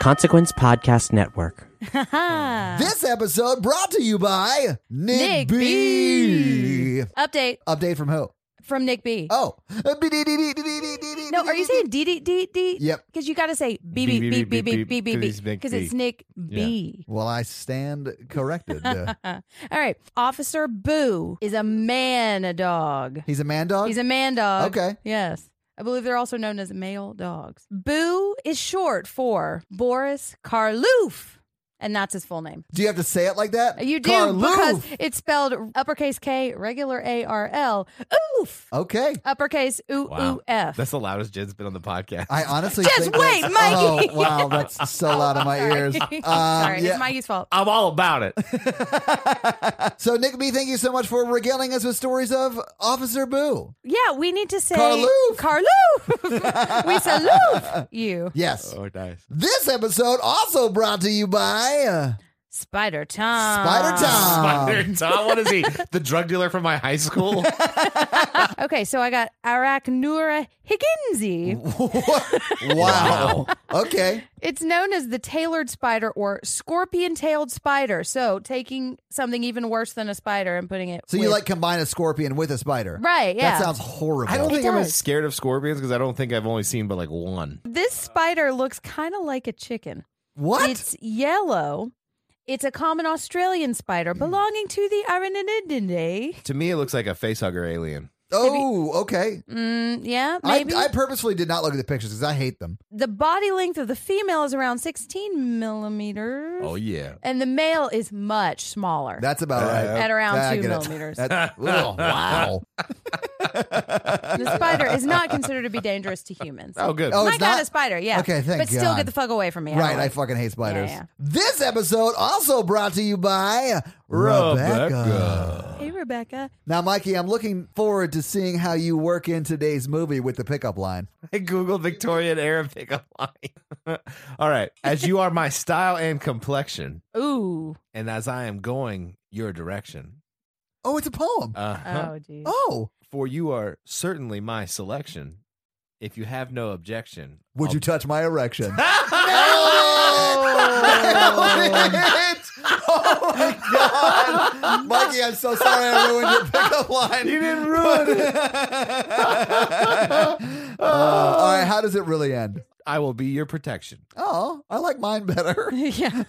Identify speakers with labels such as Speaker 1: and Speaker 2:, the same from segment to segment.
Speaker 1: Consequence Podcast Network.
Speaker 2: This episode brought to you by Nick,
Speaker 3: Nick
Speaker 2: B.
Speaker 3: Update
Speaker 2: Update from who?
Speaker 3: from Nick B.
Speaker 2: Oh. No,
Speaker 3: No, are you saying D D D D?
Speaker 2: Yep.
Speaker 3: Because you got to say B B B B B B B
Speaker 4: he's
Speaker 3: B
Speaker 4: Nick
Speaker 3: because
Speaker 4: B.
Speaker 3: it's Nick B.
Speaker 2: Well, I stand corrected. Uh,
Speaker 3: All right. Officer Boo is a man dog.
Speaker 2: he's a man dog?
Speaker 3: He's a man dog.
Speaker 2: Okay.
Speaker 3: Yes. I believe they're also known as male dogs. Boo is short for Boris Karloff, and that's his full name.
Speaker 2: Do you have to say it like that?
Speaker 3: You do
Speaker 2: Karloof.
Speaker 3: because it's spelled uppercase K, regular A R L, oof,
Speaker 2: Okay.
Speaker 3: uppercase ooh ooh f.
Speaker 4: That's the loudest Jen's been on the podcast.
Speaker 2: I honestly
Speaker 3: Just
Speaker 2: think
Speaker 3: wait,
Speaker 2: that's-
Speaker 3: Mikey. Oh,
Speaker 2: Oh, wow, that's so loud in my ears.
Speaker 3: Sorry,
Speaker 2: Um,
Speaker 3: Sorry.
Speaker 2: yeah.
Speaker 3: it's Mikey's fault.
Speaker 4: I'm all about it.
Speaker 2: so, Nick B, thank you so much for regaling us with stories of Officer Boo.
Speaker 3: Yeah, we need to say
Speaker 2: Karloff.
Speaker 3: Karloff. we salute you,
Speaker 2: Yes.
Speaker 4: Oh, nice.
Speaker 2: This episode also brought to you by uh,
Speaker 3: Spider Tom.
Speaker 2: Spider Tom.
Speaker 4: Spider Tom, what is he? The drug dealer from my high school?
Speaker 3: Okay, so I got Arachnura higginsii.
Speaker 2: What? wow. Okay.
Speaker 3: It's known as the tailored spider or scorpion tailed spider. So taking something even worse than a spider and putting it.
Speaker 2: So you
Speaker 3: with-
Speaker 2: like combine a scorpion with a spider?
Speaker 3: Right, yeah.
Speaker 2: That sounds horrible.
Speaker 4: I don't think I'm
Speaker 3: does.
Speaker 4: as scared of scorpions because I don't think I've only seen but like one.
Speaker 3: this spider looks kind of like a chicken.
Speaker 2: what?
Speaker 3: It's yellow. It's a common Australian spider belonging to the Araninidae.
Speaker 4: To me, it looks like a facehugger alien.
Speaker 2: oh, okay.
Speaker 3: Mm, yeah,
Speaker 2: I,
Speaker 3: maybe.
Speaker 2: I purposefully did not look at the pictures because I hate them.
Speaker 3: the body length of the female is around 16 millimeters.
Speaker 4: Oh, yeah.
Speaker 3: And the male is much smaller.
Speaker 2: That's about right.
Speaker 3: at around
Speaker 2: Yeah, I
Speaker 3: two
Speaker 2: get it.
Speaker 3: millimeters.
Speaker 2: That- oh, wow.
Speaker 3: the spider is not considered to be dangerous to humans.
Speaker 4: Oh, good.
Speaker 2: Oh,
Speaker 3: my
Speaker 2: it's
Speaker 3: God,
Speaker 2: not?
Speaker 3: a spider, yeah.
Speaker 2: Okay, thank
Speaker 3: But still
Speaker 2: God.
Speaker 3: get the fuck away from me.
Speaker 2: Right,
Speaker 3: don't
Speaker 2: I
Speaker 3: like-
Speaker 2: fucking hate spiders.
Speaker 3: Yeah, yeah.
Speaker 2: This episode also brought to you by Rebecca.
Speaker 3: Hey, Rebecca.
Speaker 2: Now, Mikey, I'm looking forward to seeing how you work in today's movie with the pickup line.
Speaker 4: I googled Victorian era pickup line. All right, as you are my style and complexion,
Speaker 3: Ooh.
Speaker 4: and as I am going your direction,
Speaker 2: Oh, it's a poem.
Speaker 4: uh,
Speaker 3: Oh, geez.
Speaker 2: oh,
Speaker 4: for you are certainly my selection. If you have no objection,
Speaker 2: would you touch my erection? Oh my
Speaker 3: Oh!
Speaker 2: god, Mikey! I'm so sorry I ruined your pickup line. You didn't ruin it. all right, how does it really end?
Speaker 4: I will be your protection.
Speaker 2: Oh, I like mine better.
Speaker 3: yeah.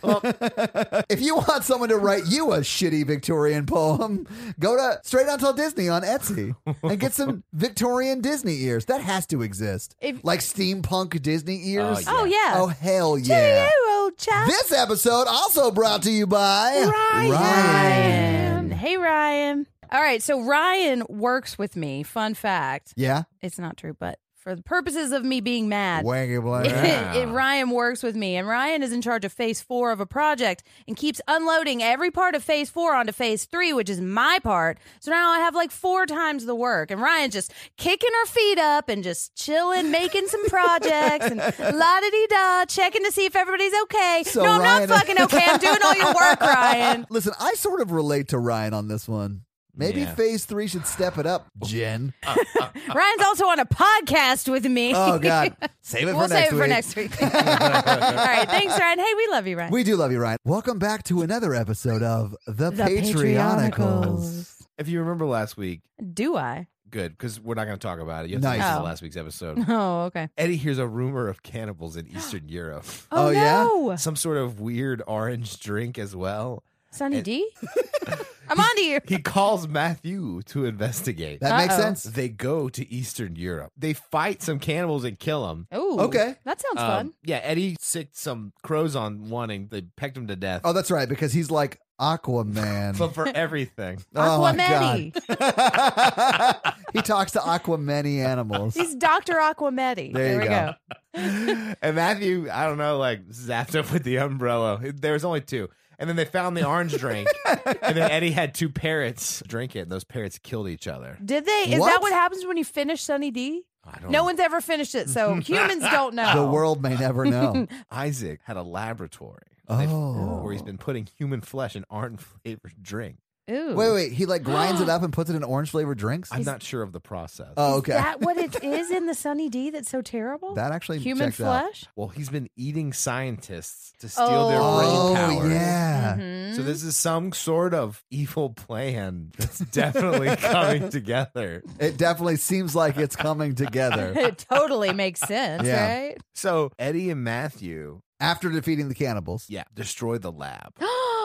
Speaker 2: If you want someone to write you a shitty Victorian poem, go to Straight Until Disney on Etsy and get some Victorian Disney ears. That has to exist.
Speaker 3: If-
Speaker 2: like steampunk Disney ears.
Speaker 3: Oh, yeah.
Speaker 2: Oh, hell yeah.
Speaker 3: You old chap.
Speaker 2: This episode also brought to you by Ryan.
Speaker 3: Ryan. Hey, Ryan. All right. So Ryan works with me. Fun fact.
Speaker 2: Yeah.
Speaker 3: It's not true, but for the purposes of me being mad.
Speaker 2: Wangy blank.
Speaker 4: Yeah.
Speaker 3: it, Ryan works with me, and Ryan is in charge of phase four of a project and keeps unloading every part of phase four onto phase three, which is my part. So now I have like four times the work, and Ryan's just kicking her feet up and just chilling, making some projects, and la di dee da, checking to see if everybody's okay.
Speaker 2: So
Speaker 3: no, I'm
Speaker 2: Ryan-
Speaker 3: not fucking okay. I'm doing all your work, Ryan.
Speaker 2: Listen, I sort of relate to Ryan on this one. Maybe
Speaker 4: Yeah.
Speaker 2: phase three should step it up, Jen.
Speaker 3: Ryan's also on a podcast with me.
Speaker 2: Oh, God. Save it
Speaker 3: we'll
Speaker 2: for
Speaker 3: save
Speaker 2: next
Speaker 3: it
Speaker 2: week.
Speaker 3: for next week. all right, thanks, Ryan. Hey, we love you, Ryan.
Speaker 2: We do love you, Ryan. Welcome back to another episode of The, Patreonicals.
Speaker 3: Patreonicals.
Speaker 4: If you remember last week,
Speaker 3: Do I?
Speaker 4: good because we're not going to talk about it. You have
Speaker 2: Nice.
Speaker 4: to listen
Speaker 3: Oh.
Speaker 4: to last week's episode.
Speaker 3: Oh, okay.
Speaker 4: Eddie hears a rumor of cannibals in Eastern Europe.
Speaker 3: Oh,
Speaker 2: Oh, yeah?
Speaker 3: no.
Speaker 4: Some sort of weird orange drink as well.
Speaker 2: Eh.
Speaker 3: Sunny D? I'm on to you.
Speaker 4: He calls Matthew to investigate.
Speaker 2: That makes
Speaker 3: Uh-oh.
Speaker 2: sense.
Speaker 4: they go to Eastern Europe. They fight some cannibals and kill them.
Speaker 3: Ooh.
Speaker 2: Okay.
Speaker 3: That sounds
Speaker 4: Um,
Speaker 3: fun.
Speaker 4: yeah, Eddie sicked some crows on one and they pecked him to death.
Speaker 2: Oh, that's right, because he's like Aquaman.
Speaker 4: But for everything.
Speaker 2: oh, my
Speaker 3: Aquametti.
Speaker 2: God. he talks to Aquamany animals.
Speaker 3: He's Dr. Aquametti.
Speaker 2: There you
Speaker 3: we
Speaker 2: go.
Speaker 3: go.
Speaker 4: and Matthew, I don't know, like zapped up with the umbrella. There was only two. And then they found the orange drink. and then Eddie had two parrots drink it, and those parrots killed each other.
Speaker 3: Did they? Is
Speaker 2: What?
Speaker 3: that what happens when you finish Sunny D?
Speaker 4: I don't
Speaker 3: No one's ever finished it, so humans don't know.
Speaker 2: The world may never know.
Speaker 4: Isaac had a laboratory. They-
Speaker 2: Oh.
Speaker 4: Where he's been putting human flesh in orange flavored drink.
Speaker 3: Ooh.
Speaker 2: Wait, wait. He like grinds it up and puts it in orange flavored drinks.
Speaker 4: I'm not sure of the process.
Speaker 2: oh,
Speaker 3: Is
Speaker 2: okay.
Speaker 3: that what it is in the Sunny D that's so terrible?
Speaker 2: That actually
Speaker 3: Human
Speaker 2: checks out.
Speaker 3: flesh?
Speaker 4: well, he's been eating scientists to steal their
Speaker 2: Oh
Speaker 4: brain power.
Speaker 2: yeah.
Speaker 3: Mhm.
Speaker 4: So this is some sort of evil plan that's definitely coming together.
Speaker 2: It definitely seems like it's coming together
Speaker 3: it totally makes sense,
Speaker 2: Yeah.
Speaker 3: right?
Speaker 4: So Eddie and Matthew,
Speaker 2: after defeating the cannibals.
Speaker 4: yeah, destroy the lab.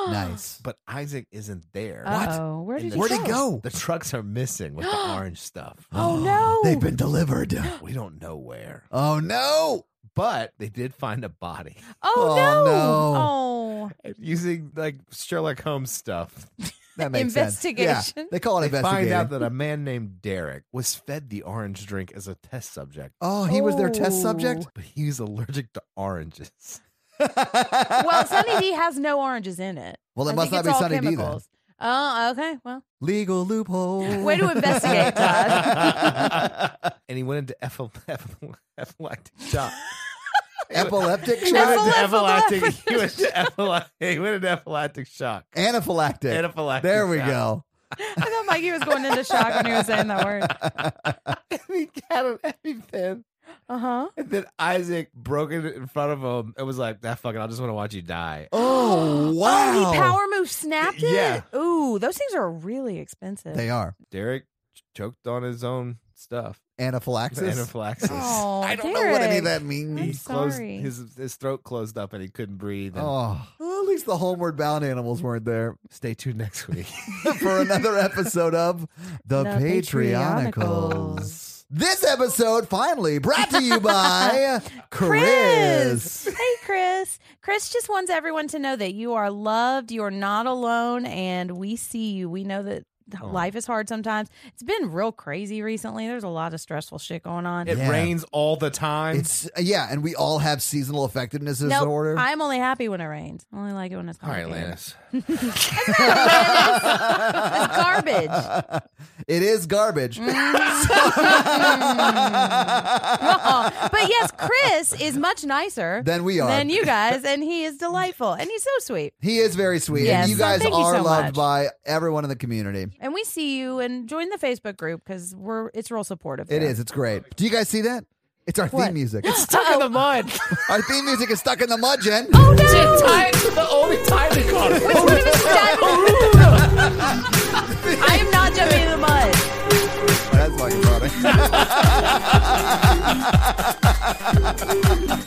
Speaker 2: Nice.
Speaker 4: But Isaac isn't there.
Speaker 3: Uh-oh. Where did
Speaker 4: And
Speaker 3: he
Speaker 2: Where'd
Speaker 3: go?
Speaker 2: he go?
Speaker 4: The trucks are missing with the orange stuff.
Speaker 3: Oh, no.
Speaker 2: They've been delivered.
Speaker 4: We don't know where.
Speaker 2: Oh no.
Speaker 4: But they did find a body.
Speaker 3: Oh,
Speaker 2: Oh,
Speaker 3: no.
Speaker 2: no.
Speaker 3: Oh.
Speaker 4: Using like Sherlock Holmes stuff.
Speaker 2: That makes sense. Yeah,
Speaker 3: Investigation.
Speaker 2: they call it
Speaker 4: They
Speaker 2: investigation.
Speaker 4: find out that a man named Derek was fed the orange drink as a test subject,
Speaker 2: oh, he was their test
Speaker 3: Oh.
Speaker 2: subject.
Speaker 4: but he was allergic to oranges.
Speaker 3: Well, Sunny D has no oranges in it.
Speaker 2: Well, it
Speaker 3: I
Speaker 2: must
Speaker 3: think
Speaker 2: not
Speaker 3: it's
Speaker 2: be
Speaker 3: all
Speaker 2: Sunny D then.
Speaker 3: chemicals. Oh, okay. Well,
Speaker 2: Legal loophole.
Speaker 3: way to investigate, Todd.
Speaker 4: and he went into epil- epil- epileptic shock.
Speaker 2: Epileptic
Speaker 4: He went
Speaker 2: shock.
Speaker 4: into
Speaker 3: Epileptic-
Speaker 4: epileptic. He went into epileptic. He went into epileptic shock.
Speaker 2: Anaphylactic.
Speaker 4: Anaphylactic.
Speaker 2: There we
Speaker 4: shock.
Speaker 2: go.
Speaker 3: I thought Mikey was going into shock when he was saying that word.
Speaker 4: he had an EpiPen,
Speaker 3: Uh huh.
Speaker 4: and then Isaac broke it in front of him and was like, "That fucking, I just want to watch you die."
Speaker 2: Oh wow.
Speaker 3: Oh, he power move snapped it?
Speaker 4: Yeah.
Speaker 3: Ooh, those things are really expensive.
Speaker 2: They are
Speaker 4: Derek ch- choked on his own stuff.
Speaker 2: anaphylaxis.
Speaker 4: Anaphylaxis.
Speaker 3: Oh,
Speaker 2: I don't know what any of
Speaker 3: Derek.
Speaker 2: that
Speaker 4: He
Speaker 3: I'm
Speaker 2: means.
Speaker 4: closed
Speaker 3: sorry.
Speaker 4: his his throat closed up and he couldn't breathe. And
Speaker 2: Oh, well, at least the homeward bound animals weren't there
Speaker 4: Stay tuned next week.
Speaker 2: for another episode of The,
Speaker 3: The
Speaker 2: Patreonicals.
Speaker 3: Patreonicals.
Speaker 2: This episode finally brought to you by
Speaker 3: Chris.
Speaker 2: Chris.
Speaker 3: Hey, Chris. Chris just wants everyone to know that you are loved, you are not alone, and we see you. We know that th-
Speaker 4: Oh.
Speaker 3: life is hard sometimes. It's been real crazy recently. There's a lot of stressful shit going on.
Speaker 4: It
Speaker 2: Yeah.
Speaker 4: rains all the time.
Speaker 2: It's uh, yeah, and we all have seasonal effectiveness
Speaker 3: Nope,
Speaker 2: disorder.
Speaker 3: I'm only happy when it rains. I only like it when it's
Speaker 4: all right,
Speaker 3: complicated.
Speaker 4: Lannis.
Speaker 3: It's garbage.
Speaker 2: It is garbage.
Speaker 3: Mm. Uh-uh. But yes, Chris is much nicer
Speaker 2: Than we are.
Speaker 3: than you guys, and he is delightful, and he's so sweet.
Speaker 2: He is very sweet.
Speaker 3: Yes.
Speaker 2: and you guys
Speaker 3: Thank you
Speaker 2: are
Speaker 3: so
Speaker 2: loved
Speaker 3: much.
Speaker 2: by everyone in the community.
Speaker 3: And we see you, and join the Facebook group because we're it's real supportive.
Speaker 2: It
Speaker 3: there.
Speaker 2: is. It's great. Do you guys see that? It's our
Speaker 3: What?
Speaker 2: theme music.
Speaker 4: Stuck in the mud.
Speaker 2: our theme music is stuck in the mud, Jen.
Speaker 3: Oh.
Speaker 4: the only time they caught it.
Speaker 3: Which one of us is diving? I am not jumping in the mud.
Speaker 2: That's fucking funny.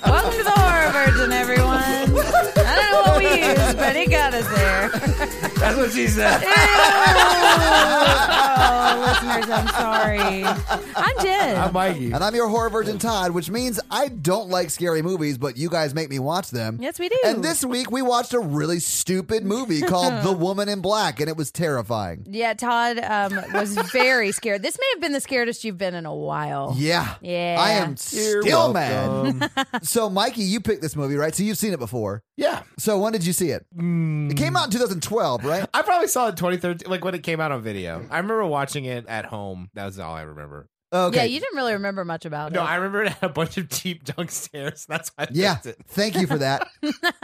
Speaker 3: Welcome to the horror virgin, everyone. I don't know what we used, but it got us there.
Speaker 4: That's what she said.
Speaker 3: Ew. Oh, listeners, I'm sorry. I'm Jen.
Speaker 4: I'm Mikey.
Speaker 2: And I'm your horror virgin Todd, which means I don't like scary movies, but you guys make me watch them.
Speaker 3: Yes, we do.
Speaker 2: And this week we watched a really stupid movie called The Woman in Black, and it was terrifying.
Speaker 3: Yeah, Todd um, was very scared. This may have been the scaredest you've been in a while.
Speaker 2: Yeah.
Speaker 3: Yeah.
Speaker 2: I am
Speaker 4: You're
Speaker 2: still mad.
Speaker 4: welcome.
Speaker 2: So, Mikey, you picked this movie, right? So you've seen it before.
Speaker 4: yeah.
Speaker 2: So when did you see it? It came out in 2012, right?
Speaker 4: I probably saw it in 2013, like when it came out on video. I remember watching it at home. That was all I remember.
Speaker 2: Okay.
Speaker 3: Yeah, you didn't really remember much about
Speaker 4: No,
Speaker 3: it.
Speaker 4: I remember it had a bunch of cheap junk stairs. That's why I
Speaker 2: Yeah.
Speaker 4: picked it.
Speaker 2: Thank you for that.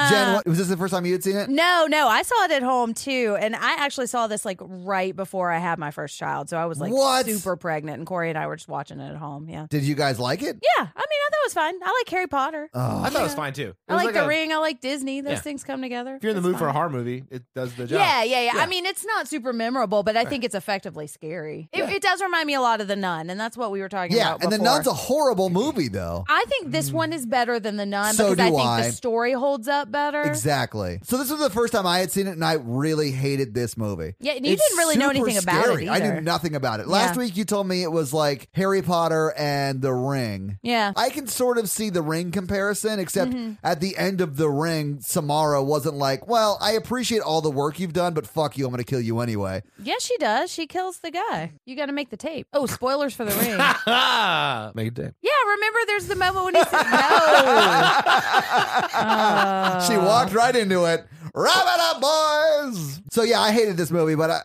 Speaker 2: Jen, what, was this the first time you had seen it?
Speaker 3: no, no, I saw it at home too, and I actually saw this like right before I had my first child, so I was like
Speaker 2: What?
Speaker 3: super pregnant, and Corey and I were just watching it at home. Yeah,
Speaker 2: Did you guys like it?
Speaker 3: yeah. I mean, I thought it was fun. I like Harry Potter.
Speaker 4: I
Speaker 2: Oh,
Speaker 4: thought it was fine too. It
Speaker 3: I
Speaker 4: was
Speaker 3: like, The
Speaker 4: a-
Speaker 3: Ring. I like Disney. Those
Speaker 4: Yeah.
Speaker 3: things come together.
Speaker 4: If you're in the
Speaker 3: It's
Speaker 4: mood
Speaker 3: fine.
Speaker 4: for a horror movie, it does the job.
Speaker 3: Yeah, yeah, yeah,
Speaker 4: Yeah.
Speaker 3: I mean, it's not super memorable, but I think it's effectively scary. It, it does remind me a lot of The Nun, and that's what we were talking
Speaker 2: yeah.
Speaker 3: about.
Speaker 2: And The
Speaker 3: before.
Speaker 2: Nun's a horrible movie, though.
Speaker 3: I think this one is better than the nun
Speaker 2: So
Speaker 3: because I
Speaker 2: do
Speaker 3: think
Speaker 2: I.
Speaker 3: the story holds up better.
Speaker 2: Exactly. So this was the first time I had seen it, and I really hated this movie.
Speaker 3: Yeah, and you
Speaker 2: It's
Speaker 3: didn't really know
Speaker 2: super
Speaker 3: anything about it
Speaker 2: scary. I knew
Speaker 3: either.
Speaker 2: nothing about it. Last
Speaker 3: Yeah.
Speaker 2: week you told me it was like Harry Potter and The Ring.
Speaker 3: Yeah. Mm-hmm.
Speaker 2: I can sort of see the ring comparison, except at the end of the ring, Samara wasn't like, "Well, I appreciate all the work you've done, but fuck you, I'm going to kill you anyway."
Speaker 3: Yes, she does. She kills the guy. You got to make the tape. Oh, spoilers for the ring.
Speaker 4: Yeah. Make it day.
Speaker 3: yeah, remember there's the moment when he says no. Oh.
Speaker 2: She walked right into it. Wrap it up, boys. So yeah, I hated this movie, but I,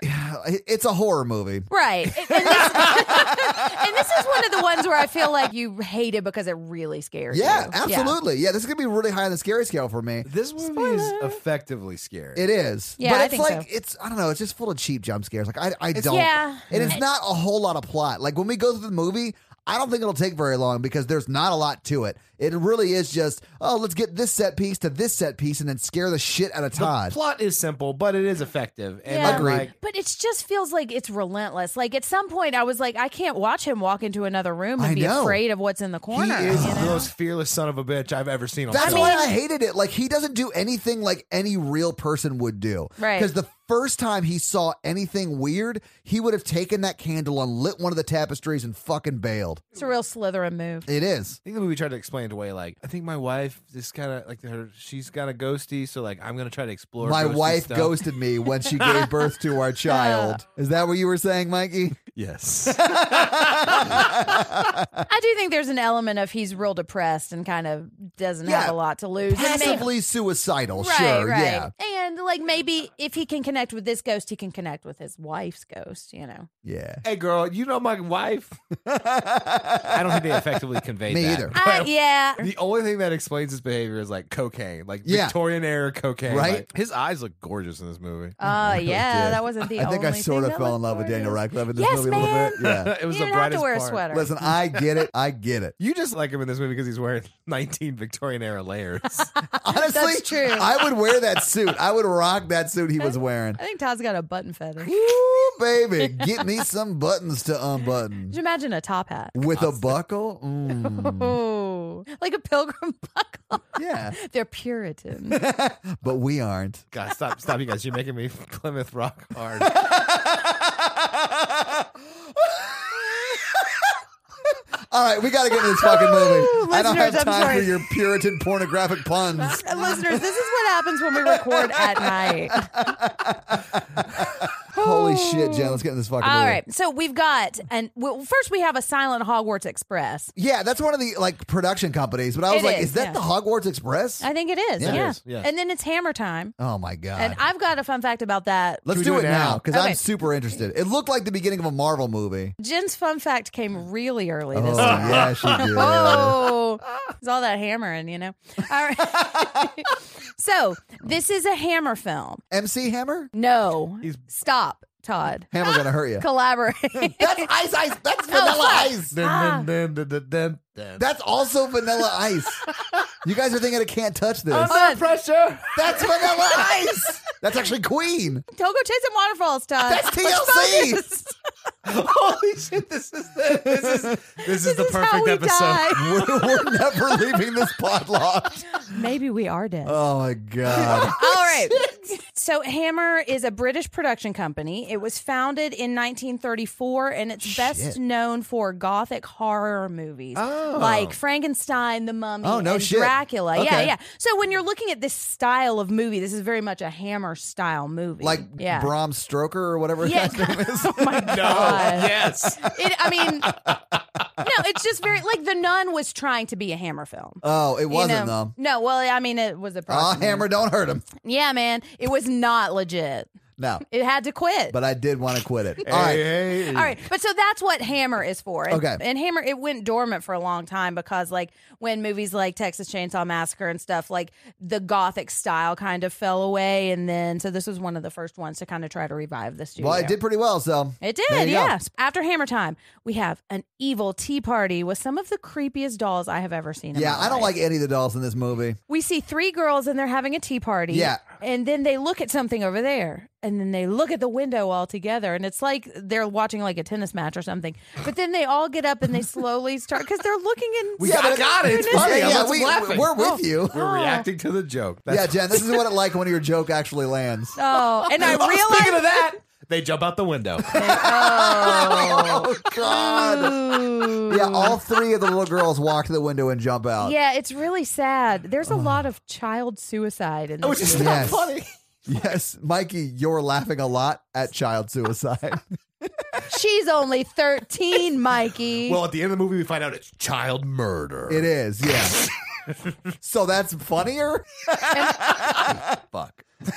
Speaker 2: it's a horror movie.
Speaker 3: Right. And this, and this is one of the ones where I feel like you hate it because it really scares
Speaker 2: Yeah,
Speaker 3: you.
Speaker 2: absolutely. Yeah. this is gonna be really high on the scary scale for me.
Speaker 4: This movie is effectively scary.
Speaker 2: It is.
Speaker 3: Yeah,
Speaker 2: but
Speaker 3: I
Speaker 2: it's
Speaker 3: think
Speaker 2: like
Speaker 3: so.
Speaker 2: it's I don't know, it's just full of cheap jump scares. Like I I don't
Speaker 3: yeah.
Speaker 2: and it's not a whole lot of plot. Like when we go through the movie, I don't think it'll take very long because there's not a lot to it. It really is just, oh, let's get this set piece to this set piece and then scare the shit out of
Speaker 4: the
Speaker 2: Todd.
Speaker 4: plot is simple, but it is effective. And
Speaker 3: Yeah.
Speaker 4: I'm
Speaker 2: Agreed.
Speaker 4: like,
Speaker 3: But it just feels like it's relentless. Like at some point, I was like, I can't watch him walk into another room and
Speaker 2: I
Speaker 3: be
Speaker 2: know.
Speaker 3: afraid of what's in the corner.
Speaker 4: he is
Speaker 3: you
Speaker 4: the
Speaker 3: know?
Speaker 4: most fearless son of a bitch I've ever seen on
Speaker 2: That's
Speaker 4: film.
Speaker 2: why I hated it. Like he doesn't do anything like any real person would do.
Speaker 3: Right.
Speaker 2: Because the first time he saw anything weird, he would have taken that candle and lit one of the tapestries and fucking bailed.
Speaker 3: It's a real Slytherin move.
Speaker 2: It is.
Speaker 4: I think the movie tried to explain it away. Like, I think my wife is kind of like her. She's kind of ghosty, so like I'm gonna try to explore.
Speaker 2: My
Speaker 4: ghosty
Speaker 2: wife
Speaker 4: stuff.
Speaker 2: ghosted me when she gave birth to our child. Is that what you were saying, Mikey?
Speaker 4: Yes.
Speaker 3: I do think there's an element of he's real depressed and kind of doesn't
Speaker 2: Yeah.
Speaker 3: have a lot to lose. And may-
Speaker 2: Passively suicidal,
Speaker 3: right,
Speaker 2: sure,
Speaker 3: right.
Speaker 2: yeah.
Speaker 3: And like maybe if he can connect with this ghost, he can connect with his wife's ghost. You know.
Speaker 2: Yeah.
Speaker 4: hey, girl, you know my wife. I don't think they effectively conveyed
Speaker 2: Me
Speaker 4: that.
Speaker 2: either.
Speaker 3: I,
Speaker 4: But
Speaker 3: Uh, yeah.
Speaker 4: The only thing that explains his behavior is like cocaine, like
Speaker 2: Yeah.
Speaker 4: Victorian era cocaine.
Speaker 2: Right?
Speaker 4: Like, his eyes look gorgeous in this movie.
Speaker 3: Oh yeah, that wasn't the.
Speaker 2: I think I
Speaker 3: only
Speaker 2: sort
Speaker 3: thing
Speaker 2: of
Speaker 3: that
Speaker 2: fell
Speaker 3: was
Speaker 2: in love with
Speaker 3: gorgeous.
Speaker 2: Daniel Radcliffe in this
Speaker 3: Yes,
Speaker 2: movie a
Speaker 3: man.
Speaker 2: little bit. Yeah.
Speaker 4: it was
Speaker 3: you
Speaker 4: the
Speaker 3: didn't have
Speaker 4: brightest
Speaker 3: to wear a
Speaker 4: part.
Speaker 3: sweater.
Speaker 2: Listen, I get it. I get it.
Speaker 4: You just like him in this movie because he's wearing 19 Victorian era layers.
Speaker 2: Honestly,
Speaker 3: That's true.
Speaker 2: I would wear that suit. I would rock that suit he was wearing.
Speaker 3: I think Todd's got a button fetish. Could
Speaker 2: Ooh, baby, get me some buttons to unbutton
Speaker 3: you imagine a top hat?
Speaker 2: with a buckle. Mm,
Speaker 3: Oh, like a pilgrim buckle.
Speaker 2: yeah,
Speaker 3: They're Puritan.
Speaker 2: but we aren't.
Speaker 4: God, stop, stop, you guys! You're making me Plymouth Rock hard.
Speaker 2: All right, we got to get into this fucking movie. I don't have
Speaker 3: Listeners,
Speaker 2: time
Speaker 3: I'm
Speaker 2: for
Speaker 3: sorry.
Speaker 2: your Puritan pornographic puns.
Speaker 3: Uh, Listeners, this is what happens when we record at night.
Speaker 2: Holy shit, Jen! Let's get in this fucking
Speaker 3: Oh. All
Speaker 2: movie.
Speaker 3: right. So we've got, and well, first we have a silent Hogwarts Express.
Speaker 2: Yeah, that's one of the like production companies. But I was
Speaker 3: It
Speaker 2: like, is,
Speaker 3: is,
Speaker 2: that
Speaker 3: yeah.
Speaker 2: the Hogwarts Express?
Speaker 3: I think it is.
Speaker 2: Yeah.
Speaker 3: Yeah.
Speaker 2: It
Speaker 4: is, yeah.
Speaker 3: And then it's hammer time.
Speaker 2: oh my god!
Speaker 3: And I've got a fun fact about that.
Speaker 2: Let's
Speaker 4: we
Speaker 2: do, it now because I'm
Speaker 3: Okay.
Speaker 2: super interested. It looked like the beginning of a Marvel movie.
Speaker 3: Jen's fun fact came really early
Speaker 2: Oh
Speaker 3: this week.
Speaker 2: yeah, she did.
Speaker 3: Oh, it's all that hammering, you know. All right. so this is a hammer film.
Speaker 2: MC Hammer.
Speaker 3: No,
Speaker 4: He's-
Speaker 3: stop, Todd.
Speaker 2: Hammer gonna hurt you.
Speaker 3: Collaborate.
Speaker 2: That's ice ice. That's vanilla ice.
Speaker 4: Dun, dun, dun, dun, dun, dun.
Speaker 2: That's also vanilla ice. You guys are thinking I can't touch
Speaker 3: Oh,
Speaker 2: this.
Speaker 4: Under pressure.
Speaker 2: That's vanilla ice. That's actually Queen.
Speaker 3: Don't go chasing waterfalls, Todd.
Speaker 2: That's
Speaker 3: Let's
Speaker 2: TLC.
Speaker 3: focus.
Speaker 4: Holy shit! This is the, this is this is the
Speaker 3: This is
Speaker 4: perfect
Speaker 3: how we
Speaker 4: episode.
Speaker 3: die.
Speaker 2: We're, we're never leaving this pod locked.
Speaker 3: Maybe we are dead.
Speaker 2: Oh my god.
Speaker 3: All right. So Hammer is a British production company. It was founded in 1934 and it's best known for gothic horror movies
Speaker 4: Oh.
Speaker 3: like Frankenstein, The Mummy,
Speaker 2: Oh, no
Speaker 3: and
Speaker 2: shit.
Speaker 3: Dracula. Yeah,
Speaker 2: Okay.
Speaker 3: yeah. So when you're looking at this style of movie, this is very much a Hammer style movie.
Speaker 2: Like
Speaker 3: yeah.
Speaker 2: Bram Stroker or whatever his
Speaker 3: Yeah.
Speaker 2: last name is.
Speaker 3: oh my
Speaker 4: No.
Speaker 3: god.
Speaker 4: Yes.
Speaker 3: It, I mean, no, it's just very like The Nun was trying to be a Hammer film.
Speaker 2: Oh, it
Speaker 3: You
Speaker 2: wasn't
Speaker 3: know?
Speaker 2: though.
Speaker 3: No, well, I mean, it was a
Speaker 2: Oh,
Speaker 3: problem.
Speaker 2: Hammer, don't hurt him.
Speaker 3: Yeah, man, it was not legit.
Speaker 2: No.
Speaker 3: It had to quit.
Speaker 2: But I did want to quit it. All right.
Speaker 4: Hey, hey.
Speaker 3: all right, but so that's what Hammer is for. And,
Speaker 2: Okay.
Speaker 3: and Hammer it went dormant for a long time because like when movies like Texas Chainsaw Massacre and stuff like the gothic style kind of fell away, and then so this was one of the first ones to kind of try to revive the studio.
Speaker 2: Well, it did pretty well, so
Speaker 3: It
Speaker 2: There
Speaker 3: did,
Speaker 2: you go.
Speaker 3: yes. After Hammer Time, we have an evil tea party with some of the creepiest dolls I have ever seen. In
Speaker 2: Yeah,
Speaker 3: my
Speaker 2: I don't
Speaker 3: life.
Speaker 2: like any of the dolls in this movie.
Speaker 3: We see three girls and they're having a tea party.
Speaker 2: Yeah.
Speaker 3: And then they look at something over there. And then they look at the window all together. And it's like they're watching like a tennis match or something. But then they all get up and they slowly start because they're looking in.
Speaker 4: We got- I
Speaker 2: but-
Speaker 4: got it. It's funny.
Speaker 2: Yeah,
Speaker 4: I'm
Speaker 2: yeah,
Speaker 4: not
Speaker 2: we,
Speaker 4: laughing.
Speaker 2: we're
Speaker 3: Oh.
Speaker 2: with you.
Speaker 4: We're reacting to the joke.
Speaker 2: Yeah,
Speaker 4: That's
Speaker 2: Jen, this is what it like when your joke actually lands.
Speaker 3: Oh, and I
Speaker 4: Oh, Speaking of
Speaker 3: realized.
Speaker 4: that, they jump out the window.
Speaker 2: Oh, God.
Speaker 3: Ooh.
Speaker 2: Yeah, all three of the little girls walk to the window and jump out.
Speaker 3: Yeah, it's really sad. There's a lot of child suicide in this.
Speaker 4: Which is
Speaker 3: movie.
Speaker 4: not
Speaker 2: Yes.
Speaker 4: funny.
Speaker 2: Yes, Mikey, you're laughing a lot at child suicide.
Speaker 3: She's only 13, Mikey.
Speaker 4: Well, at the end of the movie, we find out it's child murder.
Speaker 2: it is, yeah. so that's funnier?
Speaker 4: Fuck. we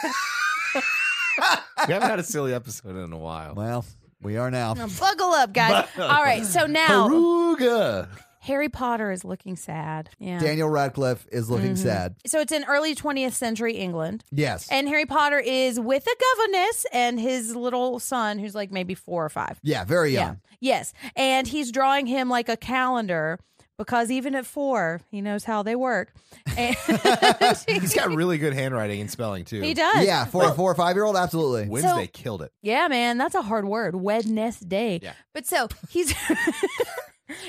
Speaker 4: haven't had a silly episode in a while.
Speaker 2: Well, We are now.
Speaker 3: Now buckle up, guys.
Speaker 4: uh,
Speaker 3: All right, so now
Speaker 4: Haruga.
Speaker 3: Harry Potter is looking sad. Yeah.
Speaker 2: Daniel Radcliffe is looking
Speaker 3: Mm-hmm.
Speaker 2: sad.
Speaker 3: so it's in early 20th century England.
Speaker 2: Yes.
Speaker 3: And Harry Potter is with a governess and his little son, who's like maybe four or five.
Speaker 2: yeah, very young.
Speaker 3: Yes. And he's drawing him like a calendar because even at four, he knows how they work. And
Speaker 4: He's got really good handwriting and spelling too.
Speaker 3: he
Speaker 2: Yeah,
Speaker 3: does.
Speaker 2: for a four or five year old, absolutely.
Speaker 4: Wednesday
Speaker 3: So-
Speaker 4: killed it.
Speaker 3: Yeah, man, that's a hard word. Wednesday.
Speaker 4: Yeah.
Speaker 3: But so he's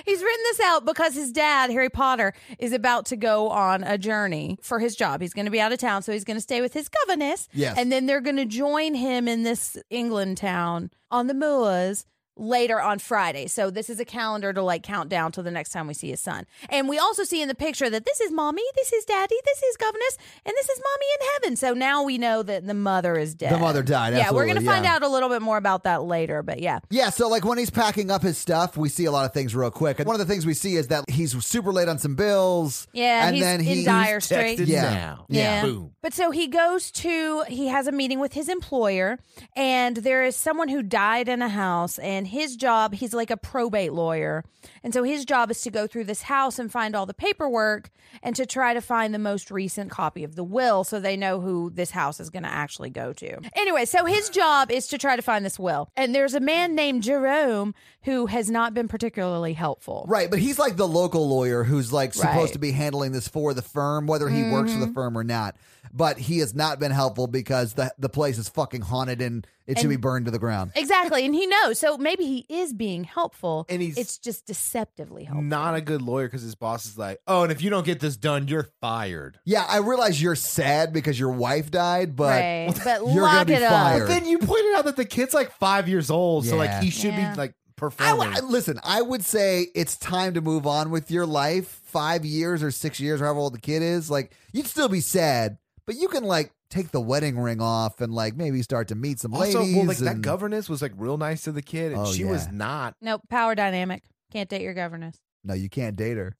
Speaker 3: he's written this out because his dad, Harry Potter, is about to go on a journey for his job. He's going to be out of town, so he's going to stay with his governess.
Speaker 2: Yes.
Speaker 3: And then they're going to join him in this England town on the moors later on Friday. So this is a calendar to like count down till the next time we see his son. And we also see in the picture that this is mommy, this is daddy, this is governess, and this is mommy in heaven. So now we know that the mother is dead.
Speaker 2: The mother died,
Speaker 3: Yeah, we're
Speaker 2: absolutely,
Speaker 3: gonna find
Speaker 2: yeah.
Speaker 3: out a little bit more about that later, but yeah.
Speaker 2: Yeah, so like when he's packing up his stuff, we see a lot of things real quick. And one of the things we see is that he's super late on some bills.
Speaker 3: Yeah,
Speaker 2: and
Speaker 3: he's
Speaker 2: then
Speaker 3: in
Speaker 2: he's
Speaker 3: dire straits.
Speaker 4: Texted
Speaker 2: Yeah.
Speaker 4: now.
Speaker 2: Yeah.
Speaker 4: Boom.
Speaker 3: But so he goes to he has a meeting with his employer and there is someone who died in a house and his job he's like a probate lawyer. And so his job is to go through this house and find all the paperwork and to try to find the most recent copy of the will so they know who this house is going to actually go to. Anyway, so his job is to try to find this will. And there's a man named Jerome who has not been particularly helpful.
Speaker 2: Right, but he's like the local lawyer who's like supposed
Speaker 3: Right. Mm-hmm.
Speaker 2: to be handling this for the firm, whether he works for the firm or not. But he has not been helpful because the the place is fucking haunted and it should be burned to the ground.
Speaker 3: Exactly, and he knows. So maybe he is being helpful,
Speaker 4: And he's-
Speaker 3: it's just deceptively helpful.
Speaker 4: Not a good lawyer because his boss is like, oh, and if you don't get this done, you're fired.
Speaker 2: Yeah, I realize you're sad because your wife died, but
Speaker 3: Right, but
Speaker 2: you're gonna
Speaker 3: lock
Speaker 2: be
Speaker 3: it up.
Speaker 2: fired.
Speaker 4: But then you pointed out that the kid's like five years old, so
Speaker 2: Yeah.
Speaker 4: like he should
Speaker 3: Yeah.
Speaker 4: be like
Speaker 2: I
Speaker 4: performing.
Speaker 2: w- listen, I would say it's time to move on with your life. Five years or six years, however old the kid is, like you'd still be sad, but you can like take the wedding ring off and like maybe start to meet some
Speaker 4: also,
Speaker 2: ladies.
Speaker 4: well, like that
Speaker 2: and-
Speaker 4: governess was like real nice to the kid, and
Speaker 2: Oh,
Speaker 4: she was
Speaker 2: yeah.
Speaker 4: not.
Speaker 3: Nope, power dynamic. Can't date your governess.
Speaker 2: no, you can't date her.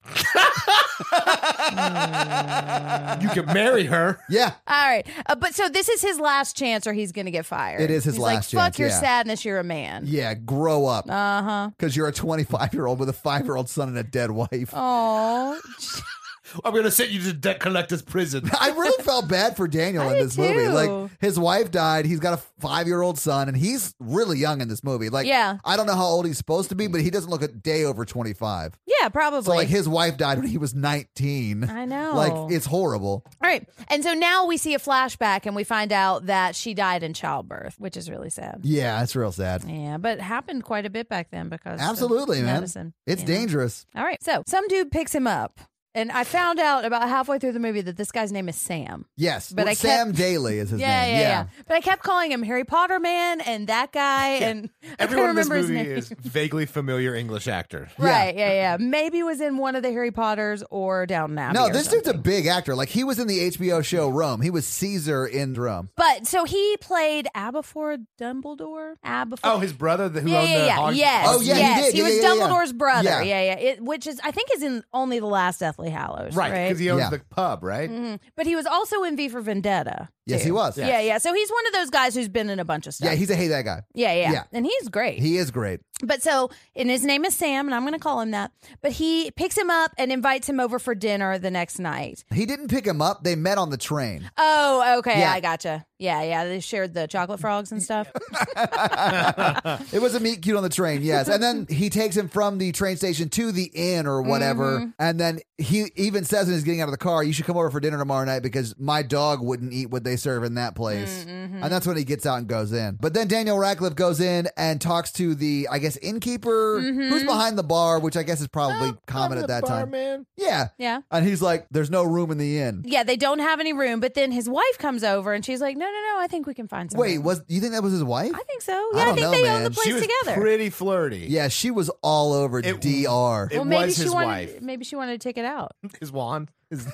Speaker 4: You could marry her.
Speaker 2: Yeah,
Speaker 3: All right, uh, but so this is his last chance, or he's going to get fired.
Speaker 2: It is his
Speaker 3: He's
Speaker 2: last
Speaker 3: like,
Speaker 2: chance,
Speaker 3: Fuck your
Speaker 2: yeah.
Speaker 3: sadness. You're a man.
Speaker 2: yeah, grow up
Speaker 3: Uh huh.
Speaker 2: because you're a 25 year old with a five year old son and a dead wife.
Speaker 3: Oh,
Speaker 4: I'm gonna send you to debt collector's prison.
Speaker 2: I really felt bad for Daniel
Speaker 3: I
Speaker 2: in
Speaker 3: did
Speaker 2: this movie.
Speaker 3: too.
Speaker 2: Like his wife died. He's got a five year old son, and he's really young in this movie. Like,
Speaker 3: Yeah.
Speaker 2: I don't know how old he's supposed
Speaker 4: Mm.
Speaker 2: to be, but he doesn't look a day over twenty five.
Speaker 3: yeah, probably.
Speaker 2: So like his wife died when he was nineteen.
Speaker 3: I know.
Speaker 2: Like it's horrible.
Speaker 3: All right, and so now we see a flashback, and we find out that she died in childbirth, which is really sad.
Speaker 2: Yeah, it's real sad.
Speaker 3: Yeah, but it happened quite a bit back then because of
Speaker 2: Absolutely, man.
Speaker 3: medicine,
Speaker 2: It's
Speaker 3: you know?
Speaker 2: dangerous.
Speaker 3: All right. So some dude picks him up. And I found out about halfway through the movie that this guy's name is Sam.
Speaker 2: Yes,
Speaker 3: But
Speaker 2: Well,
Speaker 3: I
Speaker 2: Sam
Speaker 3: kept-
Speaker 2: Daly is his
Speaker 3: Yeah,
Speaker 2: name.
Speaker 3: yeah, yeah, But I kept calling him Harry Potter Man and that guy. And I couldn't
Speaker 4: Everyone in this
Speaker 3: remember
Speaker 4: movie
Speaker 3: his name.
Speaker 4: is vaguely familiar English actor.
Speaker 3: Right. Yeah. yeah, Maybe was in one of the Harry Potters or Down Abbey.
Speaker 2: No,
Speaker 3: or
Speaker 2: this
Speaker 3: something.
Speaker 2: dude's a big actor. Like he was in the HBO show Rome. He was Caesar in Rome.
Speaker 3: But so he played Aberforth Dumbledore. Aberforth.
Speaker 4: Oh, his brother, the, who
Speaker 3: yeah,
Speaker 4: owned
Speaker 3: yeah,
Speaker 4: the
Speaker 3: yeah.
Speaker 4: Hog-
Speaker 3: Yes.
Speaker 2: Oh, yeah, he did.
Speaker 3: yes.
Speaker 2: Yeah,
Speaker 3: was
Speaker 2: yeah, yeah, yeah.
Speaker 3: Dumbledore's brother.
Speaker 2: Yeah.
Speaker 3: Yeah, yeah. It, which is, I think, is in only the last Deathly Hallows.
Speaker 4: right, Mm-hmm.
Speaker 3: Right.
Speaker 4: because he owns
Speaker 2: Yeah.
Speaker 4: the pub, right?
Speaker 3: But he was also in V for Vendetta.
Speaker 2: Yes,
Speaker 3: too.
Speaker 2: he was.
Speaker 3: Yeah, yeah. So he's one of those guys who's been in a bunch of stuff.
Speaker 2: Yeah, he's a hey that guy.
Speaker 3: yeah, yeah,
Speaker 2: yeah.
Speaker 3: And he's great.
Speaker 2: He is great.
Speaker 3: but so, and his name is Sam, and I'm going to call him that. But he picks him up and invites him over for dinner the next night.
Speaker 2: He didn't pick him up. They met on the train.
Speaker 3: Oh, okay.
Speaker 2: Yeah.
Speaker 3: I gotcha. Yeah, yeah. They shared the chocolate frogs and stuff.
Speaker 2: It was a meet cute on the train, yes. And then he takes him from the train station to the inn or whatever.
Speaker 3: Mm-hmm.
Speaker 2: And then he even says when he's getting out of the car, you should come over for dinner tomorrow night because my dog wouldn't eat what they serve in that place.
Speaker 3: Mm-hmm.
Speaker 2: And that's when he gets out and goes in. But then Daniel Radcliffe goes in and talks to the, I guess, innkeeper
Speaker 3: Mm-hmm.
Speaker 2: who's behind the bar, which I guess is probably
Speaker 3: Oh,
Speaker 2: common at that time.
Speaker 4: Man.
Speaker 2: Yeah.
Speaker 3: Yeah.
Speaker 2: And he's like, there's no room in the inn.
Speaker 3: Yeah, they don't have any room. But then his wife comes over and she's like, no, no, no. I think we can find some.
Speaker 2: Wait,
Speaker 3: room."
Speaker 2: was you think that was his wife?
Speaker 3: I think so.
Speaker 2: I
Speaker 3: Yeah, I,
Speaker 2: don't
Speaker 3: think
Speaker 2: know,
Speaker 3: they
Speaker 2: man.
Speaker 3: own the place
Speaker 4: She was
Speaker 3: together.
Speaker 4: pretty flirty.
Speaker 2: Yeah, she was all over
Speaker 4: It-
Speaker 2: DR.
Speaker 4: It
Speaker 3: well, maybe
Speaker 4: was
Speaker 3: she
Speaker 4: his
Speaker 3: wanted.
Speaker 4: wife.
Speaker 3: Maybe she wanted to take it out.
Speaker 4: His wand. His-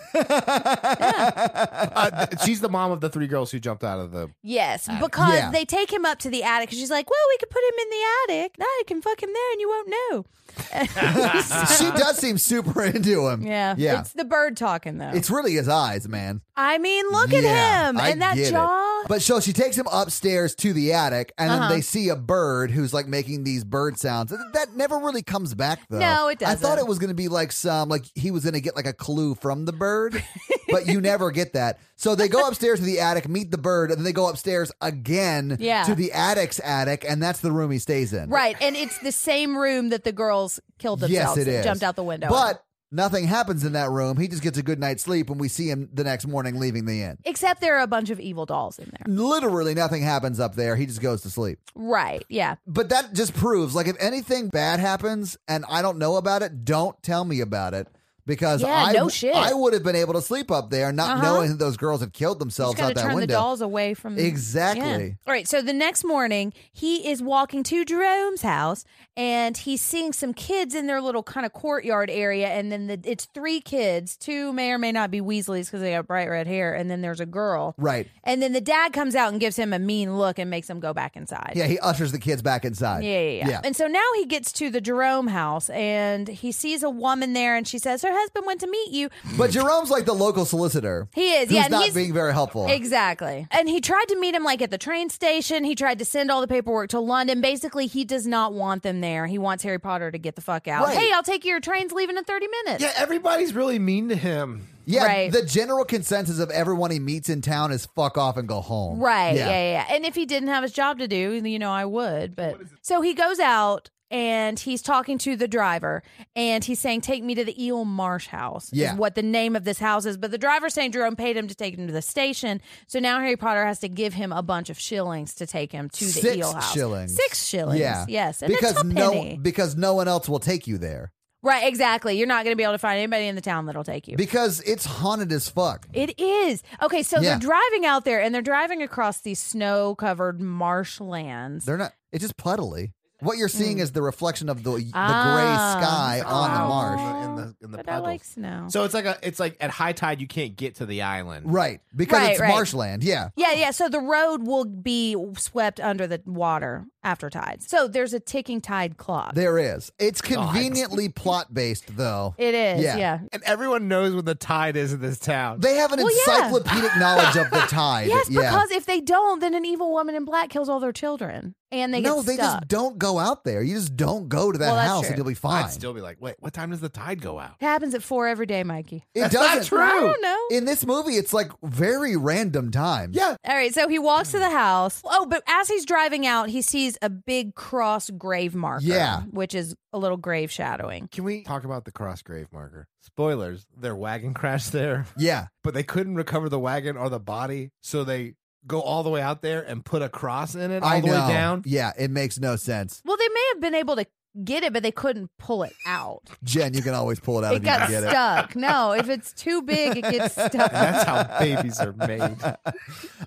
Speaker 4: Uh, th- she's the mom of the three girls who jumped out of the.
Speaker 3: Yes, Uh, because
Speaker 2: Yeah.
Speaker 3: they take him up to the attic. 'cause She's like, "Well, we could put him in the attic. Now I can fuck him there, and you won't know."
Speaker 2: she does seem super into him.
Speaker 3: Yeah,
Speaker 2: Yeah.
Speaker 3: Uh-huh. It's the bird talking though.
Speaker 2: It's really his eyes, man.
Speaker 3: I mean, look at
Speaker 2: Yeah,
Speaker 3: him
Speaker 2: I
Speaker 3: and that
Speaker 2: get it.
Speaker 3: jaw. Uh-huh.
Speaker 2: But so she takes him upstairs to the attic, and then they see a bird who's like making these bird sounds. Th- That never really comes back though.
Speaker 3: No, it
Speaker 2: I thought
Speaker 3: doesn't.
Speaker 2: it was going to be like some like he was going to get like a clue from the bird, but you never get that. So they go upstairs to the attic, meet the bird, and then they go upstairs again
Speaker 3: Yeah.
Speaker 2: to the attic's attic, and that's the room he stays in.
Speaker 3: Right, and it's the same room that the girls killed
Speaker 2: Yes,
Speaker 3: themselves
Speaker 2: it
Speaker 3: and
Speaker 2: is.
Speaker 3: jumped out the window.
Speaker 2: But nothing happens in that room. He just gets a good night's sleep, and we see him the next morning leaving the inn.
Speaker 3: except there are a bunch of evil dolls in there.
Speaker 2: Literally nothing happens up there. He just goes to sleep.
Speaker 3: Right, yeah.
Speaker 2: But that just proves like if anything bad happens and I don't know about it, don't tell me about it. Because
Speaker 3: Yeah,
Speaker 2: I,
Speaker 3: no shit. Uh-huh.
Speaker 2: I would have been able to sleep up there not knowing that those girls had killed
Speaker 3: Just
Speaker 2: themselves
Speaker 3: got to
Speaker 2: out that
Speaker 3: turn the
Speaker 2: window.
Speaker 3: dolls away from
Speaker 2: Exactly.
Speaker 3: All right. So the next morning, he is walking to Jerome's house, and he's seeing some kids in their little kind of courtyard area. And then the, it's three kids. Two may or may not be Weasleys because they have bright red hair. And then there's a girl.
Speaker 2: Right.
Speaker 3: And then the dad comes out and gives him a mean look and makes him go back inside.
Speaker 2: Yeah, he ushers the kids back inside.
Speaker 3: Yeah, yeah, yeah, And so now he gets to the Jerome house and he sees a woman there and she says, Her husband went to meet you.
Speaker 2: But Jerome's like the local solicitor.
Speaker 3: He is,
Speaker 2: who's
Speaker 3: yeah, and
Speaker 2: not
Speaker 3: he's-
Speaker 2: being very helpful.
Speaker 3: Exactly. And he tried to meet him like at the train station. He tried to send all the paperwork to London. Basically, he does not want them there. He wants Harry Potter to get the fuck out.
Speaker 2: Right.
Speaker 3: Hey, I'll take you. Your train's leaving in 30 minutes.
Speaker 4: Yeah, everybody's really mean to him.
Speaker 2: yeah,
Speaker 3: right.
Speaker 2: the general consensus of everyone he meets in town is fuck off and go home.
Speaker 3: Right. Yeah. yeah, yeah. And if he didn't have his job to do, you know, I would. But so he goes out and he's talking to the driver and he's saying, Take me to the Eel Marsh house.
Speaker 2: Yeah.
Speaker 3: Is what the name of this house is. But the driver's saying Jerome paid him to take him to the station. So now Harry Potter has to give him a bunch of shillings to take him to the
Speaker 2: Six
Speaker 3: Eel house.
Speaker 2: shillings.
Speaker 3: Six shillings.
Speaker 2: Yeah.
Speaker 3: Yes. And
Speaker 2: because
Speaker 3: a
Speaker 2: no
Speaker 3: no.
Speaker 2: because no one else will take you there.
Speaker 3: Right. Exactly. You're not going to be able to find anybody in the town that'll take you.
Speaker 2: Because it's haunted as fuck.
Speaker 3: It is. Okay, so
Speaker 2: Yeah.
Speaker 3: they're driving out there and they're driving across these snow covered marshlands.
Speaker 2: They're not. It's just puddly. What you're seeing is the reflection of the the gray
Speaker 3: Mm. Ah.
Speaker 2: sky on the
Speaker 3: Wow.
Speaker 2: marsh.
Speaker 4: in the in the
Speaker 3: But I
Speaker 4: puddles.
Speaker 3: like snow.
Speaker 4: So it's like a it's like at high tide you can't get to the island.
Speaker 2: Right, because
Speaker 3: Right,
Speaker 2: it's
Speaker 3: right.
Speaker 2: marshland. Yeah.
Speaker 3: yeah, yeah. So the road will be swept under the water after tides. So there's a ticking tide clock.
Speaker 2: There is. It's conveniently plot based though.
Speaker 3: it is,
Speaker 2: Yeah.
Speaker 3: yeah.
Speaker 4: And everyone knows when the tide is in this town.
Speaker 2: They have an
Speaker 3: Well, yeah.
Speaker 2: encyclopedic knowledge of the tide.
Speaker 3: Yes,
Speaker 2: yeah.
Speaker 3: because if they don't, then an evil woman in black kills all their children, and they
Speaker 2: no,
Speaker 3: get
Speaker 2: they
Speaker 3: stuck.
Speaker 2: just don't go out there. You just don't go to that
Speaker 3: Well, that's
Speaker 2: house and
Speaker 3: true.
Speaker 2: you'll be fine.
Speaker 4: I'd still be like, wait, what time does the tide go out?
Speaker 3: it happens at four every day, Mikey.
Speaker 2: it
Speaker 4: That's not
Speaker 2: doesn't.
Speaker 4: true.
Speaker 3: I don't know.
Speaker 2: In this movie, it's like very random times.
Speaker 4: Yeah.
Speaker 3: All right, so he walks to the house. Oh, but as he's driving out, he sees a big cross grave marker.
Speaker 2: Yeah.
Speaker 3: which is a little grave shadowing.
Speaker 4: Can we talk about the cross grave marker? Spoilers, their wagon crashed there,
Speaker 2: Yeah.
Speaker 4: but they couldn't recover the wagon or the body, so they go all the way out there and put a cross in it all
Speaker 2: I
Speaker 4: the
Speaker 2: know.
Speaker 4: way down.
Speaker 2: Yeah. It makes no sense.
Speaker 3: Well, they may have been able to get it, but they couldn't pull it out.
Speaker 2: Jen, you can always pull it out if
Speaker 3: it
Speaker 2: you can
Speaker 3: got
Speaker 2: get it.
Speaker 3: stuck. No, if it's too big, it gets
Speaker 4: And that's
Speaker 3: stuck.
Speaker 4: how babies are made.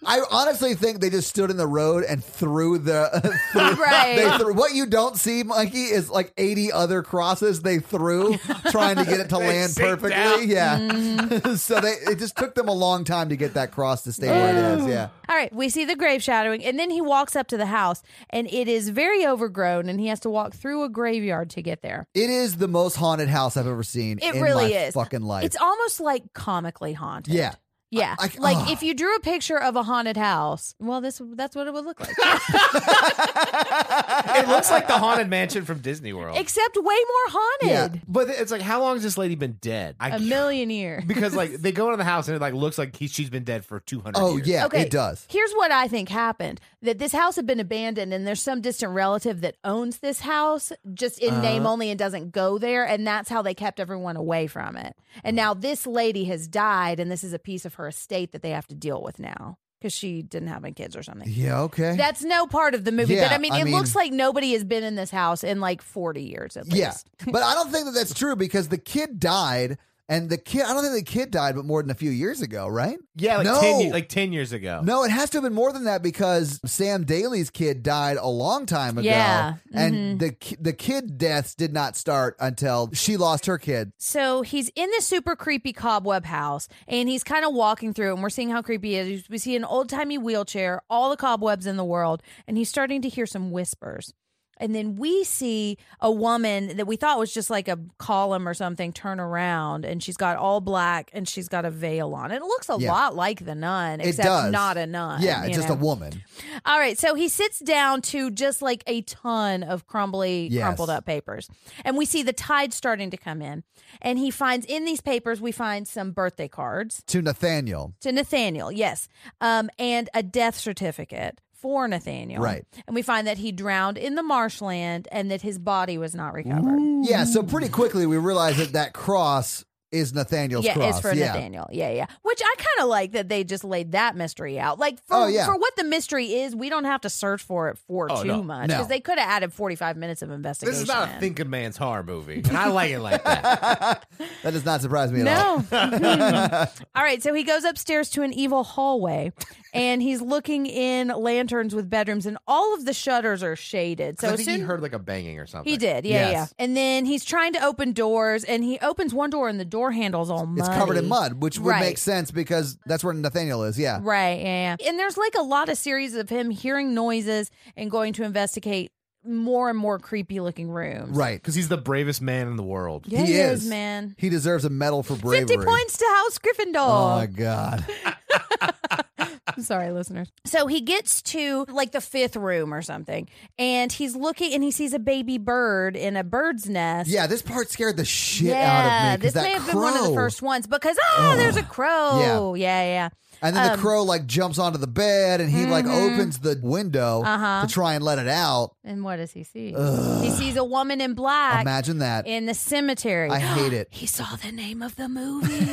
Speaker 2: I honestly think they just stood in the road and threw the. threw,
Speaker 3: Right.
Speaker 2: They threw, what you don't see, Mikey, is like 80 other crosses they threw trying to get it to
Speaker 4: They
Speaker 2: land
Speaker 4: sinked
Speaker 2: perfectly.
Speaker 4: out.
Speaker 2: Yeah.
Speaker 3: Mm-hmm.
Speaker 2: so they it just took them a long time to get that cross to stay where it is. Yeah.
Speaker 3: All right, we see the grave shadowing, and then he walks up to the house, and it is very overgrown, and he has to walk through a graveyard to get there.
Speaker 2: It is the most haunted house I've ever seen
Speaker 3: It
Speaker 2: in
Speaker 3: really
Speaker 2: my
Speaker 3: is
Speaker 2: fucking life.
Speaker 3: It's almost like comically haunted.
Speaker 2: yeah.
Speaker 3: yeah.
Speaker 2: I- I-
Speaker 3: like
Speaker 2: ugh.
Speaker 3: if you drew a picture of a haunted house, well, this that's what it would look like,
Speaker 4: it looks like the haunted mansion from Disney World.
Speaker 3: except way more haunted.
Speaker 4: but it's like, how long has this lady been dead? I
Speaker 3: A million years.
Speaker 4: because like they go into the house and it like looks like he, she's been dead for 200
Speaker 2: Oh,
Speaker 4: years.
Speaker 2: yeah. It does.
Speaker 3: Here's what I think happened: that this house had been abandoned, and there's some distant relative that owns this house, just
Speaker 2: Uh-huh.
Speaker 3: in name only, and doesn't go there, and that's how they kept everyone away from it. And
Speaker 2: Uh-huh.
Speaker 3: now this lady has died, and this is a piece of her estate that they have to deal with now because she didn't have any kids or something.
Speaker 2: Yeah. Okay.
Speaker 3: That's no part of the movie,
Speaker 2: Yeah,
Speaker 3: but I mean,
Speaker 2: I
Speaker 3: it
Speaker 2: mean-
Speaker 3: looks like nobody has been in this house in like 40 years at least.
Speaker 2: Yeah, but I don't think that that's true because the kid died, and the kid—I don't think the kid died, but more than a few years ago, right?
Speaker 4: Yeah, like
Speaker 2: no,
Speaker 4: 10 ye- like 10 years ago.
Speaker 2: no, it has to have been more than that because Sam Daly's kid died a long time ago,
Speaker 3: Yeah, Mm-hmm.
Speaker 2: and the ki- the kid deaths did not start until she lost her kid.
Speaker 3: So he's in this super creepy cobweb house and he's kind of walking through it, and we're seeing how creepy it is. We see an old timey wheelchair, all the cobwebs in the world, and he's starting to hear some whispers. And then we see a woman that we thought was just like a column or something turn around and she's got all black and she's got a veil on. It looks a
Speaker 2: Yeah.
Speaker 3: lot like the nun,
Speaker 2: It
Speaker 3: except
Speaker 2: does.
Speaker 3: not a nun.
Speaker 2: Yeah,
Speaker 3: you
Speaker 2: it's just
Speaker 3: know?
Speaker 2: a woman.
Speaker 3: All right, so he sits down to just like a ton of crumbly,
Speaker 2: Yes.
Speaker 3: crumpled up papers. And we see the tide starting to come in. And he finds in these papers, we find some birthday cards
Speaker 2: To Nathaniel.
Speaker 3: to Nathaniel, yes, um, and a death certificate for Nathaniel.
Speaker 2: Right.
Speaker 3: And we find that he drowned in the marshland and that his body was not recovered.
Speaker 2: Yeah, so pretty quickly we realize that that cross is Nathaniel's
Speaker 3: yeah,
Speaker 2: cross.
Speaker 3: it's for
Speaker 2: yeah.
Speaker 3: Nathaniel. Yeah, yeah. Which I kind of like that they just laid that mystery out. Like for
Speaker 2: Oh, yeah.
Speaker 3: for what the mystery is, we don't have to search for it for
Speaker 4: Oh,
Speaker 3: too
Speaker 4: no.
Speaker 3: much
Speaker 2: No.
Speaker 3: because they could have added forty five minutes of investigation.
Speaker 4: This is not a thinking man's horror movie, and I like it like that.
Speaker 2: That does not surprise me at all.
Speaker 3: No. All right. So he goes upstairs to an evil hallway and he's looking in lanterns with bedrooms, and all of the shutters are shaded. So
Speaker 4: I
Speaker 3: as
Speaker 4: think
Speaker 3: soon
Speaker 4: he heard like a banging or something.
Speaker 3: He did, yeah, yeah.
Speaker 2: Yes.
Speaker 3: And then he's trying to open doors, and he opens one door, and the door handle's all muddy.
Speaker 2: It's covered in mud, which would
Speaker 3: Right.
Speaker 2: make sense because that's where Nathaniel is. Yeah.
Speaker 3: Right, yeah, yeah. And there's like a lot of series of him hearing noises and going to investigate more and more creepy looking rooms.
Speaker 2: Right.
Speaker 4: because he's the bravest man in the world.
Speaker 3: Yeah,
Speaker 2: He
Speaker 3: he, is.
Speaker 2: is.
Speaker 3: man.
Speaker 2: He deserves a medal for bravery.
Speaker 3: 50 points to House Gryffindor.
Speaker 2: Oh my god.
Speaker 3: I'm sorry, listeners. So he gets to like the fifth room or something, and he's looking and he sees a baby bird in a bird's nest.
Speaker 2: Yeah, this part scared the shit
Speaker 3: Yeah,
Speaker 2: out of me. 'cause that
Speaker 3: this may have
Speaker 2: crow,
Speaker 3: been one of the first ones because oh, there's a crow. Yeah, yeah. yeah.
Speaker 2: And
Speaker 3: um,
Speaker 2: then the crow like jumps onto the bed and he like opens the window
Speaker 3: Mm-hmm. Uh-huh.
Speaker 2: to try and let it out.
Speaker 3: And what does he see? He sees a woman in black
Speaker 2: Imagine that.
Speaker 3: in the cemetery.
Speaker 2: I hate it.
Speaker 3: he saw the name of the movie.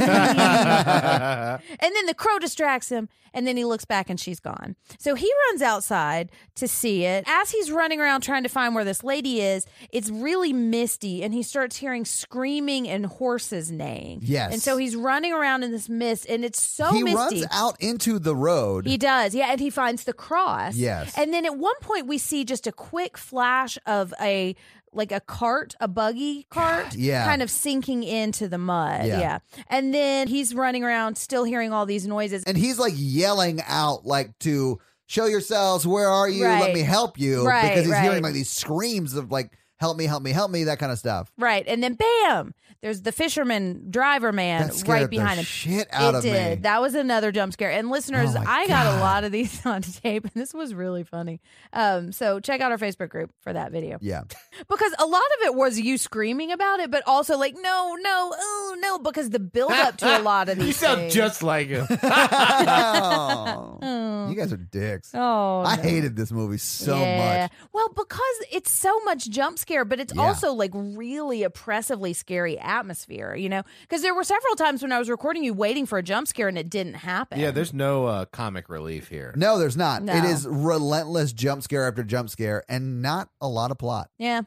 Speaker 3: and then the crow distracts him, and then he looks back and she's gone. So he runs outside to see it. As he's running around trying to find where this lady is, it's really misty, and he starts hearing screaming and horses neighing.
Speaker 2: Yes.
Speaker 3: And so he's running around in this mist, and it's so
Speaker 2: he
Speaker 3: misty.
Speaker 2: runs out into the road.
Speaker 3: He does, yeah, and he finds the cross.
Speaker 2: Yes.
Speaker 3: and then at one point we see just a quick flash of a like a cart, a buggy cart,
Speaker 2: yeah.
Speaker 3: kind of sinking into the mud.
Speaker 2: Yeah.
Speaker 3: Yeah. and then he's running around, still hearing all these noises.
Speaker 2: and he's like yelling out like to show yourselves, where are you? Let
Speaker 3: Right.
Speaker 2: me help you.
Speaker 3: Right,
Speaker 2: because he's
Speaker 3: right.
Speaker 2: hearing like these screams of like help me, help me, help me, that kind of stuff.
Speaker 3: Right, and then bam, there's the fisherman driver man
Speaker 2: That scared
Speaker 3: right behind
Speaker 2: the
Speaker 3: him.
Speaker 2: shit out
Speaker 3: it
Speaker 2: of
Speaker 3: did.
Speaker 2: me.
Speaker 3: That was another jump scare. And listeners,
Speaker 2: Oh my
Speaker 3: I got
Speaker 2: God.
Speaker 3: a lot of these on tape, and this was really funny. Um, so check out our Facebook group for that video.
Speaker 2: yeah.
Speaker 3: Because a lot of it was you screaming about it, but also like, no, no, oh, no, because the build up to a lot of
Speaker 4: You
Speaker 3: these.
Speaker 4: sound
Speaker 3: things.
Speaker 4: just like him.
Speaker 2: Oh. You guys are dicks.
Speaker 3: Hmm. Oh,
Speaker 2: I
Speaker 3: no.
Speaker 2: hated this movie so
Speaker 3: Yeah.
Speaker 2: much.
Speaker 3: Well, because it's so much jump scare, but it's
Speaker 2: Yeah.
Speaker 3: also like really oppressively scary atmosphere, you know? Because there were several times when I was recording you waiting for a jump scare and it didn't happen.
Speaker 4: yeah, there's no uh, comic relief here.
Speaker 2: No, there's not.
Speaker 3: No.
Speaker 2: It is relentless jump scare after jump scare and not a lot of plot.
Speaker 3: Yeah.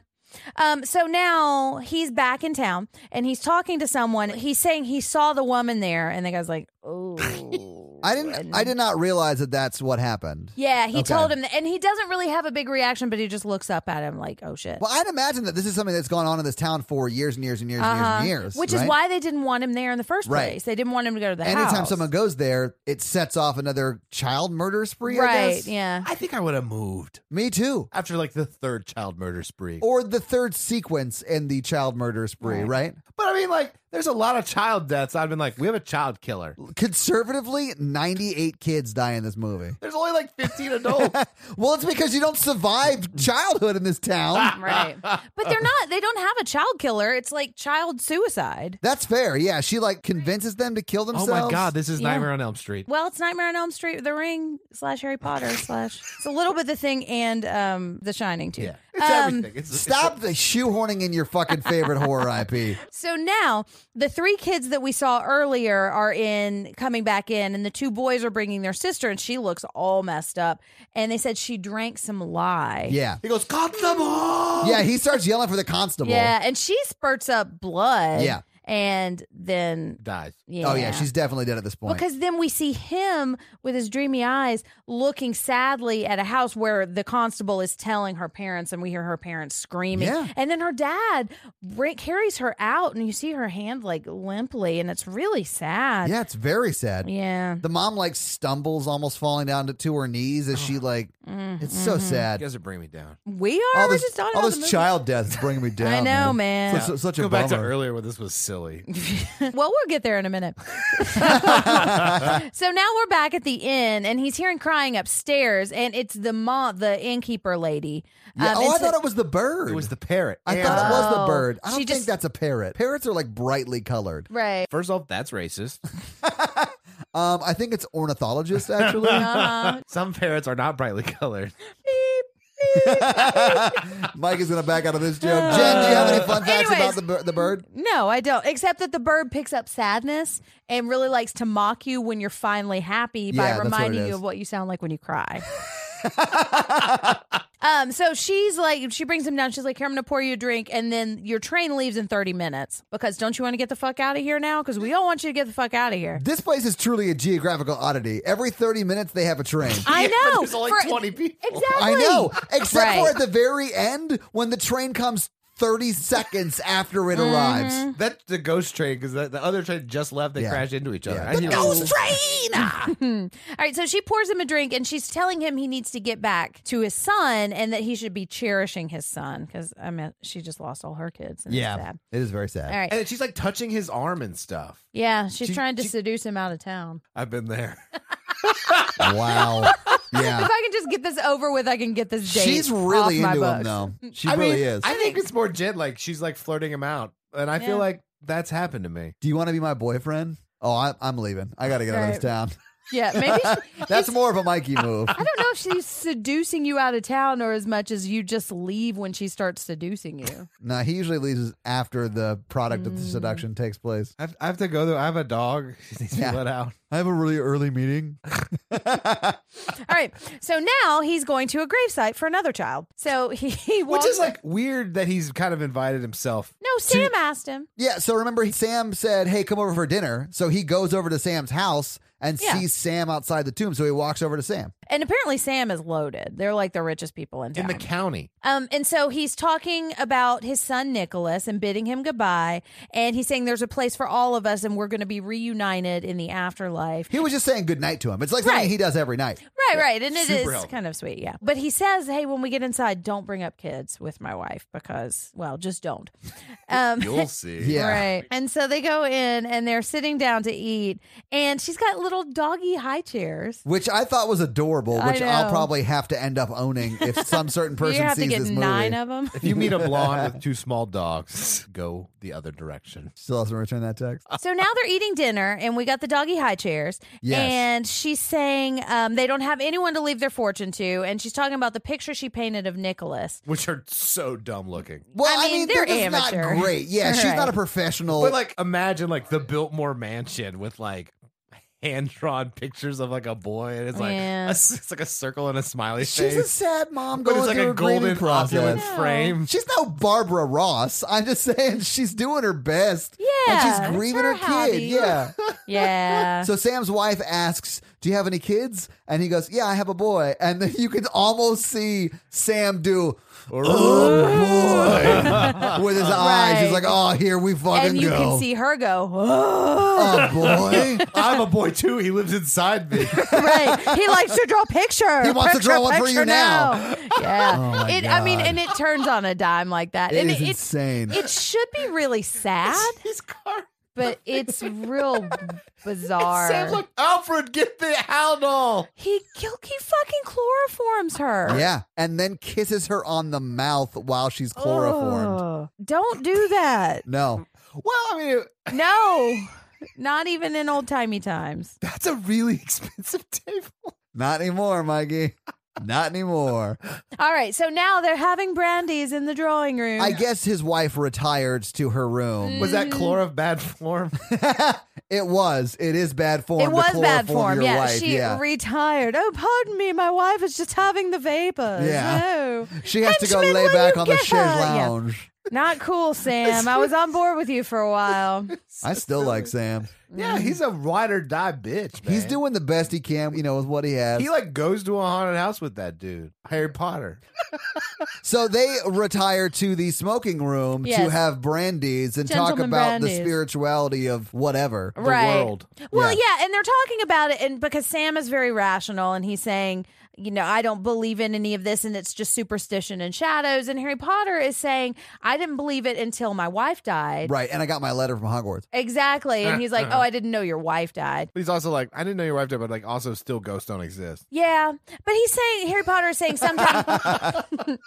Speaker 3: Um, so now he's back in town and he's talking to someone. He's saying he saw the woman there, and the guy's like, "Oh,
Speaker 2: I didn't I did not realize that that's what happened.
Speaker 3: Yeah, he
Speaker 2: Okay.
Speaker 3: told him, that, and he doesn't really have a big reaction, but he just looks up at him like, "Oh shit."
Speaker 2: Well, I'd imagine that this is something that's gone on in this town for years and years and years and years and years.
Speaker 3: Uh-huh. Which is
Speaker 2: right?
Speaker 3: why they didn't want him there in the first
Speaker 2: Right.
Speaker 3: place. They didn't want him to go to the house.
Speaker 2: anytime someone goes there, it sets off another child murder spree. I
Speaker 3: right?
Speaker 2: guess.
Speaker 3: Yeah.
Speaker 4: I think I would have moved
Speaker 2: Me too.
Speaker 4: after like the third child murder spree.
Speaker 2: Or the third sequence in the child murder spree, right?
Speaker 4: But I mean, like, there's a lot of child deaths. I've been like, we have a child killer.
Speaker 2: Conservatively, 98 kids die in this movie.
Speaker 4: There's only like 15 adults.
Speaker 2: Well, it's because you don't survive childhood in this town.
Speaker 3: Right. but they're not. They don't have a child killer. It's like child suicide.
Speaker 2: That's fair. Yeah, she like convinces them to kill
Speaker 4: oh
Speaker 2: themselves.
Speaker 4: my God, this is
Speaker 3: Yeah. Um,
Speaker 4: Nightmare on Elm Street.
Speaker 3: Well, it's Nightmare on Elm Street, The Ring slash Harry Potter slash. It's a little bit the thing and um, The Shining too.
Speaker 4: Yeah, it's
Speaker 3: um,
Speaker 4: everything. It's,
Speaker 2: Stop the shoehorning in your fucking favorite horror IP.
Speaker 3: So now the three kids that we saw earlier are in coming back in, and the two boys are bringing their sister, and she looks all messed up. And they said she drank some lye.
Speaker 2: Yeah.
Speaker 4: He goes, cut them off.
Speaker 2: Yeah, he starts yelling for the constable.
Speaker 3: Yeah, and she spurts up blood.
Speaker 2: Yeah.
Speaker 3: and then
Speaker 4: dies.
Speaker 3: yeah.
Speaker 2: Oh yeah, she's definitely dead at this point.
Speaker 3: Because then we see him with his dreamy eyes looking sadly at a house where the constable is telling her parents, and we hear her parents screaming.
Speaker 2: Yeah.
Speaker 3: And then her dad bring, carries her out, and you see her hand like limply, and it's really sad.
Speaker 2: yeah, it's very sad.
Speaker 3: Yeah.
Speaker 2: The mom like stumbles, almost falling down to, to her knees as
Speaker 3: Oh.
Speaker 2: she like. It's so
Speaker 4: You
Speaker 2: sad.
Speaker 4: guys are bringing me down.
Speaker 3: We are.
Speaker 2: All
Speaker 3: Mm-hmm. we're
Speaker 2: this,
Speaker 3: just talking
Speaker 2: all
Speaker 3: about
Speaker 2: this
Speaker 3: the movie.
Speaker 2: child death is bringing me down.
Speaker 3: I know, man.
Speaker 2: Such, such a
Speaker 4: Go
Speaker 2: bummer.
Speaker 4: back to earlier when this was silly.
Speaker 3: well, we'll get there in a minute. so now we're back at the inn, and he's hearing crying upstairs, and it's the mom, the innkeeper lady.
Speaker 2: Yeah,
Speaker 3: Um,
Speaker 2: oh,
Speaker 3: and
Speaker 2: I
Speaker 3: so-
Speaker 2: thought it was the bird.
Speaker 4: It was the parrot.
Speaker 2: I
Speaker 4: And-
Speaker 2: thought it was
Speaker 3: Oh.
Speaker 2: the bird. I
Speaker 3: She
Speaker 2: don't think
Speaker 3: just-
Speaker 2: that's a parrot. Parrots are like brightly colored.
Speaker 3: right.
Speaker 4: First off, that's racist.
Speaker 2: Um, I think it's ornithologist actually.
Speaker 3: Uh-huh.
Speaker 4: Some parrots are not brightly colored.
Speaker 2: Mike is gonna back out of this joke. Jen, do you have any fun facts
Speaker 3: Anyways.
Speaker 2: about the bir- the bird?
Speaker 3: No, I don't. Except that the bird picks up sadness and really likes to mock you when you're finally happy
Speaker 2: Yeah,
Speaker 3: by
Speaker 2: that's what it
Speaker 3: reminding you
Speaker 2: is.
Speaker 3: of what you sound like when you cry. um, so she's like, she brings him down. She's like, "Here, I'm gonna pour you a drink," and then your train leaves in 30 minutes because don't you want to get the fuck out of here now? Because we all want you to get the fuck out of here.
Speaker 2: This place is truly a geographical oddity. Every thirty minutes they have a train.
Speaker 3: I
Speaker 4: Yeah,
Speaker 3: know.
Speaker 4: but there's only
Speaker 3: For-
Speaker 4: 20 people.
Speaker 3: Exactly.
Speaker 2: I know, except for
Speaker 3: Right.
Speaker 2: at the very end when the train comes thirty seconds after it
Speaker 3: Mm-hmm.
Speaker 2: arrives.
Speaker 4: That's the ghost train because the, the other train just left. They
Speaker 2: Yeah.
Speaker 4: crashed into each other.
Speaker 2: Yeah.
Speaker 4: I
Speaker 2: The
Speaker 4: hear-
Speaker 2: ghost
Speaker 3: All right, so she pours him a drink and she's telling him he needs to get back to his son and that he should be cherishing his son because I mean she just lost all her kids. And it's
Speaker 4: Yeah.
Speaker 3: sad.
Speaker 2: It is very sad.
Speaker 3: All right.
Speaker 4: And she's like touching his arm and stuff.
Speaker 3: yeah, she's
Speaker 4: She-
Speaker 3: trying to
Speaker 4: she-
Speaker 3: seduce him out of town.
Speaker 4: I've been there.
Speaker 2: Wow.
Speaker 3: If
Speaker 2: Yeah.
Speaker 3: I can just get this over with, I can get this date.
Speaker 2: She's really into
Speaker 3: off my
Speaker 2: him
Speaker 3: books. Mm.
Speaker 2: though. She
Speaker 4: I
Speaker 2: really
Speaker 4: mean,
Speaker 2: is.
Speaker 4: I think it's more Jid. Like she's like flirting him out, and I
Speaker 3: Yeah.
Speaker 4: feel like that's happened to me.
Speaker 2: do you want to be my boyfriend? Oh, I, I'm leaving. I got to get out of this town.
Speaker 3: Yeah, maybe she,
Speaker 2: That's more of a Mikey move.
Speaker 3: I don't know if she's seducing you out of town or as much as you just leave when she starts seducing you.
Speaker 2: No, he usually leaves after the product
Speaker 3: Mm.
Speaker 2: of the seduction takes place.
Speaker 4: I have, I have to go though. I have a dog. She needs
Speaker 2: Yeah.
Speaker 4: to be let out.
Speaker 2: I have a really early meeting.
Speaker 3: All right, so now he's going to a gravesite for another child. So he, he
Speaker 4: Which
Speaker 3: walks
Speaker 4: is like weird that he's kind of invited himself.
Speaker 3: no. Sam asked him.
Speaker 2: Yeah, so remember, Sam said, Hey, come over for dinner. So he goes over to Sam's house and
Speaker 3: Yeah.
Speaker 2: sees Sam outside the tomb. So he walks over to Sam.
Speaker 3: And apparently Sam is loaded. They're like the richest people in
Speaker 4: In
Speaker 3: town.
Speaker 4: the county,
Speaker 3: um, and so he's talking about his son Nicholas and bidding him goodbye. And he's saying there's a place for all of us and we're going to be reunited in the afterlife.
Speaker 2: He was just saying goodnight to him. It's like something
Speaker 3: Right.
Speaker 2: he does every night.
Speaker 3: Right, right. And it
Speaker 4: Super
Speaker 3: is
Speaker 4: helpful.
Speaker 3: kind of sweet, yeah. But he says, hey, when we get inside, don't bring up kids with my wife because, well, just don't. Um,
Speaker 4: you'll see.
Speaker 2: Yeah.
Speaker 3: Right. And so they go in and they're sitting down to eat. And she's got little doggy high chairs.
Speaker 2: Which I thought was adorable,
Speaker 3: I
Speaker 2: which I'll
Speaker 3: know.
Speaker 2: probably have to end up owning if some certain person
Speaker 3: you have
Speaker 2: sees
Speaker 3: to get
Speaker 2: this movie.
Speaker 3: nine of them.
Speaker 4: If you meet a blonde with two small dogs, go the other direction.
Speaker 2: Still hasn't returned that text.
Speaker 3: So now they're eating dinner, and we got the doggy high chairs.
Speaker 2: Yes.
Speaker 3: And she's saying um, they don't have anyone to leave their fortune to, and she's talking about the picture she painted of Nicholas.
Speaker 4: Which are so dumb looking.
Speaker 2: Well,
Speaker 3: I
Speaker 2: I
Speaker 3: mean,
Speaker 2: mean,
Speaker 3: they're
Speaker 2: they're, just
Speaker 3: amateur.
Speaker 2: not great. Yeah, she's
Speaker 3: Right.
Speaker 2: not a professional.
Speaker 4: But like, imagine like the Biltmore mansion with like hand drawn pictures of like a boy, and it's like
Speaker 3: Yeah.
Speaker 4: a s- it's like a circle and a smiley
Speaker 2: she's a
Speaker 4: face,
Speaker 2: sad mom
Speaker 4: but
Speaker 2: going
Speaker 4: it's like
Speaker 2: through
Speaker 4: a golden
Speaker 2: grieving process.
Speaker 4: opulent frame.
Speaker 2: She's no Barbara Ross. I'm just saying she's doing her best.
Speaker 3: Yeah,
Speaker 2: And
Speaker 3: it's
Speaker 2: she's grieving
Speaker 3: her
Speaker 2: her,
Speaker 3: hobby.
Speaker 2: kid. Yeah.
Speaker 3: Yeah.
Speaker 2: so Sam's wife asks, Do you have any kids? And he goes, Yeah, I have a boy. And then you can almost see Sam do "Oh, boy," with his eyes. He's
Speaker 3: Right.
Speaker 2: like, Oh, here we fucking
Speaker 3: and you
Speaker 2: go.
Speaker 3: can see her go, "Oh."
Speaker 2: oh boy.
Speaker 4: I'm a boy too. He lives inside me.
Speaker 3: right. He likes to draw pictures.
Speaker 2: He wants to
Speaker 3: Picture,
Speaker 2: draw one for
Speaker 3: picture
Speaker 2: you now. Oh
Speaker 3: Yeah.
Speaker 2: my
Speaker 3: it, I mean,
Speaker 2: God.
Speaker 3: and it turns on a dime like that.
Speaker 2: It
Speaker 3: and
Speaker 2: is
Speaker 3: it,
Speaker 2: insane.
Speaker 3: It, it should be really sad,
Speaker 4: His car.
Speaker 3: but it's real bizarre.
Speaker 4: Sam, look, Alfred, get the hound doll.
Speaker 3: He Gilkey fucking chloroforms her.
Speaker 2: yeah. And then kisses her on the mouth while she's chloroformed.
Speaker 3: Ugh. Oh, Don't do that.
Speaker 2: No.
Speaker 4: Well, I mean,
Speaker 3: No. Not even in old timey times.
Speaker 4: that's a really expensive table.
Speaker 2: Not anymore, Mikey. Not anymore.
Speaker 3: All right, so now they're having brandies in the drawing room.
Speaker 2: I guess his wife retired to her room.
Speaker 4: Was that chlor of bad form?
Speaker 2: it was. It is bad form.
Speaker 3: it
Speaker 2: to
Speaker 3: was
Speaker 2: chloroform
Speaker 3: bad form.
Speaker 2: your
Speaker 3: Yeah,
Speaker 2: wife,
Speaker 3: she
Speaker 2: yeah.
Speaker 3: retired. Oh, pardon me, my wife is just having the vapors.
Speaker 2: Yeah.
Speaker 3: No.
Speaker 2: she has to go
Speaker 3: Henchman,
Speaker 2: lay
Speaker 3: will
Speaker 2: back
Speaker 3: you
Speaker 2: on the
Speaker 3: get
Speaker 2: chaise
Speaker 3: her? Yeah.
Speaker 2: lounge.
Speaker 3: Not cool, Sam. I was on board with you for a while.
Speaker 2: I still like Sam.
Speaker 4: Yeah, he's a ride or die bitch.
Speaker 2: He's
Speaker 4: man.
Speaker 2: doing the best he can, you know, with what he has.
Speaker 4: He like goes to a haunted house with that dude, Harry Potter.
Speaker 2: So they retire to the smoking room to
Speaker 3: Yes.
Speaker 2: have brandies and talk
Speaker 3: Gentlemen
Speaker 2: about the
Speaker 3: brandies.
Speaker 2: spirituality of whatever.
Speaker 4: The
Speaker 3: right.
Speaker 4: world.
Speaker 3: Well,
Speaker 2: Yeah.
Speaker 3: yeah. and they're talking about it, and because Sam is very rational, and he's saying, you know, I don't believe in any of this, and it's just superstition and shadows. And Harry Potter is saying, I didn't believe it until my wife died.
Speaker 2: Right. Uh-huh. And I got my letter from Hogwarts.
Speaker 3: Exactly. And he's like, Oh, I didn't know your wife died.
Speaker 4: But he's also like, I didn't know your wife died, but like also still ghosts don't exist.
Speaker 3: Yeah. But he's saying, Harry Potter is saying sometimes,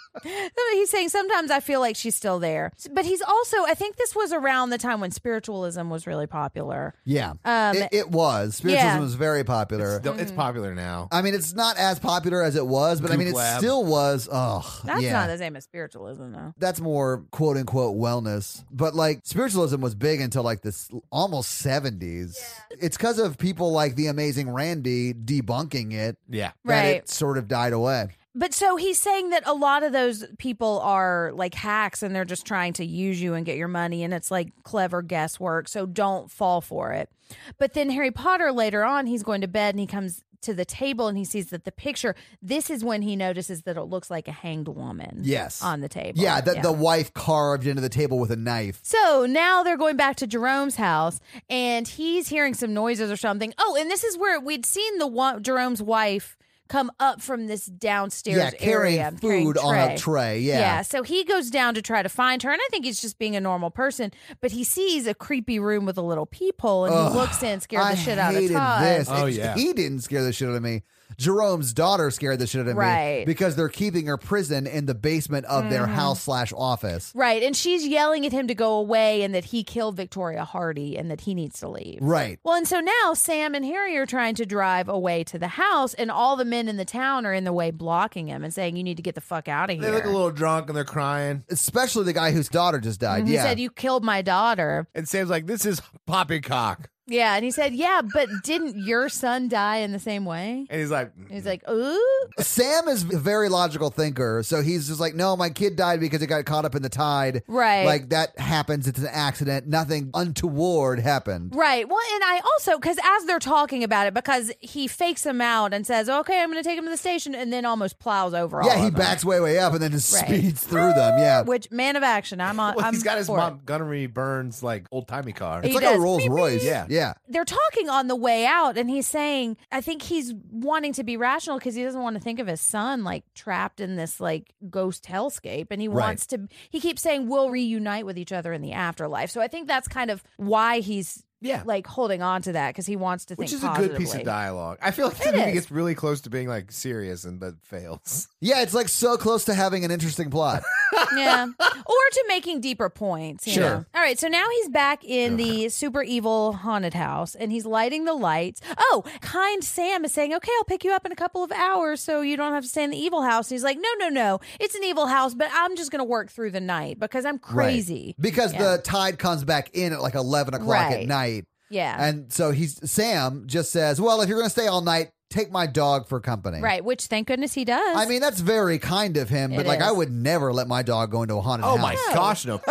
Speaker 3: he's saying sometimes I feel like she's still there. But he's also, I think this was around the time when spiritualism was really popular.
Speaker 2: Yeah. it, it was. Spiritualism
Speaker 3: Um, yeah.
Speaker 2: was very popular.
Speaker 4: Still-
Speaker 3: Mm.
Speaker 4: It's popular now.
Speaker 2: I mean, it's not as popular as it was, but I mean, it
Speaker 4: Goop lab.
Speaker 2: still was. Oh,
Speaker 3: That's
Speaker 2: yeah.
Speaker 3: not the same as spiritualism, though.
Speaker 2: that's more quote unquote wellness. But like spiritualism was big until like this almost 70s. It's because of people like the amazing Randy debunking it
Speaker 4: Yeah.
Speaker 2: that
Speaker 3: Right.
Speaker 2: it sort of died away.
Speaker 3: But so he's saying that a lot of those people are like hacks and they're just trying to use you and get your money and it's like clever guesswork. So don't fall for it. But then Harry Potter later on, he's going to bed and he comes to the table and he sees that the picture, this is when he notices that it looks like a hanged woman.
Speaker 2: Yes.
Speaker 3: On the table.
Speaker 2: Yeah, the, the wife carved into the table with a knife.
Speaker 3: So now they're going back to Jerome's house, and he's hearing some noises or something. Oh, and this is where we'd seen the one, Jerome's wife come up from this downstairs
Speaker 2: yeah, carrying
Speaker 3: area, carrying
Speaker 2: food on a tray. Yeah.
Speaker 3: so he goes down to try to find her, and I think he's just being a normal person. But he sees a creepy room with a little peephole, and he looks in, scared
Speaker 2: I
Speaker 3: the shit out of
Speaker 2: hated
Speaker 3: Todd.
Speaker 2: this.
Speaker 4: Oh,
Speaker 2: It's-
Speaker 4: yeah.
Speaker 2: He didn't scare the shit out of me. Jerome's daughter scared the shit out of me
Speaker 3: Right. Mm-hmm.
Speaker 2: because they're keeping her prison in the basement of their house slash office.
Speaker 3: Right, and she's yelling at him to go away, and that he killed Victoria Hardy, and that he needs to leave.
Speaker 2: Right.
Speaker 3: Well, and so now Sam and Harry are trying to drive away to the house, and all the men in the town are in the way, blocking him and saying, "You need to get the fuck out of here."
Speaker 4: They look a little drunk and they're crying.
Speaker 2: Especially the guy whose daughter just died.
Speaker 3: Mm-hmm. he
Speaker 2: yeah.
Speaker 3: said, "You killed my daughter."
Speaker 4: And Sam's like, this is poppycock.
Speaker 3: Yeah, and he said, "Yeah, but didn't your son die in the same way?"
Speaker 4: And he's like,
Speaker 3: And he's like, "Ooh,
Speaker 2: Sam is a very logical thinker, so he's just like, no, my kid died because it got caught up in the tide.
Speaker 3: Right.
Speaker 2: Like that happens. It's an accident. Nothing untoward happened.
Speaker 3: Right. Well, and I also because as they're talking about it, because he fakes him out and says, "Okay, I'm going to take him to the station," and then almost plows over. all
Speaker 2: Yeah, he
Speaker 3: of them.
Speaker 2: backs way, way up and then just
Speaker 3: Right.
Speaker 2: speeds through them. Yeah.
Speaker 3: Which man of action? I'm on.
Speaker 4: well,
Speaker 3: I'm
Speaker 4: he's got his
Speaker 3: for it.
Speaker 4: Montgomery Burns like old timey car.
Speaker 2: It's
Speaker 3: He
Speaker 2: like a
Speaker 3: does.
Speaker 2: Rolls
Speaker 3: Beep,
Speaker 2: Royce.
Speaker 4: beep. Yeah.
Speaker 2: Yeah.
Speaker 3: They're talking on the way out, and he's saying, "I think he's wanting to be rational because he doesn't want to think of his son like trapped in this like ghost hellscape, and he
Speaker 2: Right.
Speaker 3: wants to." He keeps saying, "We'll reunite with each other in the afterlife." So I think that's kind of why he's
Speaker 4: Yeah.
Speaker 3: like holding on to that because he wants to
Speaker 4: Which
Speaker 3: think
Speaker 4: is a good piece
Speaker 3: positively.
Speaker 4: of dialogue. I feel like the
Speaker 3: It
Speaker 4: movie
Speaker 3: is.
Speaker 4: gets really close to being like serious and but fails.
Speaker 2: Yeah, it's like so close to having an interesting plot.
Speaker 3: yeah. Or to making deeper points. You
Speaker 2: Sure.
Speaker 3: Know? All right. So now he's back in the super evil haunted house and he's lighting the lights. Oh, kind Sam is saying, okay, I'll pick you up in a couple of hours so you don't have to stay in the evil house. And he's like, no, no, no. It's an evil house, but I'm just going to work through the night because I'm crazy.
Speaker 2: Because
Speaker 3: Yeah.
Speaker 2: the tide comes back in at like 11 o'clock at
Speaker 3: Right.
Speaker 2: night.
Speaker 3: Yeah.
Speaker 2: And so he's, Sam just says, well, if you're going to stay all night, take my dog for company.
Speaker 3: right. Which thank goodness he does.
Speaker 2: I mean, that's very kind of him, but
Speaker 3: It
Speaker 2: like,
Speaker 3: is.
Speaker 2: I would never let my dog go into a
Speaker 4: Oh,
Speaker 2: haunted house.
Speaker 4: gosh, no.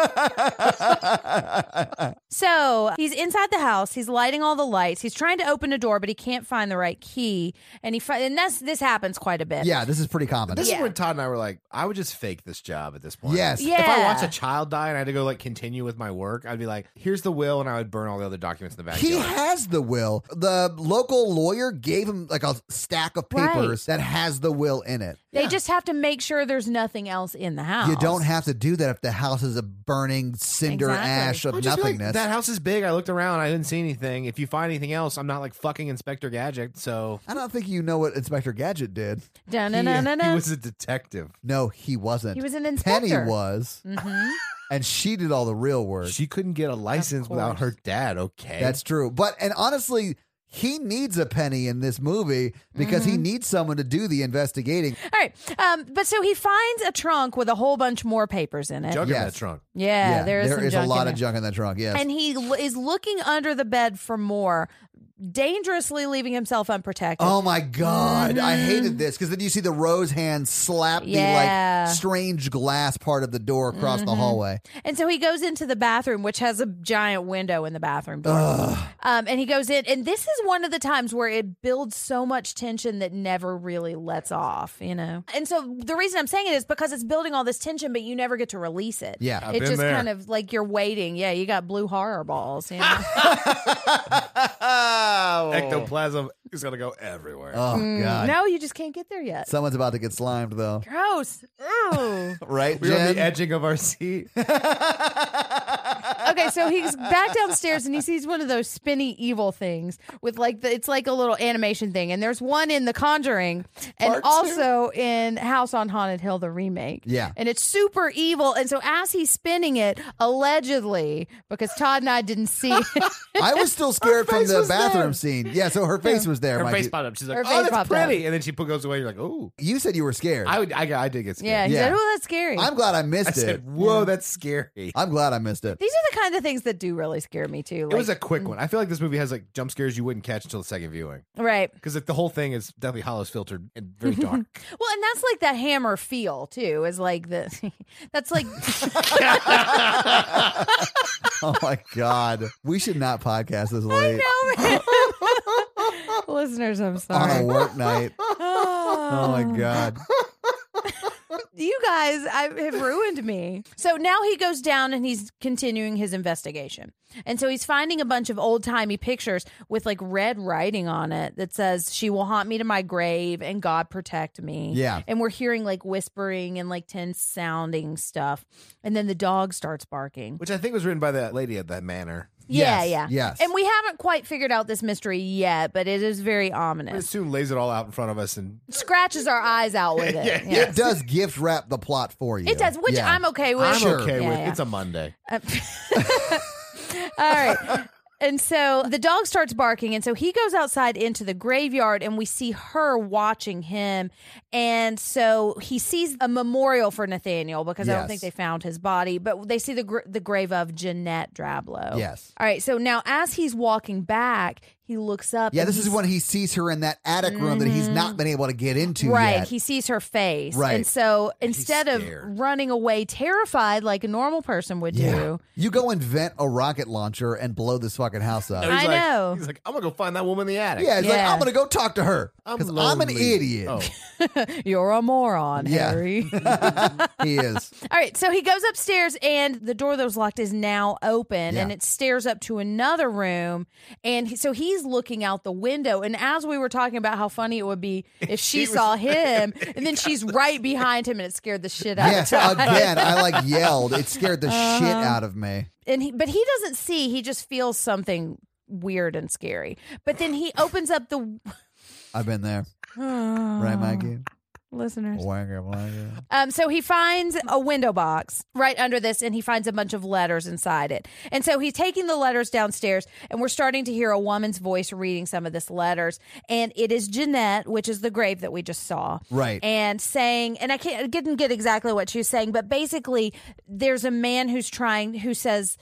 Speaker 3: So he's inside the house. He's lighting all the lights. He's trying to open a door, but he can't find the right key. And he fi- and that's this happens quite a bit.
Speaker 2: Yeah, this is pretty common.
Speaker 4: This
Speaker 3: Yeah.
Speaker 4: is when Todd and I were like, I would just fake this job at this point.
Speaker 2: Yes.
Speaker 4: If I
Speaker 3: Yeah.
Speaker 4: watched a child die and I had to go like continue with my work, I'd be like, here's the will, and I would burn all the other documents in the
Speaker 2: He
Speaker 4: backyard.
Speaker 2: has the will. The local lawyer gave him like a stack of
Speaker 3: Right.
Speaker 2: papers that has the will in it.
Speaker 3: They just have to make sure there's nothing else in the house.
Speaker 2: You don't have to do that if the house is a burning cinder
Speaker 3: Exactly.
Speaker 2: ash
Speaker 4: I
Speaker 2: of
Speaker 4: would just be like,
Speaker 2: nothingness.
Speaker 4: that house is big. I looked around. I didn't see anything. If you find anything else, I'm not like fucking Inspector Gadget. So
Speaker 2: I don't think you know what Inspector Gadget did.
Speaker 3: Dun,
Speaker 4: he,
Speaker 3: dun, dun, dun,
Speaker 4: he
Speaker 3: dun.
Speaker 4: was a detective.
Speaker 2: No, he wasn't.
Speaker 3: He was an
Speaker 2: Penny
Speaker 3: inspector. Mm-hmm.
Speaker 2: was, and she did all the real work.
Speaker 4: She couldn't get a license without her
Speaker 3: course.
Speaker 4: dad. Okay.
Speaker 2: That's true. But and honestly, he needs a Penny in this movie because
Speaker 3: Mm-hmm.
Speaker 2: he needs someone to do the investigating.
Speaker 3: All right. Um, but so he finds a trunk with a whole bunch more papers in it.
Speaker 4: junk in
Speaker 2: Yes.
Speaker 4: that trunk.
Speaker 3: Yeah, Uh, there is,
Speaker 2: there
Speaker 3: some
Speaker 2: is
Speaker 3: junk
Speaker 2: a
Speaker 3: in
Speaker 2: lot of
Speaker 3: there.
Speaker 2: junk in that trunk. Yes,
Speaker 3: And he l- is looking under the bed for more dangerously leaving himself unprotected.
Speaker 2: Oh my god, I
Speaker 3: Mm-hmm.
Speaker 2: hated this because then you see the rose hand slap
Speaker 3: Yeah. Mm-hmm.
Speaker 2: the like strange glass part of the door across the hallway.
Speaker 3: And so he goes into the bathroom, which has a giant window in the bathroom door. Um, and he goes in, and this is one of the times where it builds so much tension that never really lets off, you know? And so the reason I'm saying it is because it's building all this tension, but you never get to release it.
Speaker 2: Yeah. I've
Speaker 3: it's
Speaker 4: been
Speaker 3: just
Speaker 4: there.
Speaker 3: kind of like you're waiting. Yeah, you got blue horror balls, you know?
Speaker 4: Oh. Ectoplasm is gonna go everywhere.
Speaker 2: Oh
Speaker 3: Mm.
Speaker 2: god,
Speaker 3: no, you just can't get there yet.
Speaker 2: someone's about to get slimed though,
Speaker 3: Gross. Ew.
Speaker 2: right?
Speaker 4: we were on
Speaker 2: Jen?
Speaker 4: the edging of our seat.
Speaker 3: okay, so he's back downstairs and he sees one of those spinny evil things with like the it's like a little animation thing, and there's one in The Conjuring and
Speaker 4: Part two.
Speaker 3: also in House on Haunted Hill, the remake.
Speaker 2: Yeah.
Speaker 3: and it's super evil. And so as he's spinning it, allegedly, because Todd and I didn't see it,
Speaker 2: I was still scared from
Speaker 4: face
Speaker 2: the
Speaker 4: was
Speaker 2: bathroom
Speaker 4: there.
Speaker 2: scene. Yeah, so her face was there.
Speaker 4: Her
Speaker 2: Mike.
Speaker 4: face popped up. She's like,
Speaker 3: Her
Speaker 4: "Oh,
Speaker 3: face
Speaker 4: that's
Speaker 3: popped up.
Speaker 4: pretty," and then she pu- goes away. You're like, "Ooh."
Speaker 2: You said you were scared.
Speaker 4: I would, I, I did get scared.
Speaker 3: yeah, he's
Speaker 2: Yeah.
Speaker 3: like, oh, that's scary.
Speaker 2: I'm glad I missed
Speaker 4: I
Speaker 2: it.
Speaker 4: said, "Whoa, that's scary."
Speaker 2: I'm glad I missed it.
Speaker 3: These are the kind of things that do really scare me too.
Speaker 4: It was a
Speaker 3: like-
Speaker 4: quick one. I feel like this movie has like jump scares you wouldn't catch until the second viewing
Speaker 3: right.
Speaker 4: because the whole thing is Deathly Hollows filtered and very dark.
Speaker 3: Well, and that's like that hammer feel too. Is like the that's like
Speaker 2: Oh my god, we should not podcast this late
Speaker 3: I know. Listeners, I'm
Speaker 2: on a
Speaker 3: sorry.
Speaker 2: work night. Oh my god.
Speaker 3: You guys I, have ruined me. So now he goes down and he's continuing his investigation. And so he's finding a bunch of old timey pictures with like red writing on it that says, She will haunt me to my grave and God protect me.
Speaker 2: Yeah.
Speaker 3: And we're hearing like whispering and like tense sounding stuff. And then the dog starts barking.
Speaker 4: which I think was written by that lady at that manor.
Speaker 3: yeah,
Speaker 2: Yes,
Speaker 3: yeah.
Speaker 2: yes.
Speaker 3: And we haven't quite figured out this mystery yet, but it is very
Speaker 4: It
Speaker 3: ominous.
Speaker 4: soon lays it all out in front of us, and
Speaker 3: Scratches our eyes out with it.
Speaker 4: Yeah,
Speaker 3: Yeah.
Speaker 2: It does gift wrap the plot for you.
Speaker 3: It does, which
Speaker 2: Yeah.
Speaker 3: I'm okay with.
Speaker 4: I'm
Speaker 2: Sure.
Speaker 4: okay
Speaker 3: Yeah,
Speaker 4: with.
Speaker 3: yeah.
Speaker 4: It's a Monday.
Speaker 3: Uh, All right. And so the dog starts barking. And so he goes outside into the graveyard and we see her watching him. And so he sees a memorial for Nathaniel because I don't
Speaker 2: Yes.
Speaker 3: think they found his body, but they see the, gr- the grave of Jeanette Drablow.
Speaker 2: Yes.
Speaker 3: All right. So now as he's walking back, he looks up.
Speaker 2: Yeah,
Speaker 3: and
Speaker 2: this is
Speaker 3: he's-
Speaker 2: when he sees her in that attic room that he's not been able to get into
Speaker 3: Mm. Right.
Speaker 2: yet.
Speaker 3: He sees her face.
Speaker 2: Right.
Speaker 3: And so
Speaker 4: he's
Speaker 3: instead of
Speaker 4: scared.
Speaker 3: running away terrified like a normal person would do,
Speaker 2: You go invent a rocket launcher and blow this fucking house up.
Speaker 4: And he's
Speaker 3: I
Speaker 4: like-
Speaker 3: know.
Speaker 4: He's like, "I'm gonna go find that woman in the attic."
Speaker 2: Yeah, he's like,
Speaker 3: Yeah.
Speaker 2: I'm gonna go talk to her
Speaker 4: I'm,
Speaker 2: because I'm, an
Speaker 4: lonely."
Speaker 2: idiot.
Speaker 4: Oh.
Speaker 3: you're a moron,
Speaker 2: Yeah.
Speaker 3: Harry.
Speaker 4: Oh.
Speaker 2: he is.
Speaker 3: All right, so he goes upstairs, and the door that was locked is now open,
Speaker 2: Yeah.
Speaker 3: and it stairs up to another room. And he, so he's looking out the window. And as we were talking about how funny it would be if she,
Speaker 4: was
Speaker 3: saw him, and then she's right behind him, and it scared the shit out
Speaker 2: Yes,
Speaker 3: of him.
Speaker 2: again, I like yelled. It scared the shit
Speaker 3: Uh,
Speaker 2: out of me.
Speaker 3: And he, but he doesn't see; he just feels something weird and scary. But then he opens up the
Speaker 2: I've been there. Right, Mikey?
Speaker 3: listeners.
Speaker 2: Wagga, wagga.
Speaker 3: Um, so he finds a window box right under this, and he finds a bunch of letters inside it. And so he's taking the letters downstairs, and we're starting to hear a woman's voice reading some of this letters. And it is Jeanette, which is the grave that we just saw,
Speaker 2: Right.
Speaker 3: And saying, and I can't I didn't get exactly what she was saying, but basically, there's a man who's trying who says.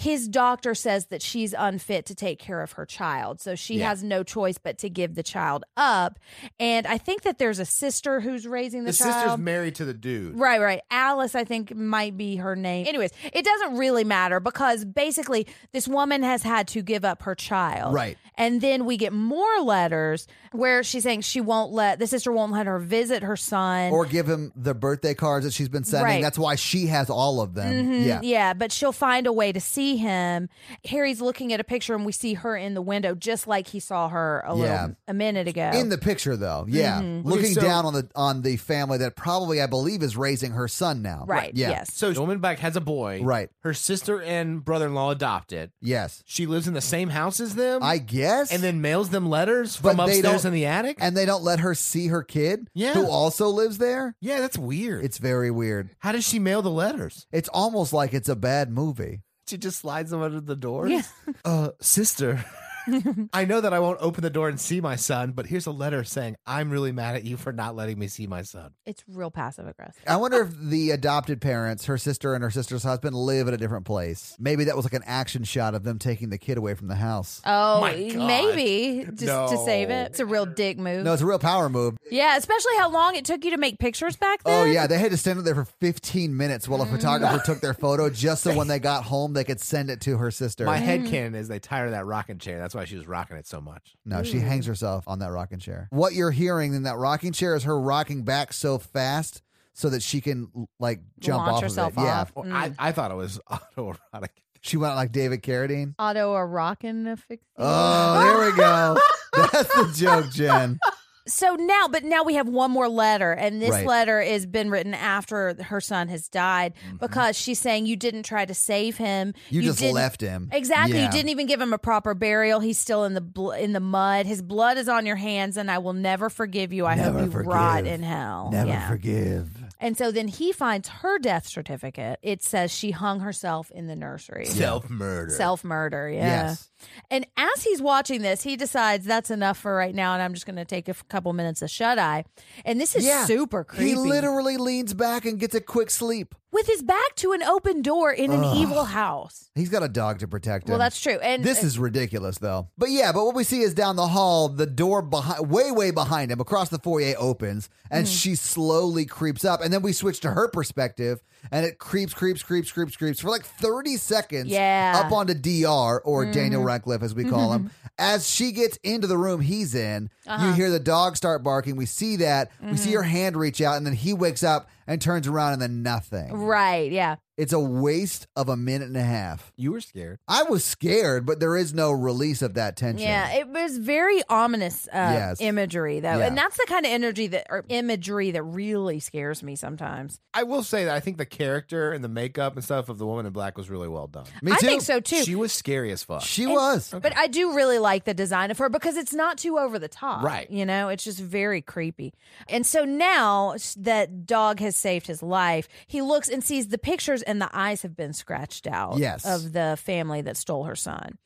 Speaker 3: His doctor says that she's unfit to take care of her child. So she has no choice but to give the child up. And I think that there's a sister who's raising the,
Speaker 4: The
Speaker 3: child.
Speaker 4: sister's married to the dude.
Speaker 3: Right, right. Alice, I think, might be her name. Anyways, it doesn't really matter because basically this woman has had to give up her child.
Speaker 2: Right.
Speaker 3: And then we get more letters where she's saying she won't let the sister won't let her visit her son.
Speaker 2: Or give him the birthday cards that she's been sending.
Speaker 3: Right. Mm-hmm.
Speaker 2: That's why she has all of them. Yeah.
Speaker 3: yeah, but she'll find a way to see him. Harry's looking at a picture and we see her in the window just like he saw her a
Speaker 2: Yeah.
Speaker 3: little a minute ago.
Speaker 2: In the picture though. Yeah.
Speaker 3: Mm-hmm.
Speaker 2: Looking
Speaker 4: Okay, so-
Speaker 2: down on the on the family that probably I believe is raising her son now.
Speaker 3: right,
Speaker 2: Yeah.
Speaker 3: yes.
Speaker 4: So the woman back has a boy.
Speaker 2: Right.
Speaker 4: Her sister and brother in law adopt it.
Speaker 2: Yes.
Speaker 4: She lives in the same house as them.
Speaker 2: I guess.
Speaker 4: and then mails them letters
Speaker 2: But
Speaker 4: from
Speaker 2: they
Speaker 4: upstairs
Speaker 2: don't-
Speaker 4: in the attic.
Speaker 2: and they don't let her see her kid
Speaker 4: Yeah.
Speaker 2: who also lives there.
Speaker 4: yeah, that's weird.
Speaker 2: It's very weird.
Speaker 4: How does she mail the letters?
Speaker 2: It's almost like it's a bad movie.
Speaker 4: She just slides them under the doors.
Speaker 3: Yeah.
Speaker 4: Uh, sister, I know that I won't open the door and see my son, but here's a letter saying I'm really mad at you for not letting me see my son.
Speaker 3: It's real passive aggressive.
Speaker 2: I wonder if the adopted parents, her sister and her sister's husband, live at a different place. Maybe that was like an action shot of them taking the kid away from the house.
Speaker 3: Oh,
Speaker 4: My God.
Speaker 3: maybe just to save
Speaker 4: No.
Speaker 3: it. It's a real dick move.
Speaker 2: No, it's a real power move.
Speaker 3: yeah, especially how long it took you to make pictures back
Speaker 2: Oh
Speaker 3: then. Mm.
Speaker 2: yeah, they had to stand up there for 15 minutes while a photographer took their photo, just so when they got home they could send it to her sister.
Speaker 4: My head
Speaker 3: Mm.
Speaker 4: headcanon is they tied her to that rocking chair. That's why she was rocking it so much.
Speaker 2: No, she
Speaker 3: Mm.
Speaker 2: hangs herself on that rocking chair. What you're hearing in that rocking chair is her rocking back so fast so that she can like jump
Speaker 3: Launch
Speaker 2: off
Speaker 3: herself
Speaker 2: of it.
Speaker 3: off.
Speaker 2: Yeah,
Speaker 4: Well, I, I thought it was autoerotic.
Speaker 2: she went like David Carradine.
Speaker 3: Auto a rockin' affix.
Speaker 2: Oh, there we go. That's the joke, Jen.
Speaker 3: So now, but now we have one more letter, and this
Speaker 2: Right.
Speaker 3: letter has been written after her son has died because she's saying you didn't try to save him.
Speaker 2: Mm-hmm. You, just
Speaker 3: didn't-
Speaker 2: left him.
Speaker 3: Exactly.
Speaker 2: Yeah.
Speaker 3: You didn't e-, even give him a proper burial. He's still in the bl- in the mud. His blood is on your hands, and I will never forgive you. I
Speaker 2: Never
Speaker 3: hope you
Speaker 2: forgive.
Speaker 3: rot in hell.
Speaker 2: Never
Speaker 3: yeah.
Speaker 2: forgive.
Speaker 3: And so then he finds her death certificate. It says she hung herself in the nursery.
Speaker 4: Self murder.
Speaker 3: Self murder, yeah.
Speaker 2: Yes.
Speaker 3: And as he's watching this, he decides that's enough for right now, and I'm just going to take a f- couple minutes of shut eye. And this is
Speaker 2: Yeah.
Speaker 3: super creepy.
Speaker 2: He literally leans back and gets a quick sleep.
Speaker 3: with his back to an open door in an evil house.
Speaker 2: He's got a dog to protect him.
Speaker 3: Well, that's true. And uh,
Speaker 2: This is ridiculous, though. But yeah, but what we see is down the hall, the door behind, way, way behind him, across the foyer opens, and she slowly creeps up. And then we switch to her perspective, and it creeps, creeps, creeps, creeps, creeps for like 30 seconds
Speaker 3: Yeah.
Speaker 2: up onto DR, or Daniel Radcliffe, as we call him. As she gets into the room he's in, you hear the dog start barking. We see that. We see her hand reach out, and then he wakes up and turns around, and then nothing.
Speaker 3: right, yeah.
Speaker 2: It's a waste of a minute and a half.
Speaker 4: You were scared.
Speaker 2: I was scared, but there is no release of that tension.
Speaker 3: Yeah, it was very ominous uh,
Speaker 2: Yes.
Speaker 3: imagery, though,
Speaker 2: Yeah.
Speaker 3: and that's the kind of energy that or imagery that really scares me sometimes.
Speaker 4: I will say that I think the character and the makeup and stuff of the woman in black was really well done.
Speaker 2: Me
Speaker 3: I
Speaker 2: too.
Speaker 3: think so too.
Speaker 4: She was scary as fuck.
Speaker 2: She was.
Speaker 3: But I do really like the design of her because it's not too over the top.
Speaker 4: Right.
Speaker 3: You know, it's just very creepy. And so now s- that dog has saved his life, he looks and sees the pictures, and the eyes have been scratched out
Speaker 2: Yes.
Speaker 3: of the family that stole her son.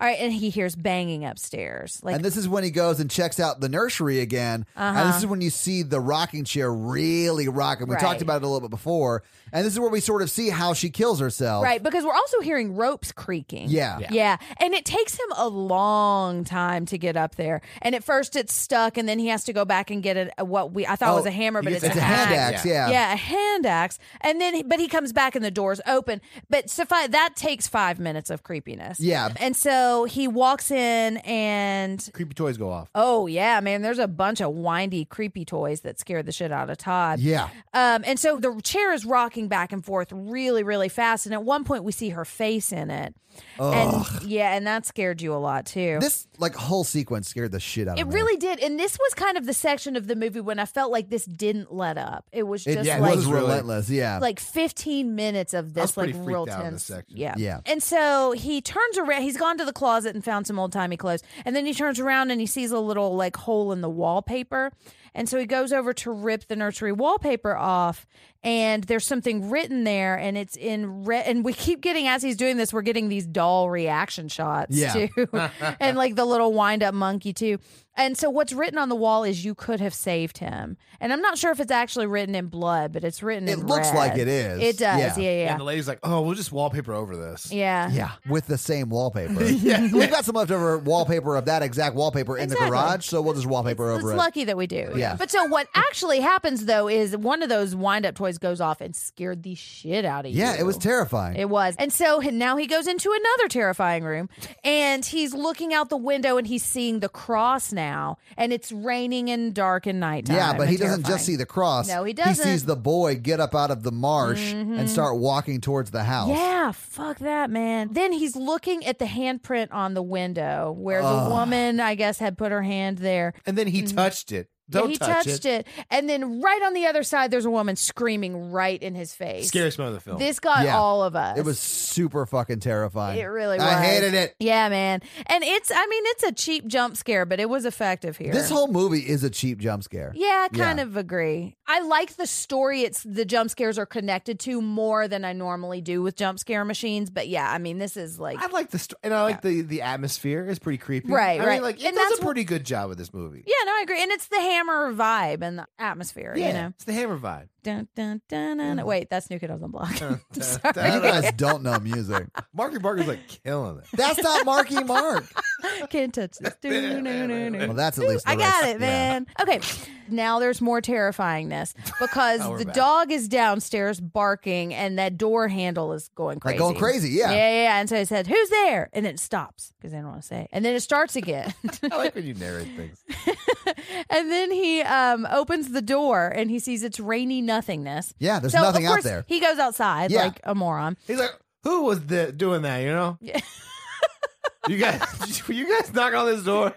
Speaker 3: All right. And he hears banging upstairs. Like,
Speaker 2: And this is when he goes and checks out the nursery again. And this
Speaker 3: Uh-huh.
Speaker 2: is when you see the rocking chair really rocking. We
Speaker 3: Right.
Speaker 2: talked about it a little bit before. And this is where we sort of see how she kills herself.
Speaker 3: right. Because we're also hearing ropes creaking.
Speaker 2: Yeah.
Speaker 4: Yeah.
Speaker 3: Yeah. And it takes him a long time to get up there. And at first it's stuck, and then he has to go back and get a, what we I thought
Speaker 2: Oh,
Speaker 3: was a hammer, but
Speaker 4: he
Speaker 3: it's,
Speaker 4: gets
Speaker 2: It's
Speaker 3: a,
Speaker 2: a hand
Speaker 3: axe.
Speaker 2: axe. Yeah.
Speaker 3: Yeah, a hand axe. And then, but he comes back and the door's open. But suffice, that takes five minutes of creepiness.
Speaker 2: Yeah.
Speaker 3: And so he walks in and.
Speaker 4: Creepy toys go off.
Speaker 3: Oh yeah, man! There's a bunch of windy, creepy toys that scared the shit out of Todd.
Speaker 2: Yeah.
Speaker 3: Um, and so the chair is rocking back and forth really, really fast. And at one point, we see her face in it. And yeah, and that scared you a lot too.
Speaker 2: This like whole sequence scared the shit out
Speaker 3: it
Speaker 2: of me.
Speaker 3: really did. And this was kind of the section of the movie when I felt like this didn't let up. It was
Speaker 2: It
Speaker 3: just
Speaker 4: yeah,
Speaker 3: like
Speaker 2: was
Speaker 4: really-
Speaker 2: relentless. Yeah.
Speaker 3: like 15 minutes of
Speaker 4: I was
Speaker 3: this like
Speaker 4: pretty freaked
Speaker 3: real
Speaker 4: out in
Speaker 3: tense
Speaker 4: this section.
Speaker 3: yeah
Speaker 2: Yeah.
Speaker 3: and so he turns around he's gone to the closet and found some old-timey clothes and then he turns around and he sees a little like hole in the wallpaper and so he goes over to rip the nursery wallpaper off and there's something written there and it's in red and we keep getting as he's doing this we're getting these doll reaction shots
Speaker 2: Yeah.
Speaker 3: too and like the little wind-up monkey too and so what's written on the wall is you could have saved him and i'm not sure if it's actually written in blood but it's written
Speaker 2: It
Speaker 3: in
Speaker 2: looks
Speaker 3: red.
Speaker 2: like it is.
Speaker 3: It does.
Speaker 2: Yeah.
Speaker 3: Yeah, yeah.
Speaker 4: And the lady's like, "Oh, we'll just wallpaper over this."
Speaker 3: Yeah.
Speaker 2: yeah. With the same wallpaper. yeah. We've got some leftover wallpaper of that exact wallpaper in
Speaker 3: Exactly.
Speaker 2: the garage, so we'll just wallpaper
Speaker 3: It's
Speaker 2: over it.
Speaker 3: lucky that we do.
Speaker 2: Yeah.
Speaker 3: But so what actually happens though is one of those wind up toys goes off and scared the shit out of you.
Speaker 2: yeah, it was terrifying.
Speaker 3: It was. And so h- now he goes into another terrifying room and he's looking out the window and he's seeing the cross now and it's raining and dark and nighttime.
Speaker 2: Yeah, but he
Speaker 3: and
Speaker 2: doesn't just see
Speaker 3: terrifying.
Speaker 2: the cross.
Speaker 3: No, he
Speaker 2: He sees
Speaker 3: doesn't. Mm-hmm.
Speaker 2: the boy get up out of the marsh and start walking towards the house.
Speaker 3: Yeah, fuck that, man. Then he's looking at the handprint on the window where the woman, I guess, had put her hand there.
Speaker 4: And then he touched it. Don't
Speaker 3: Mm-hmm. he
Speaker 4: touch
Speaker 3: touched it. And then right on the other side, there's a woman screaming right in his face.
Speaker 4: Scariest moment of the film.
Speaker 3: This got
Speaker 2: Yeah.
Speaker 3: all of us.
Speaker 2: It was super fucking terrifying. Uh,
Speaker 3: It really
Speaker 2: I
Speaker 3: was.
Speaker 2: hated it.
Speaker 3: Yeah, man. And it's, I mean, it's a cheap jump scare, but it was effective here.
Speaker 2: This whole movie is a cheap jump scare.
Speaker 3: Yeah, I kind
Speaker 2: Yeah.
Speaker 3: of agree. I like the story it's the jump scares are connected to more than I normally do with jump scare machines, but yeah, I mean this is like
Speaker 4: I like the sto- and I like the the atmosphere is pretty creepy.
Speaker 3: Right,
Speaker 4: I
Speaker 3: right.
Speaker 4: Mean, like it
Speaker 3: And
Speaker 4: does
Speaker 3: that's
Speaker 4: a pretty good job with this movie.
Speaker 3: Yeah, no, I agree. And it's the hammer vibe and the atmosphere, you know.
Speaker 4: it's the hammer vibe.
Speaker 3: Dun, dun, dun,
Speaker 2: Mm-hmm.
Speaker 3: dun. Wait, that's New Kid on the Block.
Speaker 4: Sorry.
Speaker 2: You guys don't know music.
Speaker 4: Marky Barker's like killing it.
Speaker 2: That's not Marky Mark.
Speaker 3: Can't touch this. Doo, doo, doo, doo, doo.
Speaker 2: Well, that's at least. the
Speaker 3: I got
Speaker 2: rest.
Speaker 3: it, man. Okay. Now there's more terrifyingness because
Speaker 4: Now we're
Speaker 3: the
Speaker 4: back.
Speaker 3: dog is downstairs barking and that door handle is going
Speaker 2: Like
Speaker 3: crazy.
Speaker 2: going crazy, yeah.
Speaker 3: Yeah, yeah, yeah. And so I said, Who's there? And then it stops because I don't want to say. it. And then it starts again.
Speaker 4: I like when you narrate things.
Speaker 3: and then he um, opens the door and he sees it's rainy nothingness.
Speaker 2: Yeah, there's
Speaker 3: so,
Speaker 2: nothing
Speaker 3: of
Speaker 2: out
Speaker 3: course,
Speaker 2: there.
Speaker 3: He goes outside
Speaker 2: Yeah.
Speaker 3: like a moron.
Speaker 4: He's like, who was the, doing that? You know?
Speaker 3: Yeah.
Speaker 4: you guys, will you guys knock on this door.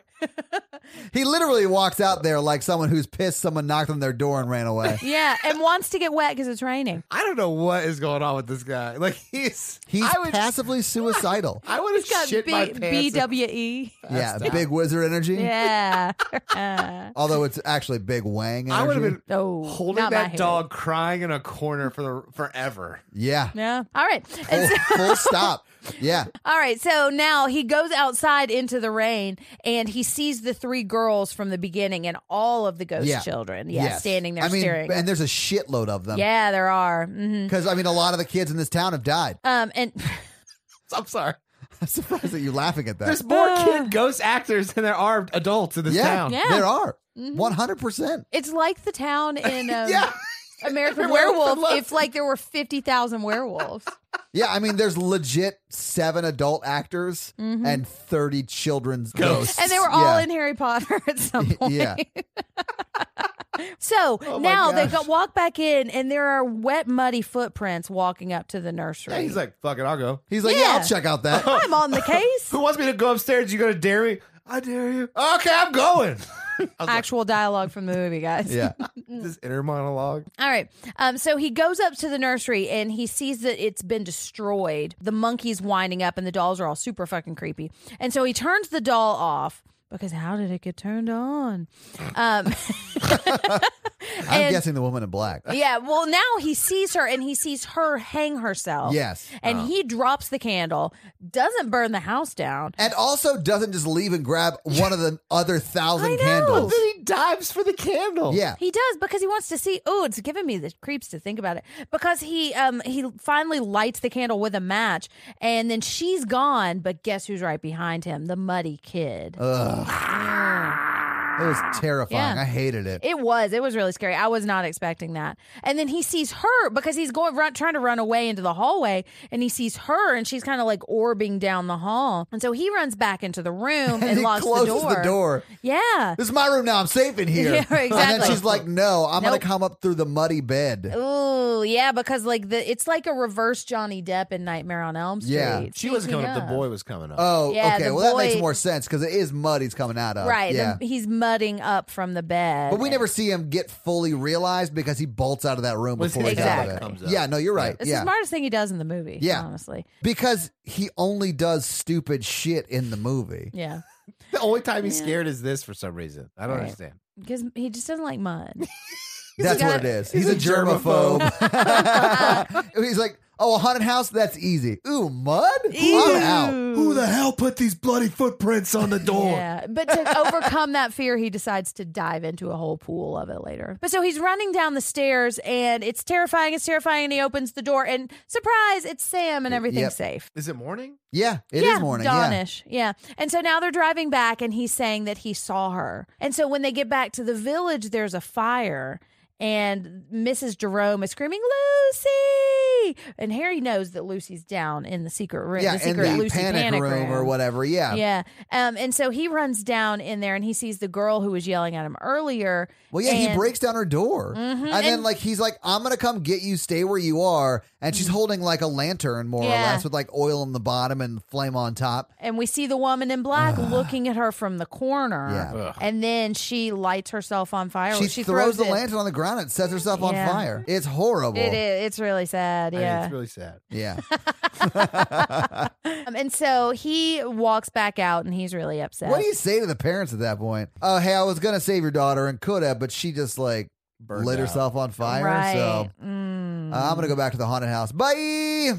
Speaker 2: He literally walks out there like someone who's pissed someone knocked on their door and ran away.
Speaker 3: Yeah, and wants to get wet because it's raining.
Speaker 4: I don't know what is going on with this guy. Like he's
Speaker 2: He's
Speaker 4: I would,
Speaker 2: passively suicidal.
Speaker 4: I would
Speaker 3: He's got
Speaker 4: have shit my
Speaker 3: B-
Speaker 4: pants. if-
Speaker 3: BWE.
Speaker 2: yeah,
Speaker 4: That's
Speaker 2: big wizard energy.
Speaker 3: Yeah. Uh,
Speaker 2: Although it's actually big wang energy.
Speaker 4: I would have been
Speaker 3: oh,
Speaker 4: holding
Speaker 3: not my
Speaker 4: that
Speaker 3: hair.
Speaker 4: dog, crying in a corner for the forever.
Speaker 2: Yeah.
Speaker 3: Yeah. All right.
Speaker 2: Full, full stop. Yeah.
Speaker 3: All right, so now he goes outside into the rain and he sees the three girls from the beginning and all of the ghost
Speaker 2: Yeah.
Speaker 3: children. Yeah,
Speaker 2: Yes.
Speaker 3: standing there
Speaker 2: I mean,
Speaker 3: staring.
Speaker 2: and there's a shitload of
Speaker 4: um,
Speaker 2: them.
Speaker 3: yeah, there are. hmm
Speaker 2: Because I mean, a lot of the kids in this town have died.
Speaker 3: Um, and
Speaker 4: I'm sorry.
Speaker 2: I'm surprised that you're laughing at that.
Speaker 4: There's more
Speaker 3: Uh.
Speaker 4: kid ghost actors than there are adults in this
Speaker 2: yeah,
Speaker 4: town.
Speaker 3: Yeah. Mm-hmm.
Speaker 2: there are 100. percent
Speaker 3: it's like the town in um,
Speaker 4: Yeah.
Speaker 3: American
Speaker 4: Everywhere with
Speaker 3: Werewolf.
Speaker 4: love.
Speaker 3: If like there were fifty thousand werewolves,
Speaker 2: Yeah, I mean, there's legit seven adult actors and 30 children's ghosts,
Speaker 4: Ghosts.
Speaker 3: Mm-hmm. and they were all
Speaker 2: Yeah.
Speaker 3: in Harry Potter at some point.
Speaker 2: Yeah.
Speaker 3: So
Speaker 4: Oh my
Speaker 3: now they
Speaker 4: gosh.
Speaker 3: go, walk back in, and there are wet, muddy footprints walking up to the nursery.
Speaker 4: Yeah, he's like, fuck it, I'll go.
Speaker 2: He's like, yeah.
Speaker 3: Yeah.
Speaker 2: I'll check out that.
Speaker 3: I'm on the case.
Speaker 4: Who wants me to go upstairs? You gonna dare me? I dare you. Okay, I'm going. I was like,
Speaker 3: Actual dialogue from the movie, guys.
Speaker 2: yeah,
Speaker 4: this inner monologue.
Speaker 3: All right. Um, so he goes up to the nursery and he sees that it's been destroyed. The monkey's winding up and the dolls are all super fucking creepy. And so he turns the doll off because how did it get turned on? Um,
Speaker 2: I'm
Speaker 3: And-
Speaker 2: guessing the woman in black.
Speaker 3: yeah. Well, now he sees her and he sees her hang herself.
Speaker 2: Yes.
Speaker 3: And he drops the candle, doesn't burn the house down.
Speaker 2: And also doesn't just leave and grab one of the other
Speaker 3: I
Speaker 2: thousand
Speaker 3: know.
Speaker 4: But
Speaker 2: candles.
Speaker 4: then he dives for the candle.
Speaker 2: Yeah.
Speaker 3: He does because he wants to see. Oh, it's giving me the creeps to think about it. Because he um he finally lights the candle with a match, and then she's gone. But guess who's right behind him? The muddy kid.
Speaker 2: It was terrifying.
Speaker 3: Yeah.
Speaker 2: I hated it.
Speaker 3: It was. It was really scary. I was not expecting that. And then he sees her because he's going run, trying to run away into the hallway, and he sees her, and she's kind of like orbing down the hall. And so he runs back into the room and,
Speaker 2: he
Speaker 3: locks
Speaker 2: closes
Speaker 3: the door. Yeah.
Speaker 2: This is my room now. I'm safe in here.
Speaker 3: Yeah, right,
Speaker 2: And
Speaker 3: exactly.
Speaker 2: then she's like, no, I'm going
Speaker 3: Nope.
Speaker 2: to come up through the muddy bed.
Speaker 3: Oh yeah, because like the it's like a reverse Johnny Depp in Nightmare on Elm Street.
Speaker 2: Yeah.
Speaker 4: She wasn't coming
Speaker 3: Speaking
Speaker 4: up. The
Speaker 3: of.
Speaker 4: boy was coming up.
Speaker 2: Oh,
Speaker 3: Yeah,
Speaker 2: okay.
Speaker 3: the
Speaker 2: Well, that makes
Speaker 3: boy-
Speaker 2: more sense because it is mud he's coming out of.
Speaker 3: Right. the-
Speaker 2: Yeah.
Speaker 3: he's mudding up from the bed.
Speaker 2: But we never see him get fully realized because he bolts out of that room
Speaker 4: Once
Speaker 2: before he
Speaker 3: he
Speaker 2: comes out of
Speaker 3: Exactly.
Speaker 2: it.
Speaker 4: comes up.
Speaker 2: Yeah, no, you're right.
Speaker 3: It's
Speaker 2: yeah.
Speaker 3: the smartest thing he does in the movie.
Speaker 2: Yeah.
Speaker 3: Honestly.
Speaker 2: because he only does stupid shit in the movie.
Speaker 3: Yeah.
Speaker 4: the only time he's
Speaker 3: Yeah.
Speaker 4: scared is this for some reason. I don't
Speaker 3: Right.
Speaker 4: understand.
Speaker 3: Because he just doesn't like mud.
Speaker 2: That's
Speaker 3: a
Speaker 2: what
Speaker 3: guy-
Speaker 2: it is.
Speaker 4: he's
Speaker 2: He's,
Speaker 4: a
Speaker 2: a germaphobe. he's like, oh, a haunted house? That's easy. Ooh, mud?
Speaker 3: Ew.
Speaker 2: I'm out.
Speaker 4: Who the hell put these bloody footprints on the door?
Speaker 3: Yeah. But to overcome that fear, he decides to dive into a whole pool of it later. But so he's running down the stairs and it's terrifying. It's terrifying. And he opens the door and surprise, it's Sam and everything's
Speaker 2: Yep.
Speaker 3: safe.
Speaker 4: Is it morning?
Speaker 2: Yeah, it is
Speaker 3: yeah,
Speaker 2: morning. Yeah.
Speaker 3: Dawnish. Yeah. And so now they're driving back and he's saying that he saw her. And so when they get back to the village, there's a fire and Mrs. Jerome is screaming, Lucy. Harry, and Harry knows that Lucy's down in the secret room.
Speaker 2: yeah,
Speaker 3: the
Speaker 2: in
Speaker 3: secret
Speaker 2: the
Speaker 3: Lucy
Speaker 2: panic, room, or whatever. Yeah.
Speaker 3: Yeah. Um, and so he runs down in there and he sees the girl who was yelling at him earlier.
Speaker 2: Well, yeah, he
Speaker 3: and- Mm-hmm,
Speaker 2: breaks down her door, and, then
Speaker 3: and-
Speaker 2: like he's like, "I'm gonna come get you. Stay where you are." And she's holding like a lantern, more or
Speaker 3: Mm-hmm. Yeah.
Speaker 2: less, with like oil on the bottom and flame on top.
Speaker 3: And we see the woman in black looking at her from the corner.
Speaker 2: Yeah.
Speaker 3: And then she lights herself on fire.
Speaker 2: She, throws, the
Speaker 3: it.
Speaker 2: lantern on the ground and sets herself on
Speaker 3: Yeah.
Speaker 2: fire. It's horrible.
Speaker 3: It is. It's really sad.
Speaker 4: I mean,
Speaker 3: Yeah.
Speaker 4: it's really sad.
Speaker 2: Yeah.
Speaker 3: Um, and so he walks back out and he's really upset.
Speaker 2: What do you say to the parents at that point? Oh, hey, I was gonna save your daughter and could have, but she just like
Speaker 4: Burned
Speaker 2: lit
Speaker 4: out.
Speaker 2: herself on fire.
Speaker 3: right.
Speaker 2: So
Speaker 3: Mm.
Speaker 2: uh, I'm gonna go back to the haunted house. Bye.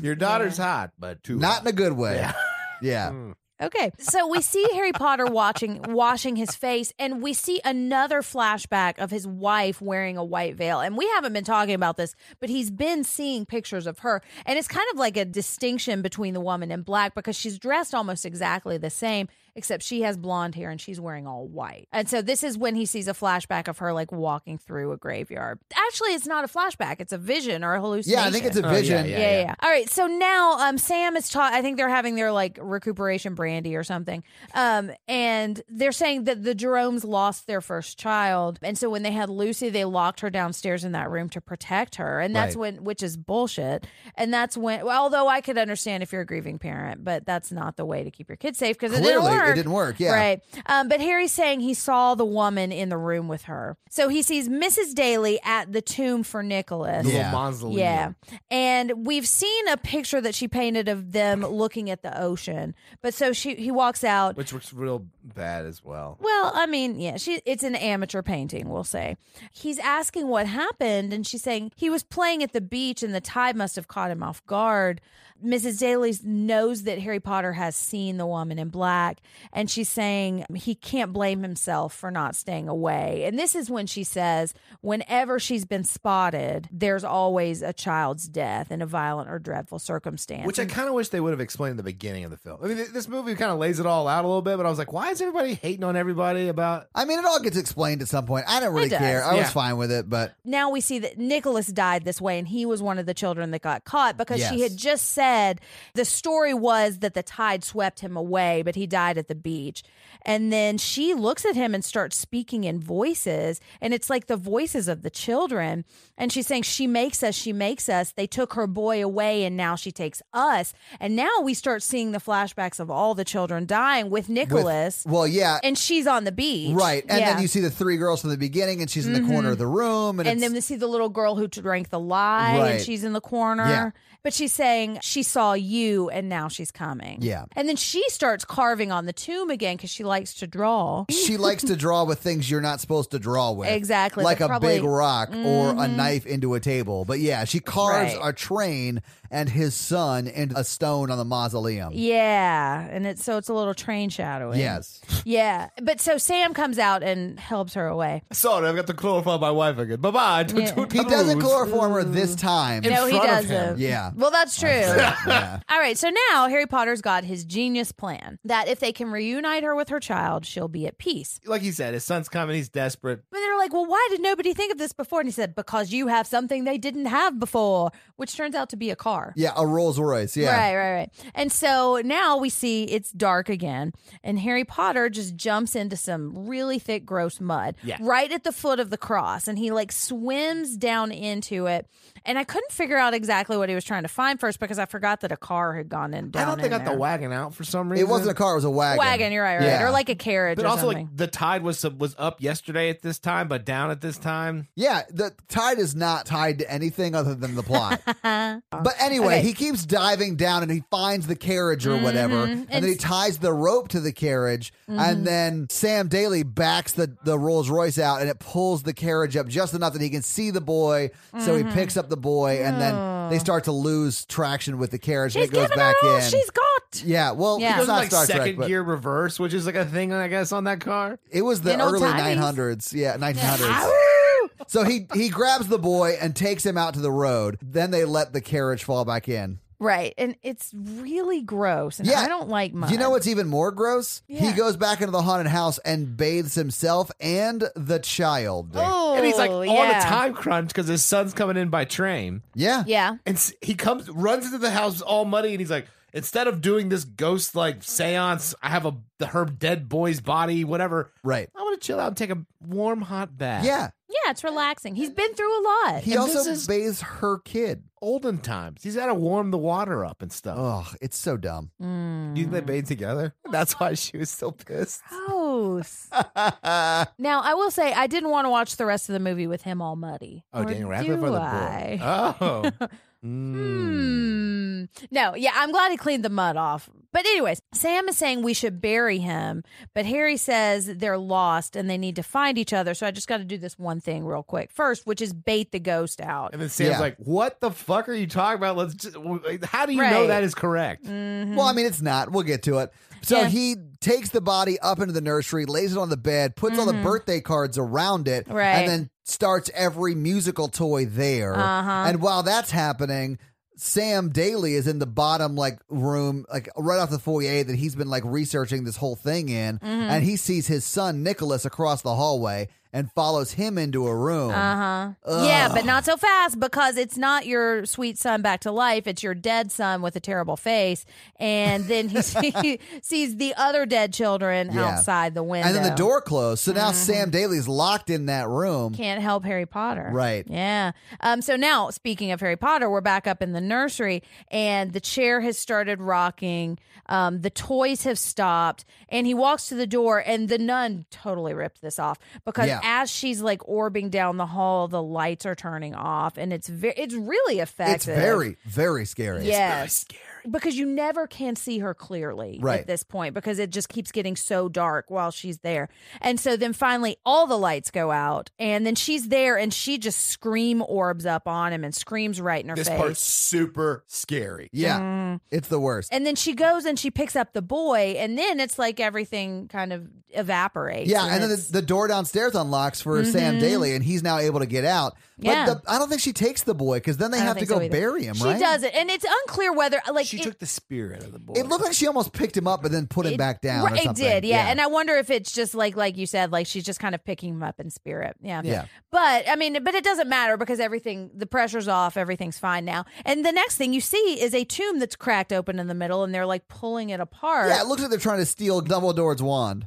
Speaker 4: Your daughter's hot, but too
Speaker 2: Not in
Speaker 4: hot.
Speaker 2: a good way.
Speaker 4: Yeah.
Speaker 2: Yeah.
Speaker 4: Mm.
Speaker 3: Okay, so we see Harry Potter watching, washing his face, and we see another flashback of his wife wearing a white veil. And we haven't been talking about this, but he's been seeing pictures of her, and it's kind of like a distinction between the woman in black because she's dressed almost exactly the same, except she has blonde hair and she's wearing all white. And so this is when he sees a flashback of her like walking through a graveyard. Actually, it's not a flashback; it's a vision or a hallucination.
Speaker 2: Yeah, I think it's a
Speaker 4: Oh, yeah,
Speaker 2: vision.
Speaker 3: Yeah,
Speaker 4: yeah.
Speaker 3: yeah, yeah. All right. So now um, Sam is taught. I think they're having their like recuperation brandy or something. Um, and they're saying that the Jeromes lost their first child, and so when they had Lucy, they locked her downstairs in that room to protect her, and that's
Speaker 4: Right.
Speaker 3: when, which is bullshit. And that's when, well, although I could understand if you're a grieving parent, but that's not the way to keep your kid safe because it didn't
Speaker 2: Clearly,
Speaker 3: work.
Speaker 2: it didn't work. Yeah.
Speaker 3: Right. Um, but Harry's saying he saw the woman in the room with her. So he sees Mrs. Daly at the tomb for Nicholas.
Speaker 4: The
Speaker 2: Yeah.
Speaker 4: little mausoleum.
Speaker 3: Yeah. And we've seen a picture that she painted of them looking at the ocean. But so she he walks out.
Speaker 4: Which looks real bad as well.
Speaker 3: Well, I mean, yeah, she it's an amateur painting, we'll say. He's asking what happened and she's saying he was playing at the beach and the tide must have caught him off guard. Mrs. Daly knows that Harry Potter has seen the woman in black and she's saying he can't blame himself for not staying away. And this is when she says whenever she's been spotted, there's always a child's death in a violent or dreadful circumstance.
Speaker 4: Which I kind of wish they would have explained at the beginning of the film. I mean, th- this movie kind of lays it all out a little bit, but I was like, why is everybody hating on everybody about?
Speaker 2: I mean, it all gets explained at some point. I don't really
Speaker 3: It does.
Speaker 2: care. I was
Speaker 4: Yeah.
Speaker 2: fine with it, but
Speaker 3: now we see that Nicholas died this way, and he was one of the children that got caught because she
Speaker 2: Yes.
Speaker 3: had just said the story was that the tide swept him away, but he died at the beach. And then she looks at him and starts speaking in voices, and it's like the voices of the children. And she's saying, She makes us, she makes us. They took her boy away, and now she takes us. And now we start seeing the flashbacks of all the children dying with
Speaker 2: with-
Speaker 3: Nicholas,
Speaker 2: well, yeah.
Speaker 3: and she's on the beach.
Speaker 2: Right. And
Speaker 3: Yeah Mm-hmm.
Speaker 2: then you see the three girls from the beginning, and she's in the corner of the room. And,
Speaker 3: and
Speaker 2: it's,
Speaker 3: then we see the little girl who drank the lie
Speaker 2: Right.
Speaker 3: and she's in the corner
Speaker 2: Yeah.
Speaker 3: but she's saying she saw you and now she's coming
Speaker 2: Yeah.
Speaker 3: and then she starts carving on the tomb again because she likes to draw
Speaker 2: she likes to draw with things you're not supposed to draw with.
Speaker 3: Exactly,
Speaker 2: Like
Speaker 3: but
Speaker 2: a
Speaker 3: probably- Mm-hmm.
Speaker 2: big rock or a knife into a table. But yeah, she carves
Speaker 3: Right.
Speaker 2: a train and his son into a stone on the mausoleum.
Speaker 3: yeah and it's so it's a little train shadowing
Speaker 2: Yes.
Speaker 3: yeah but so sam comes out and helps her away
Speaker 4: Sorry, I've got to chloroform my wife again. Bye bye.
Speaker 2: He doesn't chloroform her this time.
Speaker 3: no he
Speaker 4: Oh, front of
Speaker 3: doesn't
Speaker 4: him.
Speaker 2: Yeah.
Speaker 3: well that's true
Speaker 2: Yeah.
Speaker 3: All right, so now Harry Potter's got his genius plan that if they can reunite her with her child, she'll be at peace.
Speaker 4: Like he said, his son's coming. He's desperate.
Speaker 3: But they're like, well, why did nobody think of this before? And he said, because you have something they didn't have before, which turns out to be a car.
Speaker 2: Yeah, a Rolls Royce. Yeah.
Speaker 3: Right, right, right. And so now we see it's dark again, and Harry Potter just jumps into some really thick, gross mud
Speaker 4: Yeah.
Speaker 3: right at the foot of the cross, and he like swims down into it. And I couldn't figure out exactly what he was trying to find first because I forgot that a car had gone in. Down
Speaker 4: I thought they
Speaker 3: in
Speaker 4: got
Speaker 3: there.
Speaker 4: the wagon out for some reason.
Speaker 2: It wasn't a car, it was a wagon.
Speaker 3: wagon. You're right, right,
Speaker 2: Yeah.
Speaker 3: or like a carriage,
Speaker 4: But
Speaker 3: or
Speaker 4: also,
Speaker 3: something.
Speaker 4: like the tide was was up yesterday at this time, but down at this time.
Speaker 2: Yeah, the tide is not tied to anything other than the plot. but anyway,
Speaker 3: Okay.
Speaker 2: he keeps diving down and he finds the carriage or whatever, and, then he
Speaker 3: Mm-hmm. It's- Mm-hmm.
Speaker 2: ties the rope to the carriage, and then Sam Daly backs the, the Rolls Royce out and it pulls the carriage up just enough that he can see the boy. So
Speaker 3: Mm-hmm.
Speaker 2: he picks up the boy, and then they start to lose traction with the carriage,
Speaker 3: she's
Speaker 2: and it goes
Speaker 3: giving her
Speaker 2: back
Speaker 3: all
Speaker 2: in.
Speaker 3: she's got.
Speaker 2: yeah, well,
Speaker 3: Yeah. It
Speaker 2: it's
Speaker 4: It was
Speaker 2: not
Speaker 4: like
Speaker 2: Star Trek,
Speaker 4: second
Speaker 2: but
Speaker 4: gear reverse, which is like a thing, I guess, on that car.
Speaker 2: it was the
Speaker 3: In old
Speaker 2: early
Speaker 3: timeies.
Speaker 2: 900s. Yeah, 900s. So he he grabs the boy and takes him out to the road. Then they let the carriage fall back in.
Speaker 3: Right. And it's really gross. And
Speaker 2: Yeah.
Speaker 3: I don't like mud.
Speaker 2: You know what's even more gross? He
Speaker 3: Yeah.
Speaker 2: goes back into the haunted house and bathes himself and the child.
Speaker 3: Oh,
Speaker 4: and he's like on
Speaker 3: yeah.
Speaker 4: a time crunch because his son's coming in by train.
Speaker 2: Yeah.
Speaker 3: Yeah.
Speaker 4: And s- he comes, runs into the house all muddy, and he's like, instead of doing this ghost like seance, I have a the her dead boy's body, whatever.
Speaker 2: Right.
Speaker 4: I want to chill out and take a warm hot bath.
Speaker 2: Yeah.
Speaker 3: Yeah, it's relaxing. He's been through a lot.
Speaker 2: He
Speaker 4: And
Speaker 2: also
Speaker 4: this is-
Speaker 2: bathes her kid.
Speaker 4: olden times. He's got to warm the water up and stuff.
Speaker 2: Oh, it's so dumb.
Speaker 4: Do you think they bathed together? That's why she was so pissed.
Speaker 3: Gross. now, I will say, I didn't want to watch the rest of the movie with him all muddy.
Speaker 4: Oh,
Speaker 3: Or
Speaker 4: Daniel Radcliffe
Speaker 3: do
Speaker 4: or the
Speaker 3: I?
Speaker 4: boy? Oh. Mm.
Speaker 3: Hmm. No, yeah, I'm glad he cleaned the mud off. But, anyways, Sam is saying we should bury him, but Harry says they're lost and they need to find each other. So I just got to do this one thing real quick first, which is bait the ghost out.
Speaker 4: And then Sam's
Speaker 2: Yeah.
Speaker 4: like, "What the fuck are you talking about? Let's just, how do you
Speaker 3: Right. Mm,
Speaker 4: know that is correct?"
Speaker 2: Well, I mean, it's not. We'll get to it. So
Speaker 3: Mm-hmm. Yeah.
Speaker 2: he takes the body up into the nursery, lays it on the bed, puts all the birthday cards around it,
Speaker 3: Mm-hmm. Right.
Speaker 2: and then starts every musical toy there.
Speaker 3: Uh-huh.
Speaker 2: And while that's happening, Sam Daly is in the bottom like room, like right off the foyer that he's been like researching this whole thing in,
Speaker 3: Mm-hmm.
Speaker 2: and he sees his son Nicholas across the hallway and follows him into a room.
Speaker 3: Uh huh. Yeah, but not so fast because it's not your sweet son back to life. It's your dead son with a terrible face. And then he see, sees the other dead children
Speaker 2: Yeah.
Speaker 3: outside the window.
Speaker 2: And then the door closed, so now Sam Daly's locked in that room.
Speaker 3: Mm-hmm. Can't help Harry Potter.
Speaker 2: Um, Right.
Speaker 3: Yeah. Um, so now, speaking of Harry Potter, we're back up in the nursery and the chair has started rocking. Um, the toys have stopped. And he walks to the door, and the nun totally ripped this off because
Speaker 2: Yeah.
Speaker 3: as she's like orbing down the hall, the lights are turning off. And it's, ve- it's really effective.
Speaker 2: It's very, very scary.
Speaker 3: Yes. Because you never can see her clearly
Speaker 2: Right.
Speaker 3: at this point because it just keeps getting so dark while she's there. And so then finally all the lights go out and then she's there and she just scream orbs up on him and screams right in her
Speaker 4: This
Speaker 3: face.
Speaker 4: part's super scary.
Speaker 2: Yeah,
Speaker 3: Mm.
Speaker 2: it's the worst.
Speaker 3: and then she goes and she picks up the boy and then it's like everything kind of evaporates.
Speaker 2: Yeah, and then the,
Speaker 3: it's-
Speaker 2: the door downstairs unlocks for Sam Daly, and he's now able to get out. But
Speaker 3: Mm-hmm. Yeah.
Speaker 2: the, I don't think she takes the boy because then they
Speaker 3: I don't
Speaker 2: have to
Speaker 3: think
Speaker 2: go
Speaker 3: so either.
Speaker 2: bury him,
Speaker 3: she
Speaker 2: right?
Speaker 3: does it and it's unclear whether like
Speaker 4: she
Speaker 3: it-
Speaker 4: took the spirit of the boy.
Speaker 2: It looked like she almost picked him up, but then put him
Speaker 3: It-
Speaker 2: back down.
Speaker 3: right,
Speaker 2: or something.
Speaker 3: It did, yeah. And I wonder if it's just like like you said, like she's just kind of picking him up in spirit. Yeah.
Speaker 2: Yeah.
Speaker 3: But I mean, but it doesn't matter because everything the pressure's off, everything's fine now. And the next thing you see is a tomb that's cracked open in the middle and they're like pulling it apart.
Speaker 2: yeah, it looks like they're trying to steal Dumbledore's wand.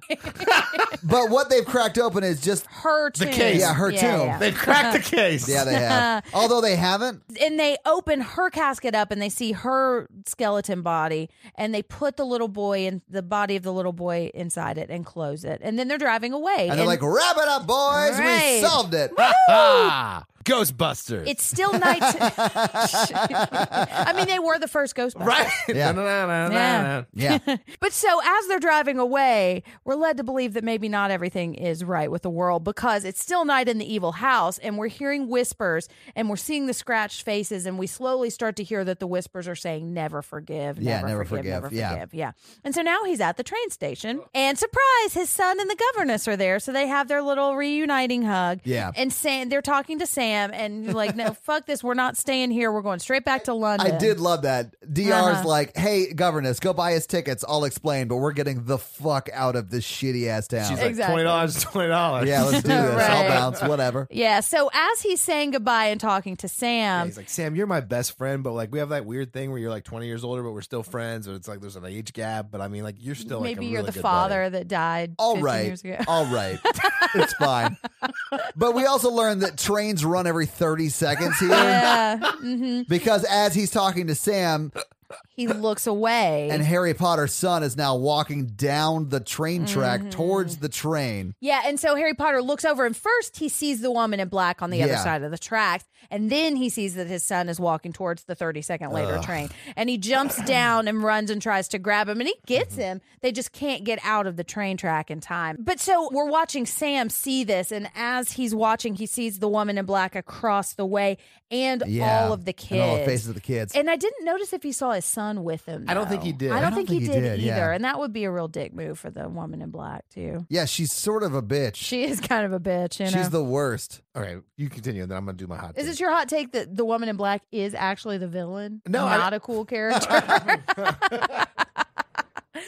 Speaker 2: but what they've cracked open is just
Speaker 3: her tomb.
Speaker 4: case.
Speaker 2: yeah, her tomb.
Speaker 3: yeah.
Speaker 4: They've cracked the case.
Speaker 2: Yeah, they have. Although they haven't.
Speaker 3: and they open her casket up and they see her skeleton body and they put the little boy and the body of the little boy inside it and close it. And then they're driving away.
Speaker 2: And they're like, wrap it up, boys.
Speaker 3: Right.
Speaker 2: We solved it.
Speaker 4: Ah, Ghostbusters.
Speaker 3: It's still night. I mean, they were the first Ghostbusters.
Speaker 4: right.
Speaker 2: Yeah.
Speaker 4: Yeah.
Speaker 2: yeah.
Speaker 3: But so as they're driving away, we're led to believe that maybe not everything is right with the world because it's still night in the evil house and we're hearing whispers and we're seeing the scratched faces and we slowly start to hear that the whispers are saying never forgive,
Speaker 2: Yeah,
Speaker 3: never,
Speaker 2: never
Speaker 3: forgive,
Speaker 2: forgive,
Speaker 3: never
Speaker 2: yeah.
Speaker 3: forgive. Yeah. And so now he's at the train station and surprise, his son and the governess are there. So they have their little reuniting hug.
Speaker 2: Yeah.
Speaker 3: And Sam, they're talking to Sam and like, no, fuck this. We're not staying here. We're going straight back to London.
Speaker 2: I did love that. DR's
Speaker 3: Uh-huh.
Speaker 2: like, hey, governess, go buy his tickets. I'll explain, but we're getting the fuck out of this shitty ass town.
Speaker 4: She's like
Speaker 3: Exactly.
Speaker 4: twenty dollars, twenty dollars.
Speaker 2: yeah, let's do this. I'll
Speaker 3: Right.
Speaker 2: bounce, whatever.
Speaker 3: Yeah. So as he's saying goodbye and talking to Sam,
Speaker 4: He's like, Sam, you're my best friend, but like we have that weird thing where you're like 20 years older, but we're still friends, and it's like there's an age gap. But I mean, like you're still like,
Speaker 3: maybe
Speaker 4: a
Speaker 3: you're
Speaker 4: really
Speaker 3: the
Speaker 4: good
Speaker 3: father
Speaker 4: buddy.
Speaker 3: that died
Speaker 2: All
Speaker 3: 15
Speaker 2: right.
Speaker 3: years ago.
Speaker 2: All right. it's fine. But we also learned that trains run every 30 seconds here
Speaker 3: Yeah. hmm
Speaker 2: because as he's talking to Sam
Speaker 3: He looks away.
Speaker 2: and Harry Potter's son is now walking down the train track
Speaker 3: Mm-hmm.
Speaker 2: towards the train.
Speaker 3: yeah, and so Harry Potter looks over and first he sees the woman in black on the other
Speaker 2: Yeah.
Speaker 3: side of the tracks, and then he sees that his son is walking towards the 30 second later train. And he jumps down and runs and tries to grab him and he
Speaker 2: Mm-hmm.
Speaker 3: gets him. They just can't get out of the train track in time. But so we're watching Sam see this, and as he's watching, he sees the woman in black across the way and
Speaker 2: Yeah.
Speaker 3: all of the kids.
Speaker 2: And all the faces of the kids.
Speaker 3: And I didn't notice if he saw his son son with him.
Speaker 4: I don't think he
Speaker 3: though.
Speaker 4: did.
Speaker 3: I don't, think, he, did, either.
Speaker 2: yeah.
Speaker 3: And that would be a real dick move for the woman in black too.
Speaker 2: Yeah, she's sort of a bitch.
Speaker 3: She is kind of a bitch. You know?
Speaker 2: She's the worst.
Speaker 4: Okay, you continue, and then I'm gonna do my hot.
Speaker 3: Is
Speaker 4: take.
Speaker 3: it your hot take that the woman in black is actually the villain?
Speaker 4: No, I-
Speaker 3: not a cool character.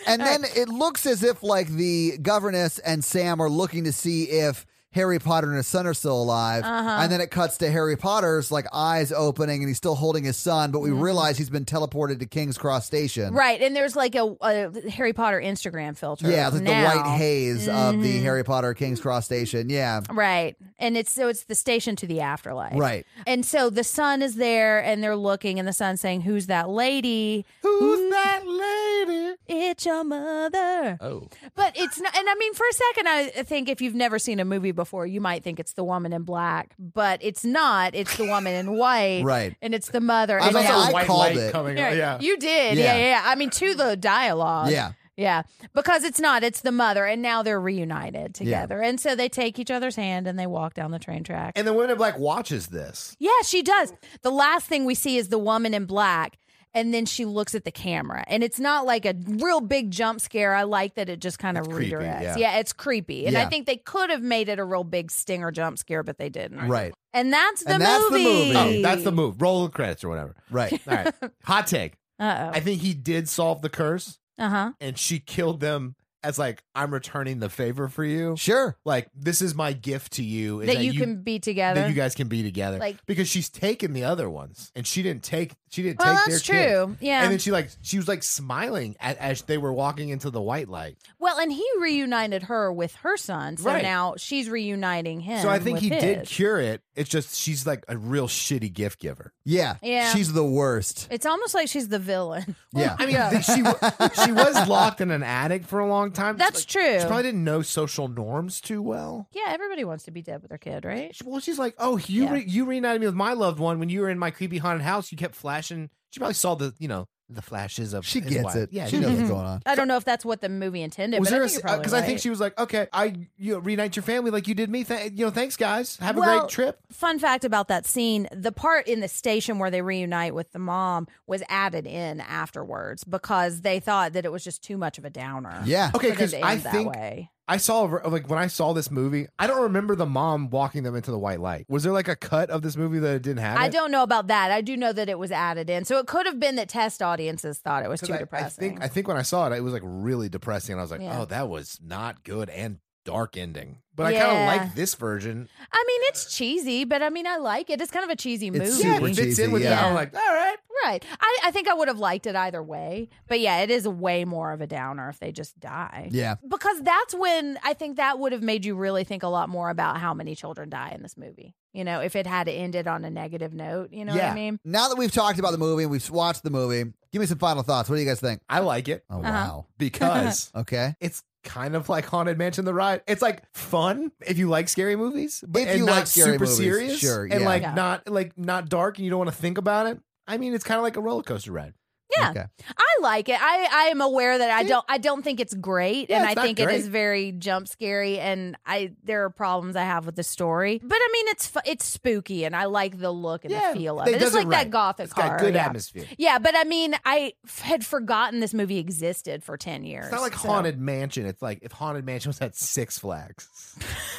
Speaker 2: And then it looks as if like the governess and Sam are looking to see if Harry Potter and his son are still alive.
Speaker 3: Uh-huh.
Speaker 2: And then it cuts to Harry Potter's like eyes opening and he's still holding his son, but we realize he's been teleported to King's Cross Station.
Speaker 3: Mm-hmm. right, and there's like a, a Harry Potter Instagram filter.
Speaker 2: Yeah, it's like
Speaker 3: now. Mm-hmm.
Speaker 2: the white haze of the Harry Potter King's Cross Station. Yeah.
Speaker 3: Right, and it's so it's the station to the afterlife.
Speaker 2: Right.
Speaker 3: and so the son is there, and they're looking, and the son's saying, "Who's that lady?
Speaker 4: Who's that lady?
Speaker 3: It's your mother."
Speaker 4: Oh,
Speaker 3: But it's not, and I mean, for a second, I think if you've never seen a movie before, you might think it's the woman in black, but it's not. It's the woman in white,
Speaker 2: Right.
Speaker 3: And it's the mother.
Speaker 2: I
Speaker 3: and
Speaker 2: was
Speaker 3: it's
Speaker 2: also-
Speaker 3: all-
Speaker 2: I
Speaker 4: white
Speaker 2: called
Speaker 4: light
Speaker 2: it.
Speaker 4: coming.
Speaker 3: Yeah,
Speaker 4: on. Yeah,
Speaker 3: you did.
Speaker 2: Yeah.
Speaker 3: Yeah. yeah, yeah. I mean, to the dialogue.
Speaker 2: Yeah.
Speaker 3: yeah, because it's not. It's the mother, and now they're reunited together, and so they take each other's hand and they walk down the train track.
Speaker 4: and the woman in black watches this.
Speaker 3: yeah, she does. The last thing we see is the woman in black. And then she looks at the camera, and it's not like a real big jump scare. I like that it just kind of
Speaker 4: creepy,
Speaker 3: redirects.
Speaker 4: yeah.
Speaker 3: it's creepy, and
Speaker 2: Yeah.
Speaker 3: I think they could have made it a real big stinger jump scare, but they didn't.
Speaker 2: Right.
Speaker 3: and that's the
Speaker 2: And that's the
Speaker 3: movie.
Speaker 2: movie.
Speaker 4: Oh, that's the move. Roll the credits or whatever.
Speaker 2: Right.
Speaker 4: All right, hot take.
Speaker 3: Uh
Speaker 4: I think he did solve the curse,
Speaker 3: oh. Uh huh.
Speaker 4: and she killed them as like I'm returning the favor for you.
Speaker 2: Sure.
Speaker 4: Like this is my gift to you. is
Speaker 3: That, you can be together.
Speaker 4: that you guys can be together.
Speaker 3: Like-
Speaker 4: because she's taken the other ones, and she didn't take. She didn't
Speaker 3: well,
Speaker 4: take.
Speaker 3: that's
Speaker 4: their kids.
Speaker 3: true. Yeah.
Speaker 4: And then she like she was like smiling at, as they were walking into the white light.
Speaker 3: Well, and he reunited her with her son, so
Speaker 4: Right.
Speaker 3: now she's reuniting him.
Speaker 4: so I think
Speaker 3: with
Speaker 4: he did
Speaker 3: his.
Speaker 4: cure it. It's just she's like a real shitty gift giver.
Speaker 2: Yeah.
Speaker 3: Yeah.
Speaker 2: She's the worst.
Speaker 3: It's almost like she's the villain.
Speaker 2: Yeah.
Speaker 4: I mean, th- she wa- she was locked in an attic for a long time. It's
Speaker 3: That's
Speaker 4: like,
Speaker 3: true.
Speaker 4: She probably didn't know social norms too well.
Speaker 3: yeah, everybody wants to be dead with their kid, right?
Speaker 4: She- Well, she's like, oh, you
Speaker 3: Yeah.
Speaker 4: re- you reunited me with my loved one when you were in my creepy haunted house. You kept flashing. She probably saw the you know the flashes of
Speaker 2: She
Speaker 4: his
Speaker 2: gets
Speaker 4: wife.
Speaker 2: it.
Speaker 4: Yeah,
Speaker 2: she knows what's going on.
Speaker 3: I don't know if that's what the movie intended,
Speaker 4: was
Speaker 3: but
Speaker 4: there
Speaker 3: I think you're
Speaker 4: because
Speaker 3: probably
Speaker 4: I think
Speaker 3: right.
Speaker 4: she was like, okay, I you know, reunite your family like you did me. Th- you know, thanks guys. Have a
Speaker 3: Well,
Speaker 4: great trip.
Speaker 3: Fun fact about that scene: the part in the station where they reunite with the mom was added in afterwards because they thought that it was just too much of a downer.
Speaker 2: Yeah.
Speaker 4: Okay,
Speaker 3: for them
Speaker 4: because
Speaker 3: to
Speaker 4: I
Speaker 3: end that
Speaker 4: think
Speaker 3: way.
Speaker 4: I saw like when I saw this movie, I don't remember the mom walking them into the white light. Was there like a cut of this movie that it didn't have?
Speaker 3: I
Speaker 4: it?
Speaker 3: don't know about that. I do know that it was added in, so it could have been that test audiences thought it was
Speaker 4: 'Cause
Speaker 3: too
Speaker 4: I-
Speaker 3: depressing.
Speaker 4: I think I think when I saw it, it was like really depressing, and I was like,
Speaker 3: Yeah.
Speaker 4: oh, that was not good and dark ending. But I
Speaker 3: Yeah.
Speaker 4: kind of like this version.
Speaker 3: I mean, it's cheesy, but I mean, I like it. It's kind of a cheesy movie.
Speaker 2: It's
Speaker 4: Yeah,
Speaker 2: super
Speaker 4: it fits
Speaker 2: cheesy,
Speaker 4: in with
Speaker 2: yeah.
Speaker 4: that. I'm like, all right.
Speaker 3: Right. I, I think I would have liked it either way. But yeah, it is way more of a downer if they just die.
Speaker 2: Yeah.
Speaker 3: Because that's when I think that would have made you really think a lot more about how many children die in this movie. You know, if it had ended on a negative note, you know what
Speaker 4: Yeah.
Speaker 3: I mean?
Speaker 2: Now that we've talked about the movie and we've watched the movie, give me some final thoughts. What do you guys think?
Speaker 4: I like it
Speaker 2: Oh,
Speaker 3: Uh-huh.
Speaker 2: wow.
Speaker 4: because
Speaker 2: Okay.
Speaker 4: it's kind of like Haunted Mansion: The Ride. It's like fun if you like scary movies, but
Speaker 2: If
Speaker 4: and
Speaker 2: you
Speaker 4: not
Speaker 2: like scary
Speaker 4: super
Speaker 2: movies,
Speaker 4: serious,
Speaker 2: sure,
Speaker 4: and
Speaker 2: yeah.
Speaker 4: like
Speaker 3: Yeah.
Speaker 4: not like not dark, and you don't want to think about it. I mean, it's kind of like a roller coaster ride.
Speaker 3: Yeah.
Speaker 2: Okay.
Speaker 3: I like it. I, I am aware that I
Speaker 4: Yeah.
Speaker 3: don't I don't think it's great
Speaker 4: Yeah,
Speaker 3: and
Speaker 4: it's
Speaker 3: I
Speaker 4: not
Speaker 3: think
Speaker 4: great.
Speaker 3: it is very jump scary and I there are problems I have with the story. But I mean it's fu- it's spooky and I like the look and the feel of
Speaker 4: they
Speaker 3: it. It's
Speaker 4: does it
Speaker 3: like
Speaker 4: right.
Speaker 3: that gothic
Speaker 4: It's got
Speaker 3: horror,
Speaker 4: good
Speaker 3: yeah.
Speaker 4: atmosphere.
Speaker 3: Yeah, but I mean, I f- had forgotten this movie existed for 10 years.
Speaker 4: It's not like
Speaker 3: so-
Speaker 4: Haunted Mansion. It's like if Haunted Mansion was at Six Flags.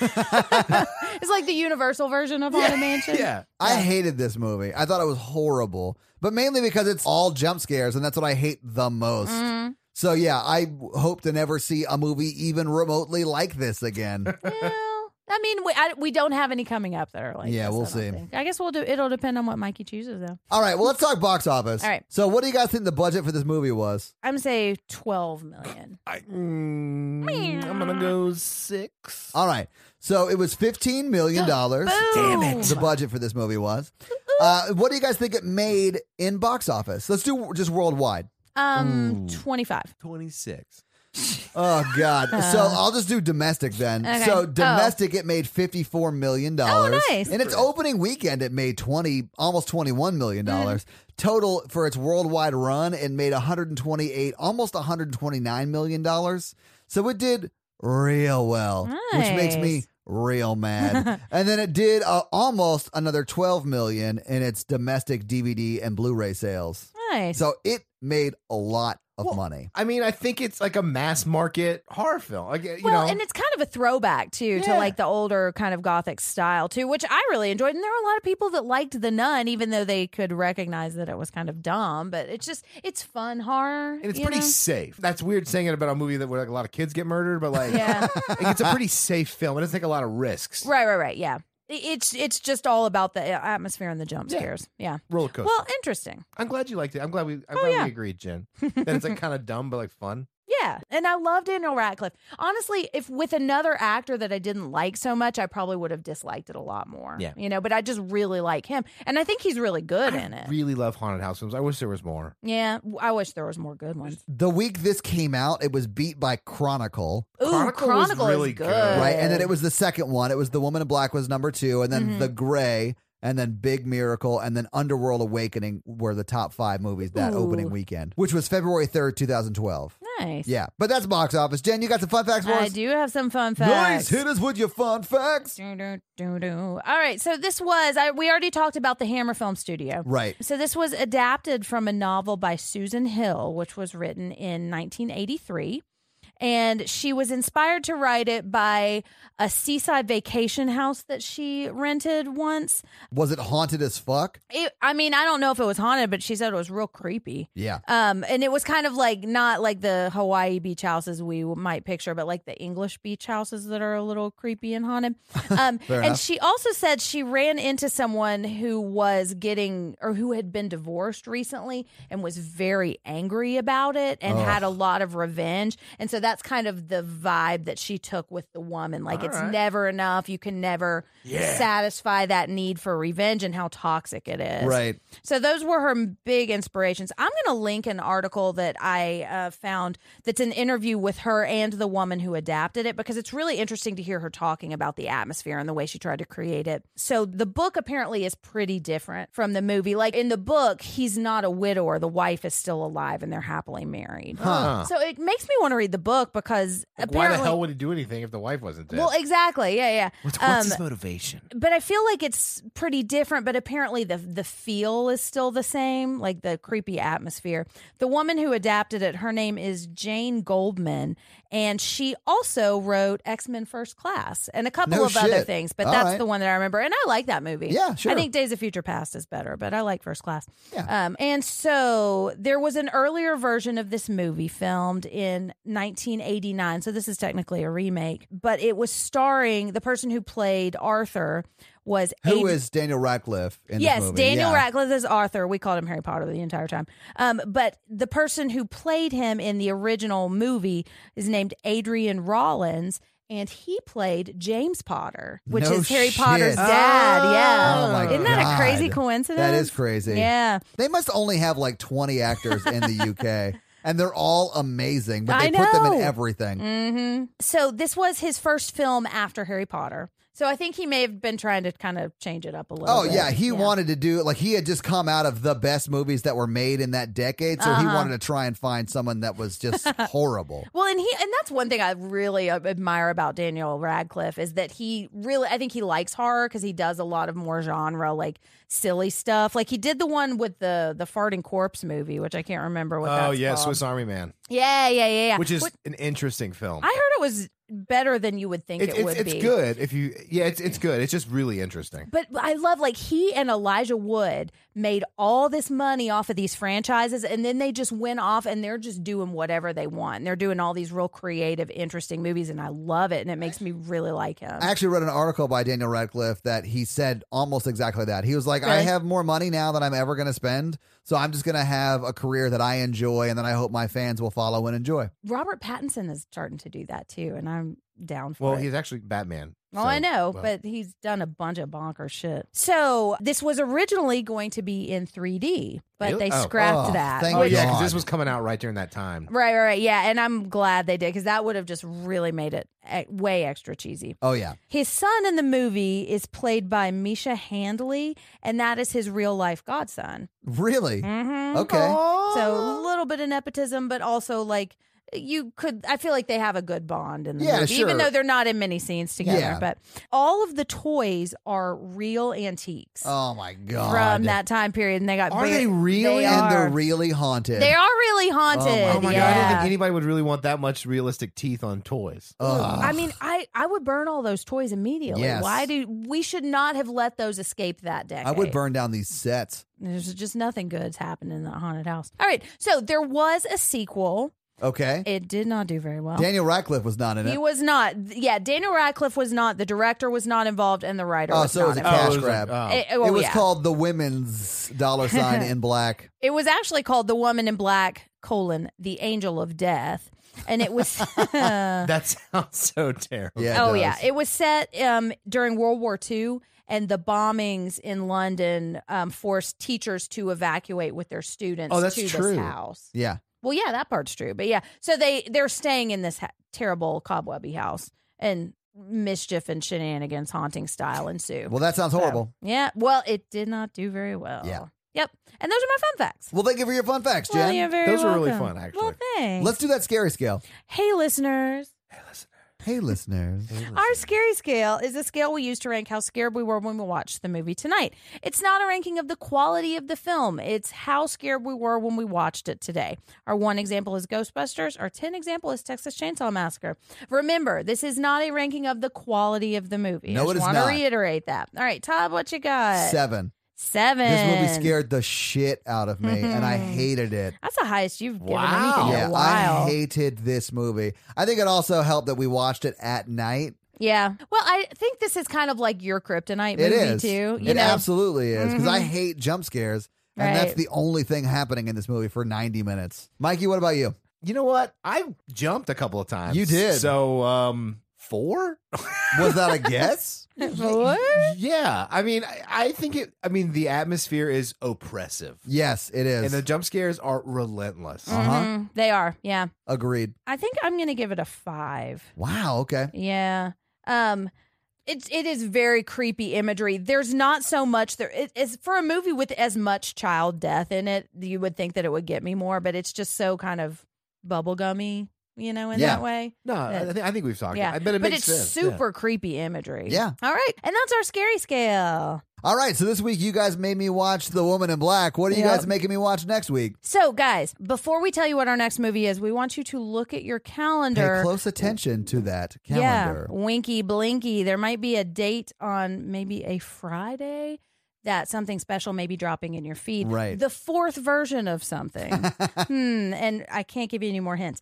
Speaker 3: It's like the universal version of Haunted Mansion.
Speaker 4: yeah.
Speaker 2: I hated this movie. I thought it was horrible, but mainly because it's all jump scares, and that's what I hate the most.
Speaker 3: Mm. Mm-hmm.
Speaker 2: So yeah, I w- hope to never see a movie even remotely like this again.
Speaker 3: Well, I mean, we, I, we don't have any coming up that are like
Speaker 2: Yeah,
Speaker 3: this,
Speaker 2: we'll
Speaker 3: I don't
Speaker 2: see.
Speaker 3: think. I guess we'll do. It'll depend on what Mikey chooses, though.
Speaker 2: all right, well let's talk box office.
Speaker 3: All right.
Speaker 2: So what do you guys think the budget for this movie was?
Speaker 3: I'm gonna say 12 million.
Speaker 4: I, am gonna go six.
Speaker 2: All right, so it was fifteen million dollars.
Speaker 3: Damn it.
Speaker 2: The budget for this movie was. Uh, what do you guys think it made in box office? Let's do w- just worldwide.
Speaker 3: Um, 25.
Speaker 4: Twenty six.
Speaker 2: Oh God! so I'll just do domestic then.
Speaker 3: Okay.
Speaker 2: So
Speaker 3: Oh.
Speaker 2: domestic, it made fifty four million dollars.
Speaker 3: Oh, nice.
Speaker 2: In its opening weekend, it made twenty, almost twenty one million
Speaker 3: Hmm.
Speaker 2: dollars total for its worldwide run. It made one hundred and twenty eight, almost one hundred twenty nine million dollars. So it did real well, which makes me
Speaker 3: Nice.
Speaker 2: real mad. and then it did uh, almost another twelve million in its domestic DVD and Blu ray sales.
Speaker 3: Nice.
Speaker 2: So it made a lot of
Speaker 4: Well,
Speaker 2: money.
Speaker 4: I mean, I think it's like a mass market horror film. Like you
Speaker 3: well,
Speaker 4: know,
Speaker 3: and it's kind of a throwback too to
Speaker 4: Yeah.
Speaker 3: like the older kind of gothic style too, which I really enjoyed. And there were a lot of people that liked the nun, even though they could recognize that it was kind of dumb. But it's just it's fun horror.
Speaker 4: and it's
Speaker 3: you
Speaker 4: pretty
Speaker 3: know?
Speaker 4: safe. That's weird saying it about a movie that where like a lot of kids get murdered, but like,
Speaker 3: Yeah.
Speaker 4: like, it's a pretty safe film. It doesn't take a lot of risks.
Speaker 3: right, right, right. Yeah. I- It's it's just all about the atmosphere and the jump
Speaker 4: Yeah.
Speaker 3: scares. Yeah.
Speaker 4: Roller coaster.
Speaker 3: Well, interesting.
Speaker 4: I'm glad you liked it. I'm glad we. I'm
Speaker 3: Oh,
Speaker 4: glad
Speaker 3: yeah.
Speaker 4: we agreed, Jen. that it's like kind of dumb but like fun.
Speaker 3: Yeah. And I love Daniel Radcliffe. Honestly, if with another actor that I didn't like so much, I probably would have disliked it a lot more.
Speaker 4: Yeah.
Speaker 3: You know, but I just really like him. And I think he's really good in it.
Speaker 4: Really love haunted house films. I wish there was more.
Speaker 3: yeah. I wish there was more good ones.
Speaker 2: The week this came out, it was beat by Chronicle,
Speaker 3: Ooh,
Speaker 4: Chronicle
Speaker 3: Chronicle,
Speaker 4: was
Speaker 3: is
Speaker 4: really
Speaker 3: good.
Speaker 4: good. Right,
Speaker 2: right? And then
Speaker 3: Oh.
Speaker 2: it was the second one. It was The Woman in Black was number two, and then
Speaker 3: Mhm.
Speaker 2: The Gray, and then Big Miracle, and then Underworld Awakening were the top five movies that
Speaker 3: Ooh.
Speaker 2: opening weekend, which was February 3rd, 2012.
Speaker 3: nice.
Speaker 2: Yeah, but that's box office. Jen, you got some fun facts for us?
Speaker 3: I do have some fun
Speaker 2: Nice.
Speaker 3: facts.
Speaker 2: Hit us with your fun facts.
Speaker 3: Do, do, do, do. All right. So this was, I, we already talked about the Hammer Film Studio.
Speaker 2: Right.
Speaker 3: So this was adapted from a novel by Susan Hill, which was written in 1983. And she was inspired to write it by a seaside vacation house that she rented once.
Speaker 2: Was it haunted as fuck?
Speaker 3: It, I mean, I don't know if it was haunted, but she said it was real creepy.
Speaker 2: Yeah.
Speaker 3: Um, and it was kind of like not like the Hawaii beach houses we might picture, but like the English beach houses that are a little creepy and haunted. Um,
Speaker 2: Fair
Speaker 3: and
Speaker 2: enough.
Speaker 3: she also said she ran into someone who was getting or who had been divorced recently and was very angry about it and had a lot of revenge. And so that's kind of the vibe that she took with the woman. Like it's never enough. You can never satisfy that need for revenge and how toxic it is.
Speaker 2: Right.
Speaker 3: So those were her m- big inspirations. I'm going to link an article that I uh, found that's an interview with her and the woman who adapted it because it's really interesting to hear her talking about the atmosphere and the way she tried to create it. So the book apparently is pretty different from the movie. Like in the book, he's not a widower; the wife is still alive and they're happily married.
Speaker 4: Huh.
Speaker 3: So it makes me want to read the book because
Speaker 4: Like, why
Speaker 3: apparently,
Speaker 4: the hell would he do anything if the wife wasn't dead?
Speaker 3: well, exactly, yeah, yeah.
Speaker 4: what's,
Speaker 3: um,
Speaker 4: his motivation?
Speaker 3: but I feel like it's pretty different. But apparently, the the feel is still the same, like the creepy atmosphere. The woman who adapted it, her name is Jane Goldman, and she also wrote X Men First Class and a couple
Speaker 2: No
Speaker 3: of other
Speaker 2: shit.
Speaker 3: things. But
Speaker 2: All
Speaker 3: that's
Speaker 2: right.
Speaker 3: the one that I remember, and I like that movie.
Speaker 2: Yeah, sure.
Speaker 3: I think Days of Future Past is better, but I like First Class.
Speaker 2: Yeah.
Speaker 3: Um, and so there was an earlier version of this movie filmed in 1989. So this is technically a remake, but it was starring the person who played Arthur was
Speaker 2: Who
Speaker 3: Ad-
Speaker 2: is Daniel Radcliffe in
Speaker 3: yes
Speaker 2: this movie?
Speaker 3: Daniel
Speaker 2: Yeah.
Speaker 3: Radcliffe is Arthur. We called him Harry Potter the entire time. Um, but the person who played him in the original movie is named Adrian Rollins. And he played James Potter, which
Speaker 2: No
Speaker 3: is Harry
Speaker 2: shit.
Speaker 3: Potter's dad.
Speaker 4: Oh.
Speaker 3: yeah,
Speaker 2: Oh, my
Speaker 3: isn't that
Speaker 2: God.
Speaker 3: a crazy coincidence?
Speaker 2: That is crazy.
Speaker 3: Yeah,
Speaker 2: They must only have like 20 actors in the UK, and they're all amazing, but they
Speaker 3: I
Speaker 2: put them in
Speaker 3: know.
Speaker 2: everything.
Speaker 3: hmm So this was his first film after Harry Potter. So I think he may have been trying to kind of change it up a little.
Speaker 2: Oh
Speaker 3: bit.
Speaker 2: yeah, he wanted to do like he had just come out of the best movies that were made in that decade, so he
Speaker 3: Uh-huh.
Speaker 2: wanted to try and find someone that was just horrible.
Speaker 3: Well, and he and that's one thing I really uh, admire about Daniel Radcliffe is that he really I think he likes horror because he does a lot of more genre like silly stuff. Like he did the one with the the farting corpse movie, which I can't remember what.
Speaker 4: Oh
Speaker 3: that's
Speaker 4: yeah,
Speaker 3: called.
Speaker 4: Swiss Army Man,
Speaker 3: yeah, yeah, yeah, yeah.
Speaker 4: which is an interesting film.
Speaker 3: I heard it was better than you would think
Speaker 4: It-
Speaker 3: it,
Speaker 4: it's
Speaker 3: would
Speaker 4: it's
Speaker 3: be.
Speaker 4: good if you yeah it's it's good. It's just really interesting.
Speaker 3: But I love like he and Elijah Wood made all this money off of these franchises and then they just went off and they're just doing whatever they want. They're doing all these real creative, interesting movies and I love it and it makes me really like him.
Speaker 2: I actually read an article by Daniel Radcliffe that he said almost exactly that. He was like, I
Speaker 3: Really?
Speaker 2: have more money now than I'm ever going to spend, so I'm just going to have a career that I enjoy and that I hope my fans will follow and enjoy.
Speaker 3: Robert Pattinson is starting to do that too and I'm down for
Speaker 4: Well,
Speaker 3: it.
Speaker 4: he's actually Batman.
Speaker 3: Oh,
Speaker 4: so,
Speaker 3: I know,
Speaker 4: well,
Speaker 3: but he's done a bunch of bonker shit. So this was originally going to be in 3D, but
Speaker 4: Really?
Speaker 3: they
Speaker 4: Oh.
Speaker 3: scrapped
Speaker 2: Oh,
Speaker 3: that.
Speaker 2: thank
Speaker 4: oh
Speaker 3: which-
Speaker 4: yeah, because
Speaker 2: God.
Speaker 4: this was coming out right during that time.
Speaker 3: Right, right, right. Yeah, and I'm glad they did because that would have just really made it eh, way extra cheesy.
Speaker 2: Oh yeah,
Speaker 3: His son in the movie is played by Misha Handley, and that is his real life godson.
Speaker 2: really?
Speaker 3: Mm-hmm.
Speaker 2: Okay.
Speaker 3: So a little bit of nepotism, but also like you could I feel like they have a good bond in the
Speaker 2: Yeah,
Speaker 3: movie, even
Speaker 2: sure.
Speaker 3: though they're not in many scenes together.
Speaker 2: Yeah.
Speaker 3: But all of the toys are real antiques
Speaker 2: Oh my god!
Speaker 3: from that time period, and they got
Speaker 4: Are
Speaker 3: big-
Speaker 4: they really?
Speaker 3: They
Speaker 2: and
Speaker 3: are.
Speaker 2: they're really haunted.
Speaker 3: They are really haunted.
Speaker 4: Oh my
Speaker 3: yeah.
Speaker 4: god! I don't think anybody would really want that much realistic teeth on toys.
Speaker 2: Ugh.
Speaker 3: I mean, I, I would burn all those toys immediately.
Speaker 2: Yes.
Speaker 3: Why do we should not have let those escape that decade?
Speaker 2: I would burn down these sets.
Speaker 3: There's just nothing good's happened in that haunted house. All right, so there was a sequel.
Speaker 2: Okay.
Speaker 3: It did not do very well.
Speaker 2: Daniel Radcliffe was not in
Speaker 3: he
Speaker 2: it.
Speaker 3: was not. Yeah, Daniel Radcliffe was not. The director was not involved, and the writer
Speaker 2: Oh,
Speaker 3: was
Speaker 2: so it
Speaker 3: not
Speaker 2: was a
Speaker 3: involved.
Speaker 2: cash grab.
Speaker 4: oh.
Speaker 3: It, well,
Speaker 2: it was
Speaker 3: yeah.
Speaker 2: called the women's dollar sign in black.
Speaker 3: It was actually called The Woman in Black: colon The Angel of Death, and it was. uh.
Speaker 4: that sounds so terrible.
Speaker 2: Yeah. it
Speaker 3: oh
Speaker 2: does.
Speaker 3: yeah, it was set um, during World War II, and the bombings in London um, forced teachers to evacuate with their students
Speaker 4: Oh, that's
Speaker 3: to
Speaker 4: true.
Speaker 3: this house.
Speaker 2: yeah.
Speaker 3: Well, yeah, that part's true, but yeah, so they they're staying in this ha- terrible cobwebby house, and mischief and shenanigans, haunting style ensue.
Speaker 2: Well, that sounds horrible.
Speaker 3: yeah, well, it did not do very well.
Speaker 2: Yeah.
Speaker 3: Yep. And those are my fun facts.
Speaker 2: Well, thank you for your fun facts, Jen.
Speaker 3: Well, you're very
Speaker 4: Those were really
Speaker 3: welcome.
Speaker 4: fun, actually.
Speaker 3: Well, thanks.
Speaker 2: Let's do that scary scale.
Speaker 3: hey, listeners.
Speaker 2: Hey, listeners.
Speaker 3: Our scary scale is a scale we use to rank how scared we were when we watched the movie tonight. It's not a ranking of the quality of the film, it's how scared we were when we watched it today. Our one example is Ghostbusters, our 10 example is Texas Chainsaw Massacre. Remember, this is not a ranking of the quality of the movie.
Speaker 2: No,
Speaker 3: I
Speaker 2: it is
Speaker 3: just want to
Speaker 2: not.
Speaker 3: reiterate that. All right, Todd, what you got?
Speaker 2: Seven.
Speaker 3: Seven. Mm-hmm.
Speaker 2: This movie scared the shit out of me, and I hated it.
Speaker 3: That's the highest you've given
Speaker 4: Wow.
Speaker 3: anything
Speaker 4: Oh,
Speaker 3: in
Speaker 2: yeah,
Speaker 3: a while.
Speaker 2: I hated this movie. I think it also helped that we watched it at night.
Speaker 3: yeah. Well, I think this is kind of like your kryptonite
Speaker 2: It
Speaker 3: movie
Speaker 2: is.
Speaker 3: too. You
Speaker 2: it
Speaker 3: know, Mm-hmm.
Speaker 2: absolutely is because I hate jump scares, and that's
Speaker 3: Right.
Speaker 2: the only thing happening in this movie for ninety minutes. Mikey, what about you?
Speaker 4: You know what? I jumped a couple of times.
Speaker 2: You did.
Speaker 4: So, um, four?
Speaker 2: Was that a guess?
Speaker 3: What?
Speaker 4: yeah. I mean, I, I think it, I mean, the atmosphere is oppressive.
Speaker 2: yes, it is.
Speaker 4: And the jump scares are relentless.
Speaker 2: Uh-huh.
Speaker 3: Mhm. they are. Yeah.
Speaker 2: Agreed.
Speaker 3: I think I'm gonna give it a five.
Speaker 2: Wow. Okay.
Speaker 3: Yeah. Um it's it is very creepy imagery. There's not so much there it is for a movie with as much child death in it, you would think that it would get me more, but it's just so kind of bubblegummy, you know, in
Speaker 2: Yeah.
Speaker 3: that way.
Speaker 4: No, I,
Speaker 3: Yeah.
Speaker 4: think, I think we've talked.
Speaker 3: Yeah.
Speaker 4: I bet it
Speaker 3: but
Speaker 4: makes
Speaker 3: it's
Speaker 4: sense. Yeah.
Speaker 3: super creepy imagery.
Speaker 2: Yeah.
Speaker 3: All right. And that's our scary scale.
Speaker 2: All right. So this week you guys made me watch The Woman in Black. What are you
Speaker 3: Yep.
Speaker 2: guys making me watch next week?
Speaker 3: So, guys, before we tell you what our next movie is, we want you to look at your calendar.
Speaker 2: Pay close attention to that calendar.
Speaker 3: Yeah, winky blinky. There might be a date on maybe a Friday that something special may be dropping in your feed.
Speaker 2: Right.
Speaker 3: The fourth version of something. hmm. And I can't give you any more hints.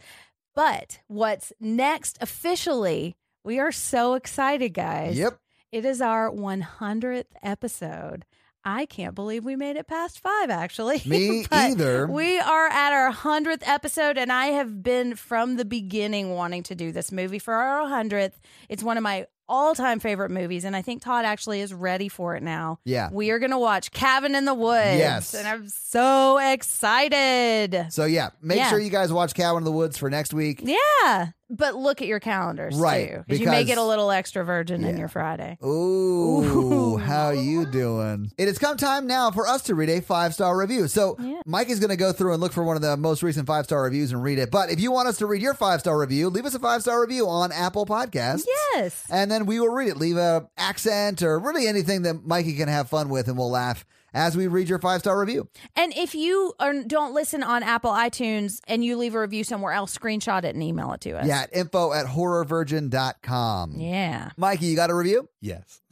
Speaker 3: But what's next officially? We are so excited, guys.
Speaker 2: Yep.
Speaker 3: It is our 100th episode. I can't believe we made it past five, actually.
Speaker 2: Me
Speaker 3: But
Speaker 2: either.
Speaker 3: We are at our 100th episode, and I have been from the beginning wanting to do this movie for our 100th. It's one of my all time favorite movies, and I think Todd actually is ready for it now.
Speaker 2: Yeah.
Speaker 3: We are going to watch Cabin in the Woods.
Speaker 2: Yes.
Speaker 3: And I'm so excited.
Speaker 2: So yeah, make
Speaker 3: Yeah.
Speaker 2: sure you guys watch Cow in the Woods for next week.
Speaker 3: Yeah. But look at your calendars,
Speaker 2: Right,
Speaker 3: too. Because you may
Speaker 2: because-
Speaker 3: get a little extra virgin in
Speaker 2: Yeah.
Speaker 3: your Friday.
Speaker 2: Ooh,
Speaker 3: Ooh.
Speaker 2: how you doing? It has come time now for us to read a five star review. So
Speaker 3: Yeah.
Speaker 2: Mike is going to go through and look for one of the most recent five star reviews and read it. But if you want us to read your five star review, leave us a five star review on Apple Podcasts.
Speaker 3: Yes.
Speaker 2: and then we will read it. Leave a accent or really anything that Mikey can have fun with, and we'll laugh as we read your five star review.
Speaker 3: And if you are, don't listen on Apple iTunes and you leave a review somewhere else, screenshot it and email it to us.
Speaker 2: Yeah, at info at horrorvirgin.com.
Speaker 3: Yeah.
Speaker 2: Mikey, you got a review?
Speaker 4: Yes.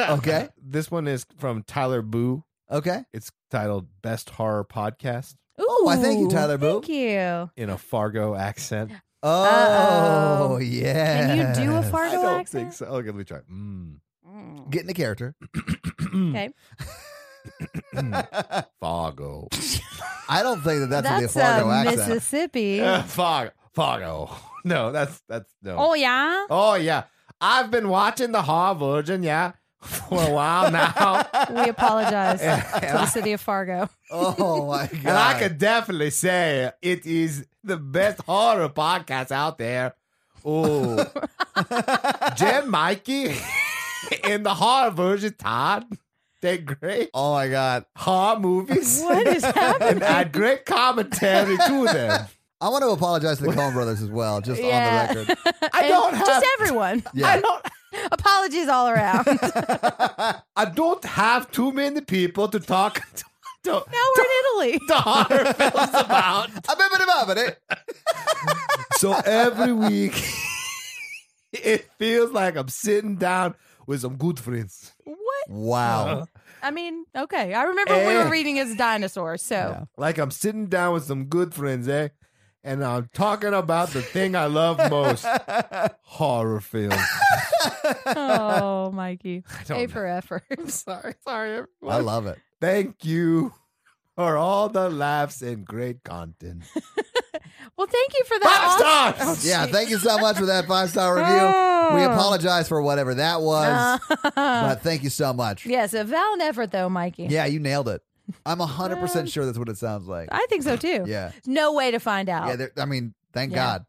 Speaker 2: Okay.
Speaker 4: this one is from Tyler Boo.
Speaker 2: Okay.
Speaker 4: It's titled Best Horror Podcast
Speaker 3: Ooh,
Speaker 2: Oh, I thank you, Tyler Boo.
Speaker 3: Thank you.
Speaker 4: in a Fargo accent.
Speaker 2: Oh,
Speaker 3: Uh-oh.
Speaker 2: yeah.
Speaker 3: Can you do a
Speaker 4: I
Speaker 3: Fargo
Speaker 4: don't
Speaker 3: accent?
Speaker 4: think so. Okay, let me try. Mm.
Speaker 3: Mm.
Speaker 2: Get in the character.
Speaker 3: Okay.
Speaker 4: Fargo.
Speaker 2: I don't think that that's,
Speaker 3: That's
Speaker 2: a Fargo
Speaker 3: uh,
Speaker 2: accent.
Speaker 3: Mississippi.
Speaker 4: Uh, Fog, Fargo. No, that's that's no.
Speaker 3: oh, yeah.
Speaker 4: Oh, yeah. I've been watching the Hall Virgin, yeah, for a while now,
Speaker 3: We apologize to the city of Fargo.
Speaker 2: Oh my god!
Speaker 4: and I could definitely say it is the best horror podcast out there. Oh, Jen, Mikey, and the horror version, Todd. They're great
Speaker 2: Oh my god!
Speaker 4: horror movies
Speaker 3: What is happening?
Speaker 4: and add great commentary to them.
Speaker 2: I want to apologize to the Coen brothers as well, just
Speaker 3: Yeah.
Speaker 2: on the record.
Speaker 4: I don't have.
Speaker 3: Just everyone.
Speaker 4: I
Speaker 2: Yeah.
Speaker 4: don't.
Speaker 3: Apologies all around. now
Speaker 4: I don't have too many people to talk to. to
Speaker 3: we're in Italy.
Speaker 4: to honor feels about.
Speaker 2: I'm bibbity bobbity.
Speaker 4: So every week, it feels like I'm sitting down with some good friends.
Speaker 3: What?
Speaker 4: Uh-huh.
Speaker 2: Wow.
Speaker 3: I mean, okay. I remember we
Speaker 4: Eh.
Speaker 3: were reading as dinosaurs, so
Speaker 4: Like I'm sitting down with some good friends, eh? And I'm talking about the thing I love most horror films.
Speaker 3: oh, Mikey.
Speaker 4: don't
Speaker 3: A
Speaker 4: know.
Speaker 3: for effort.
Speaker 4: sorry, sorry, everyone.
Speaker 2: I love it.
Speaker 4: Thank you for all the laughs and great content.
Speaker 3: Well, thank you for
Speaker 4: Five
Speaker 3: that.
Speaker 4: stars!
Speaker 2: Yeah, thank you so much for that five star review. We
Speaker 3: Oh.
Speaker 2: apologize for whatever that
Speaker 3: Uh-huh.
Speaker 2: was, but thank you so much.
Speaker 3: yes, a valiant effort, though, Mikey.
Speaker 2: Yeah, you nailed it. I'm 100% sure that's what it sounds like.
Speaker 3: I think so too.
Speaker 2: Yeah.
Speaker 3: No way to find out.
Speaker 2: Yeah, there- I mean, thank
Speaker 3: Yeah.
Speaker 2: God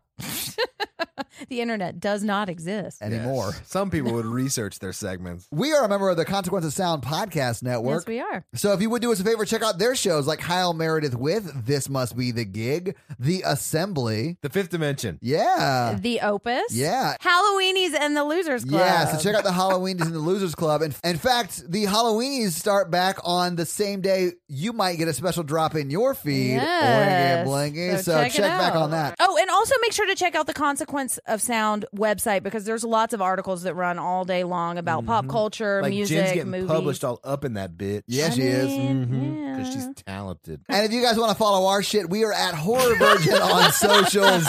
Speaker 3: the internet does not exist.
Speaker 2: anymore.
Speaker 4: Yes. Some people would research their segments.
Speaker 2: We are a member of the Consequence of Sound podcast network.
Speaker 3: Yes, we are.
Speaker 2: So if you would do us a favor, check out their shows like Kyle Meredith with This Must Be the Gig, The Assembly.
Speaker 4: The fifth dimension.
Speaker 2: Yeah.
Speaker 3: the Opus.
Speaker 2: Uh, Yeah.
Speaker 3: Halloweenies and the Losers Club.
Speaker 2: Yeah, so check out the Halloweenies and the Losers Club. And in fact, the Halloweenies start back on the same day you might get a special drop in your feed.
Speaker 3: Yes.
Speaker 2: Oingy blingy. So, check,
Speaker 3: it
Speaker 2: back
Speaker 3: out.
Speaker 2: on that.
Speaker 3: Oh, and also make sure to check out the Consequence of Sound website because there's lots of articles that run all day long about
Speaker 2: Mm-hmm.
Speaker 3: pop culture,
Speaker 4: Like
Speaker 3: music,
Speaker 4: Jen's getting
Speaker 3: movies.
Speaker 4: published all up in that bitch.
Speaker 2: Yeah, she is.
Speaker 4: Because Mm-hmm. she's talented.
Speaker 2: And if you guys want to follow our shit, we are at Horror Virgin on socials.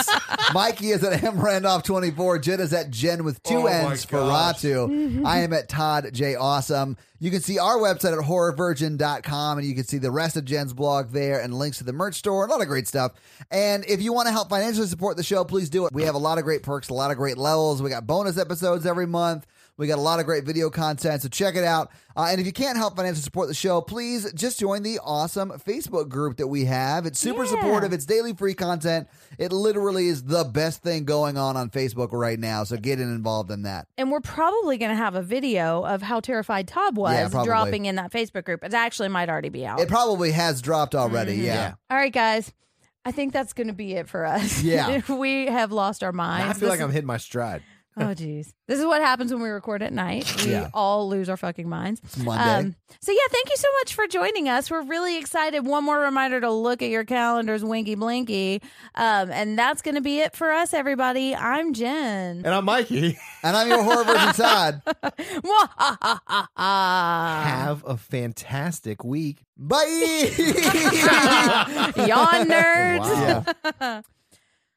Speaker 2: Mikey is at M Randolph24. Jen is at Jen with two
Speaker 4: Oh my
Speaker 2: N's for
Speaker 4: gosh.
Speaker 2: Ratu. I am at Todd J. Awesome. You can see our website at horrorvirgin.com and you can see the rest of Jen's blog there and links to the merch store and a lot of great stuff. And if you want to help financially support the show, please do it. We have a lot of great perks, a lot of great levels. We got bonus episodes every month. We got a lot of great video content, so check it out. Uh, and if you can't help financially support the show, please just join the awesome Facebook group that we have. It's super
Speaker 3: Yeah.
Speaker 2: supportive. It's daily free content. It literally is the best thing going on on Facebook right now. So get in involved in that.
Speaker 3: And we're probably going to have a video of how terrified Todd was
Speaker 2: Yeah, probably.
Speaker 3: dropping in that Facebook group. It actually might already be out.
Speaker 2: It probably has dropped already. Yeah.
Speaker 3: all right, guys. I think that's going to be it for us.
Speaker 2: Yeah.
Speaker 3: we have lost our minds.
Speaker 4: I feel
Speaker 3: This
Speaker 4: like I'm hitting my stride.
Speaker 3: Oh geez, this is what happens when we record at night. We
Speaker 2: Yeah.
Speaker 3: all lose our fucking minds. Um,
Speaker 2: Monday.
Speaker 3: so yeah, thank you so much for joining us. We're really excited. One more reminder to look at your calendars, winky blinky, um, and that's going to be it for us, everybody. I'm Jen.
Speaker 4: And I'm Mikey.
Speaker 2: And I'm your horror virgin Todd.
Speaker 4: Have a fantastic week.
Speaker 2: Bye.
Speaker 3: Yawn, nerds.
Speaker 4: Wow.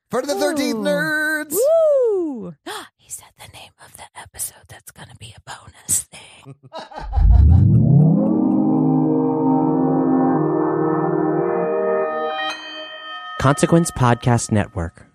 Speaker 2: For the 13th
Speaker 3: Ooh.
Speaker 2: nerds.
Speaker 3: Woo! he said the name of the episode. That's going to be a bonus thing.
Speaker 1: Consequence Podcast Network.